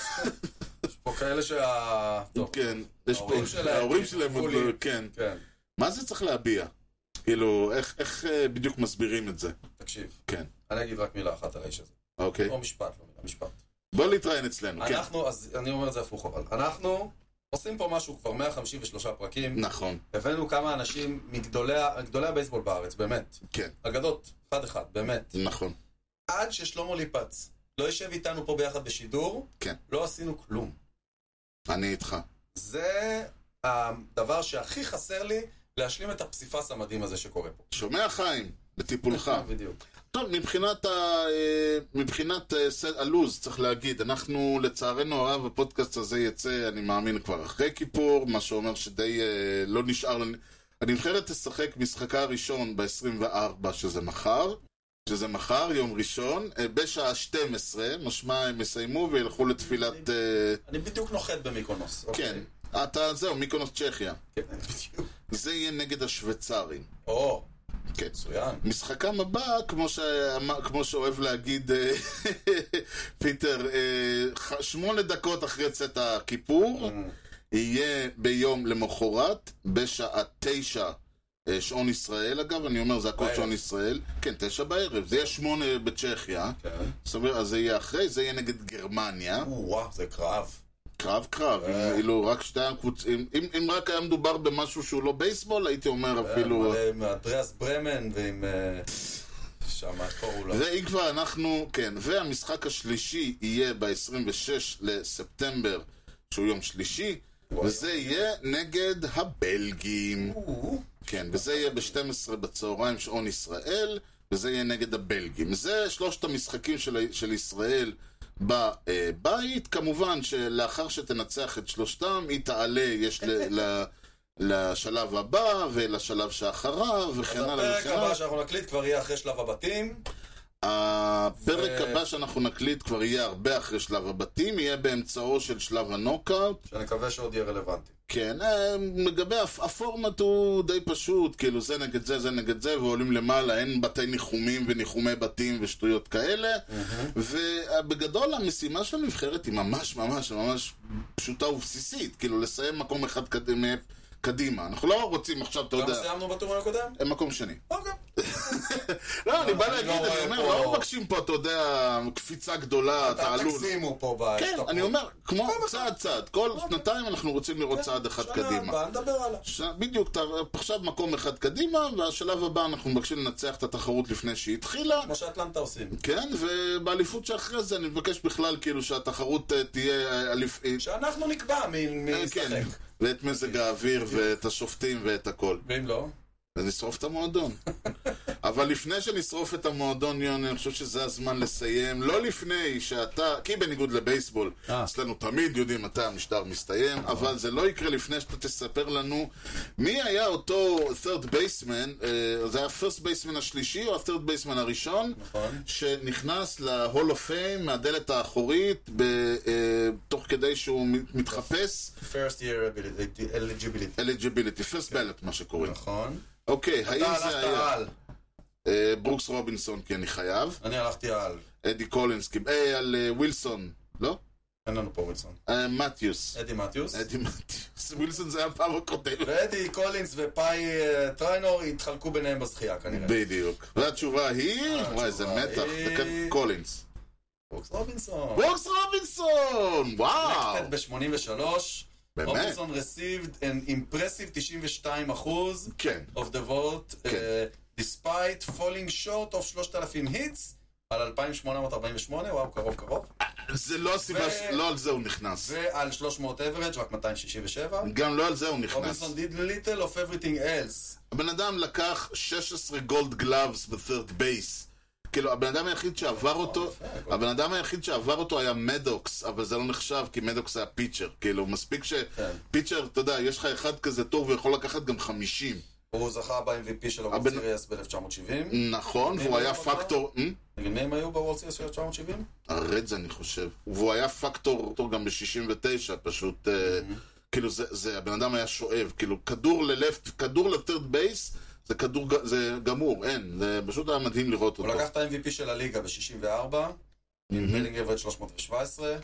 B: יש פה כאלה שה... טוב,
A: כן, יש פה,
B: ההורים שלהם,
A: ההורים
B: כן,
A: שלהם עוד
B: חולי.
A: לא, כן.
B: כן,
A: מה זה צריך להביע? כאילו, איך, איך אה, בדיוק מסבירים את זה?
B: תקשיב.
A: כן,
B: אני אגיד רק מילה אחת על האיש הזה.
A: אוקיי.
B: לא משפט, לא מילה, משפט.
A: בוא להתראיין אצלנו, כן.
B: אנחנו, אז אני אומר את זה הפוך אבל, אנחנו עושים פה משהו כבר 153 פרקים,
A: נכון,
B: הבאנו כמה אנשים מגדולי ה- גדולי הבייסבול בארץ, באמת.
A: כן,
B: אגדות, אחד אחד, באמת.
A: נכון.
B: עד ששלמה ליפץ לא יושב איתנו פה ביחד בשידור,
A: כן.
B: לא עשינו כלום.
A: אני איתך.
B: זה הדבר שהכי חסר לי, להשלים את הפסיפס המדהים הזה שקורה פה.
A: שומע חיים, בטיפולך.
B: בדיוק.
A: טוב, מבחינת, ה... אה, מבחינת אה, ס- הלו"ז, צריך להגיד, אנחנו, לצערנו הרב, הפודקאסט הזה יצא, אני מאמין, כבר אחרי כיפור, מה שאומר שדי אה, לא נשאר... לנו- הנבחרת תשחק משחקה הראשון ב-24, שזה מחר, שזה מחר, יום ראשון, אה, בשעה 12, משמע הם יסיימו וילכו לתפילת... אה,
B: אני בדיוק נוחת במיקונוס.
A: כן,
B: אוקיי.
A: אתה, זהו, מיקונוס צ'כיה.
B: כן, בדיוק.
A: זה יהיה נגד השוויצרים.
B: או,
A: כן.
B: מצוין.
A: משחקם הבא, כמו, ש... כמו שאוהב להגיד אה, פיטר, אה, ח- שמונה דקות אחרי צאת הכיפור,
B: אה.
A: יהיה ביום למחרת, בשעה תשע, אה, שעון ישראל אגב, אני אומר, זה הכל
B: בערב.
A: שעון ישראל, כן, תשע בערב, זה יהיה שמונה בצ'כיה,
B: כן.
A: זאת אומרת, אז זה יהיה אחרי, זה יהיה נגד גרמניה,
B: וואו, זה קרב.
A: קרב קרב,
B: אה.
A: אם- אילו רק שתי הקבוצים, אם, אם רק היה מדובר במשהו שהוא לא בייסבול, הייתי אומר אפילו...
B: אה, מלא עם אדריאס ברמן ועם... אה, שם, לא- איך קראו לו?
A: ואם כבר אנחנו, כן, והמשחק השלישי יהיה ב-26 לספטמבר, שהוא יום שלישי,
B: וואי.
A: וזה יהיה נגד הבלגים.
B: או,
A: כן, וזה יהיה ב-12 בצהריים שעון ישראל, וזה יהיה נגד הבלגים. זה שלושת המשחקים של, של ישראל בבית. כמובן שלאחר שתנצח את שלושתם, היא תעלה, יש ל... ל לשלב הבא, ולשלב שאחריו, וכן
B: אז
A: הלאה וכן הלאה.
B: הפרק הבא שאנחנו נקליט כבר יהיה אחרי שלב הבתים.
A: הפרק
B: ו-
A: הבא שאנחנו נקליט כבר יהיה הרבה אחרי שלב הבתים, יהיה באמצעו של שלב הנוקאוט.
B: שנקווה שעוד יהיה רלוונטי.
A: כן, אה, לגבי הפ- הפורמט הוא די פשוט, כאילו זה נגד זה, זה נגד זה, ועולים למעלה, אין בתי ניחומים וניחומי בתים ושטויות כאלה. ובגדול המשימה של הנבחרת היא ממש ממש ממש פשוטה ובסיסית, כאילו לסיים מקום אחד קד- מאפ- קדימה. אנחנו לא רוצים עכשיו, אתה
B: כמה
A: יודע,
B: סיימנו בטורניר הקודם?
A: הם מקום שני.
B: אוקיי.
A: לא, אני בא
B: אני
A: להגיד,
B: לא
A: אני
B: רואה
A: אומר,
B: פה-
A: לא מבקשים פה, אתה יודע, קפיצה גדולה, תעלול.
B: תגזימו פה ב...
A: כן,
B: תפו-
A: אני אומר, כמו צעד צעד, כל שנתיים אנחנו רוצים
B: כן,
A: לראות צעד אחד
B: שנה
A: קדימה.
B: הבאה נדבר עליו.
A: ש- בדיוק, ת- עכשיו מקום אחד קדימה, והשלב הבא אנחנו מבקשים לנצח את התחרות לפני שהיא התחילה.
B: כמו שאטלנטה עושים.
A: כן, ובאליפות שאחרי זה אני מבקש בכלל כאילו שהתחרות אה, תהיה אה, אליפ... אה,
B: שאנחנו נקבע מי מי
A: אה, כן,
B: ישחק.
A: ואת מזג האוויר ואת השופטים ואת הכל.
B: ואם לא?
A: ונשרוף את המועדון. אבל לפני שנשרוף את המועדון, יוני, אני חושב שזה הזמן לסיים. לא לפני שאתה, כי בניגוד לבייסבול,
B: אה.
A: אצלנו תמיד יודעים מתי המשדר מסתיים, אבל זה לא יקרה לפני שאתה תספר לנו מי היה אותו third baseman, אה, זה היה first baseman השלישי או ה-third baseman הראשון,
B: נכון.
A: שנכנס ל-Hall of Fame מהדלת האחורית, ב- אה, תוך כדי שהוא מת- מתחפש,
B: First year ability- eligibility.
A: eligibility, first ballot מה שקוראים.
B: נכון.
A: אוקיי, האם
B: אתה
A: זה
B: הלכת
A: היה...
B: על.
A: אה, ברוקס רובינסון, כי אני חייב.
B: אני הלכתי על.
A: אדי קולינס, כי- אה, על אה, ווילסון, לא?
B: אין לנו פה ווילסון.
A: אה, מתיוס.
B: אדי מתיוס.
A: אדי מתיוס. ווילסון זה היה פעם הקודמת.
B: ואדי קולינס ופאי אה, טריינור התחלקו ביניהם בזכייה כנראה.
A: בדיוק. והתשובה היא...
B: התשובה
A: וואי, איזה מתח.
B: היא-
A: וכן, קולינס.
B: ברוקס רובינסון.
A: ברוקס רובינסון! וואו!
B: נקטד ב-83.
A: באמת?
B: רובינסון received an impressive 92 אחוז
A: כן.
B: of the vote
A: כן.
B: אה, despite falling short of 3,000 hits על 2,848, וואו, קרוב קרוב.
A: זה לא הסיבה
B: ו-
A: ש... לא על זה הוא נכנס.
B: ועל 300 average, רק 267.
A: גם לא על זה הוא נכנס.
B: רובינסון did little of everything else.
A: הבן אדם לקח 16 גולד גלאבס בת'רד בייס. כאילו, הבן אדם היחיד שעבר אותו,
B: יפה, גולד.
A: הבן אדם היחיד שעבר אותו היה מדוקס, אבל זה לא נחשב, כי מדוקס היה פיצ'ר. כאילו, מספיק
B: כן.
A: שפיצ'ר, אתה יודע, יש לך אחד כזה טוב ויכול לקחת גם 50.
B: הוא זכה ב-MVP של הוולד
A: הבן-
B: סיריאס ב-1970.
A: נכון, והוא היה פקטור... Hmm?
B: מי הם היו בוולד סיריאס של 1970?
A: הרדס אני חושב, והוא היה פקטור פקטור גם ב-69, פשוט, אה,
B: Mm-hmm.
A: כאילו זה, זה, הבן אדם היה שואב, כאילו כדור ללפט, כדור לטרד בייס, זה כדור, ג- זה גמור, אין, זה פשוט היה מדהים לראות
B: הוא
A: אותו.
B: לקח את ה-MVP של הליגה ב-64, עם
A: מהמם.
B: רייטינג אברד 317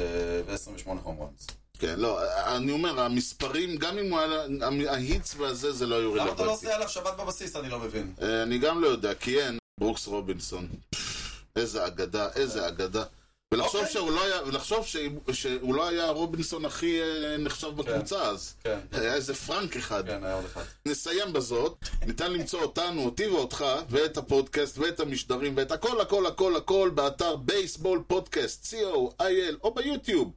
B: ו-28 הום ראנס.
A: כן, לא, אני אומר, המספרים, גם אם הוא היה, המ- ההיטס והזה, זה לא היו
B: למה אתה לא
A: רלוונטיים.
B: עושה עליו שבת בבסיס? אני לא מבין.
A: אה, אני גם לא יודע, כי אין ברוקס רובינסון. פפפ, איזה אגדה, איזה אגדה. ולחשוב
B: אוקיי.
A: שהוא לא היה, ולחשוב שהוא- שהוא לא היה הרובינסון הכי אה, נחשב בקבוצה אז.
B: כן,
A: היה איזה פרנק אחד.
B: כן, היה עוד אחד.
A: נסיים בזאת, ניתן למצוא אותנו, אותי ואותך, ואת הפודקאסט, ואת המשדרים, ואת הכל הכל הכל הכל באתר בייסבול פודקאסט, co.il, או ביוטיוב,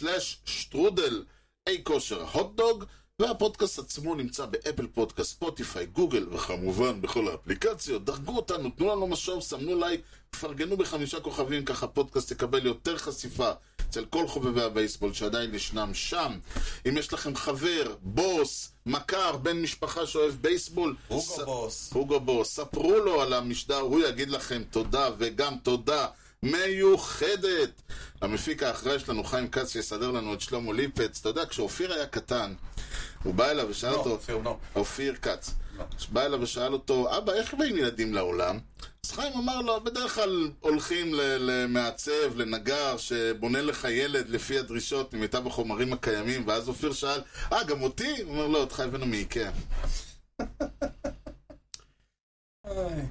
A: yוטיוב.com/שטרודל, אי כושר הוטדוג, והפודקאסט עצמו נמצא באפל פודקאסט, ספוטיפיי, גוגל, וכמובן בכל האפליקציות. דרגו אותנו, תנו לנו משוב, סמנו לייק, תפרגנו בחמישה כוכבים, ככה הפודקאסט יקבל יותר חשיפה אצל כל חובבי הבייסבול שעדיין ישנם שם. אם יש לכם חבר, בוס, מכר, בן משפחה שאוהב בייסבול, ס-
B: רוגו בוס.
A: הוגו בוס, ספרו לו על המשדר, הוא יגיד לכם תודה וגם תודה מיוחדת. המפיק האחראי שלנו, חיים כץ, שיסדר לנו את שלמה ליפץ. אתה יודע, כשאופיר היה קטן, הוא בא אליו ושאל
B: לא,
A: אותו,
B: אופיר, לא.
A: אופיר כץ, בא אליו ושאל אותו, אבא, איך באים ילדים לעולם? אז חיים אמר לו, בדרך כלל הולכים ל- למעצב, לנגר, שבונה לך ילד לפי הדרישות ממיטב החומרים הקיימים, ואז אופיר שאל, אה, גם אותי? הוא אומר, לא, אותך הבאנו מאיקאה.
B: איי.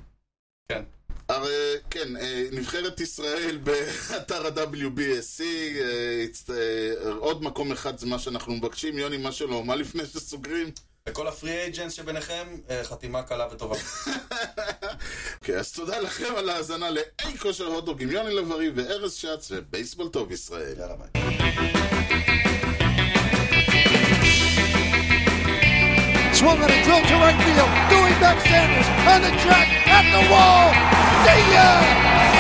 B: כן.
A: הרי כן, אה, נבחרת ישראל באתר ה-WBSC, אה, הצט- אה, עוד מקום אחד זה מה שאנחנו מבקשים, יוני, מה שלא, מה לפני שסוגרים?
B: לכל הפרי אייג'נס שביניכם, אה, חתימה קלה וטובה.
A: אוקיי, אז תודה לכם על ההאזנה לאי כושר הוטדוג עם יוני לב-ארי וארז שץ ובייסבול טוב ישראל.
B: יאללה ביי.
F: Swung on a drill to right field. Doing back Sanders on the track at the wall. See ya!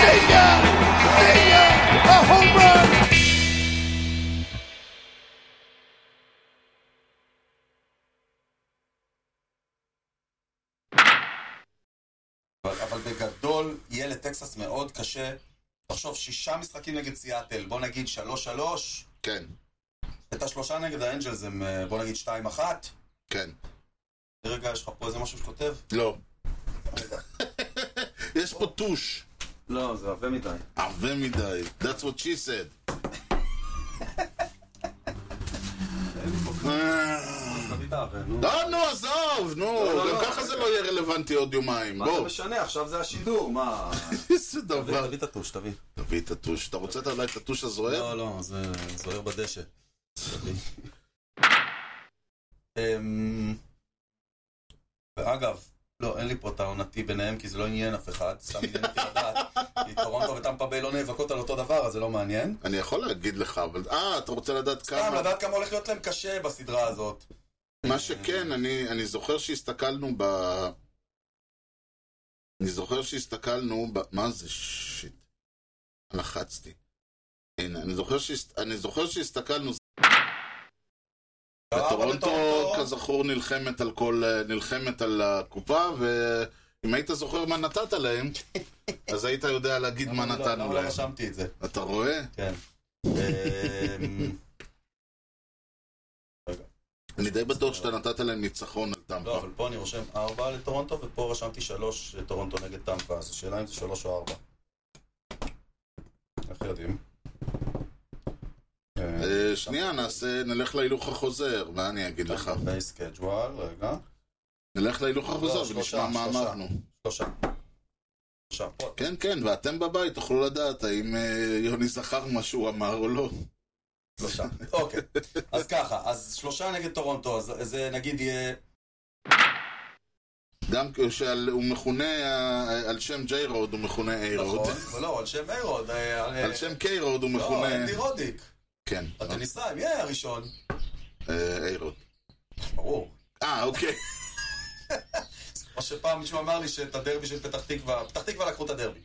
F: See ya! See ya! A home run!
B: אבל, אבל בגדול, יהיה לטקסס מאוד קשה. תחשוב, שישה משחקים נגד סיאטל, בוא נגיד שלוש שלוש.
A: כן,
B: את השלושה נגד האנג'לס הם, אה, בוא נגיד שתיים אחת.
A: כן.
B: רגע, יש לך פה איזה משהו שכותב?
A: לא. יש פה טוש.
B: לא, זה עבה מדי.
A: עבה מדי. That's what she said. אה. לא, נו, עזוב, נו,
B: לא,
A: גם
B: לא,
A: ככה
B: רגע.
A: זה לא יהיה רלוונטי עוד יומיים,
B: מה זה
A: בוא.
B: משנה? עכשיו זה השידור, מה?
A: איזה דבר.
B: תביא את הטוש, תביא.
A: תביא את הטוש. אתה רוצה את אולי את הטוש הזוהר?
B: לא, לא, זה זוהר בדשא. אמ, ואגב, לא, אין לי פה את העונתי ביניהם, כי זה לא עניין אף אחד, סתם עניין אותי לדעת. כי טורונטו וטמפה ביי לא נאבקות על אותו דבר, אז זה לא מעניין.
A: אני יכול להגיד לך, אבל... אה, אתה רוצה לדעת
B: סתם,
A: כמה?
B: לדעת כמה הולך להיות להם קשה בסדרה הזאת.
A: מה שכן, אני, אני זוכר שהסתכלנו ב... אני זוכר שהסתכלנו ב... מה זה שיט? לחצתי. הנה, אני זוכר, שהס... אני זוכר שהסתכלנו...
B: קרה אבל
A: וטורונטו, כזכור, נלחמת על כל... נלחמת על הקופה, ואם היית זוכר מה נתת להם, אז היית יודע להגיד מה
B: למה לא-
A: נתנו
B: למה לא
A: להם.
B: רשמתי את זה?
A: אתה רואה?
B: כן. אמ,
A: אני די בטוח שאתה נתת להם ניצחון על
B: לא,
A: טמפה.
B: אבל פה אני רושם 4 לטורונטו, ופה רשמתי 3 לטורונטו נגד טמפה, אז השאלה אם זה 3 או 4. איך יודעים?
A: אה, שנייה, נעשה... נלך להילוך החוזר, מה אני אגיד לך?
B: בי סקייג'ואל, רגע.
A: נלך להילוך
B: לא,
A: החוזר
B: שלושה,
A: ונשמע מה
B: שלושה.
A: אמרנו.
B: שלושה. שלושה. פה.
A: כן, כן, ואתם בבית תוכלו לדעת האם אה, יוני זכר מה שהוא אמר או לא.
B: שלושה. אוקיי. אז ככה, אז שלושה נגד טורונטו, אז זה נגיד יהיה...
A: גם כשהוא מכונה, אה, על שם ג'יי רוד הוא מכונה איי רוד.
B: נכון. לא, על שם איירוד. אה,
A: על שם קיי רוד הוא
B: לא,
A: מכונה...
B: אנדי רודיק.
A: כן,
B: הטניסאי, מי היה הראשון?
A: אה, איי רוד.
B: ברור.
A: אה, אוקיי.
B: או שפעם מישהו אמר לי שאת הדרבי של פתח תקווה, פתח תקווה לקחו את הדרבי.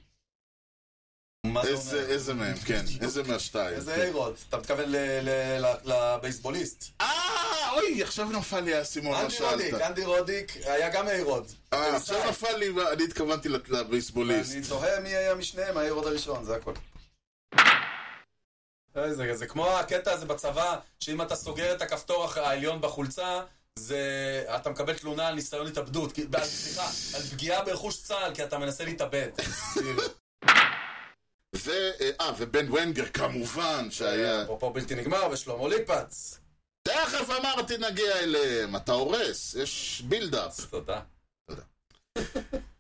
B: מה זה
A: איזה-
B: אומר?
A: איזה מהם, כן, איזה מהשתיים.
B: איזה איירוד? אתה מתכוון ל- ל- ל- לבייסבוליסט.
A: אה, אוי, עכשיו נפל לי האסימון, מה
B: אנדי רודיק,
A: שאלת.
B: אנדי רודיק, היה גם מאיר עוד.
A: אה, עכשיו נפל לי, אני התכוונתי לת- לבייסבוליסט.
B: אני תוהה מי היה משניהם, העיר עוד הראשון, זה הכל. אה, זה, זה כמו הקטע הזה בצבא, שאם אתה סוגר את הכפתור הח- העליון בחולצה, זה... אתה מקבל תלונה על ניסיון התאבדות, כי- על- סליחה, על פגיעה ברכוש צה"ל, כי אתה מנסה להתאבד. כאילו,
A: ו... אה, ובן ונגר כמובן, שהיה...
B: אפרופו בלתי נגמר, ושלמה ליפץ.
A: תכף אמרתי נגיע אליהם, אתה הורס, יש בילדאפ.
B: אז תודה.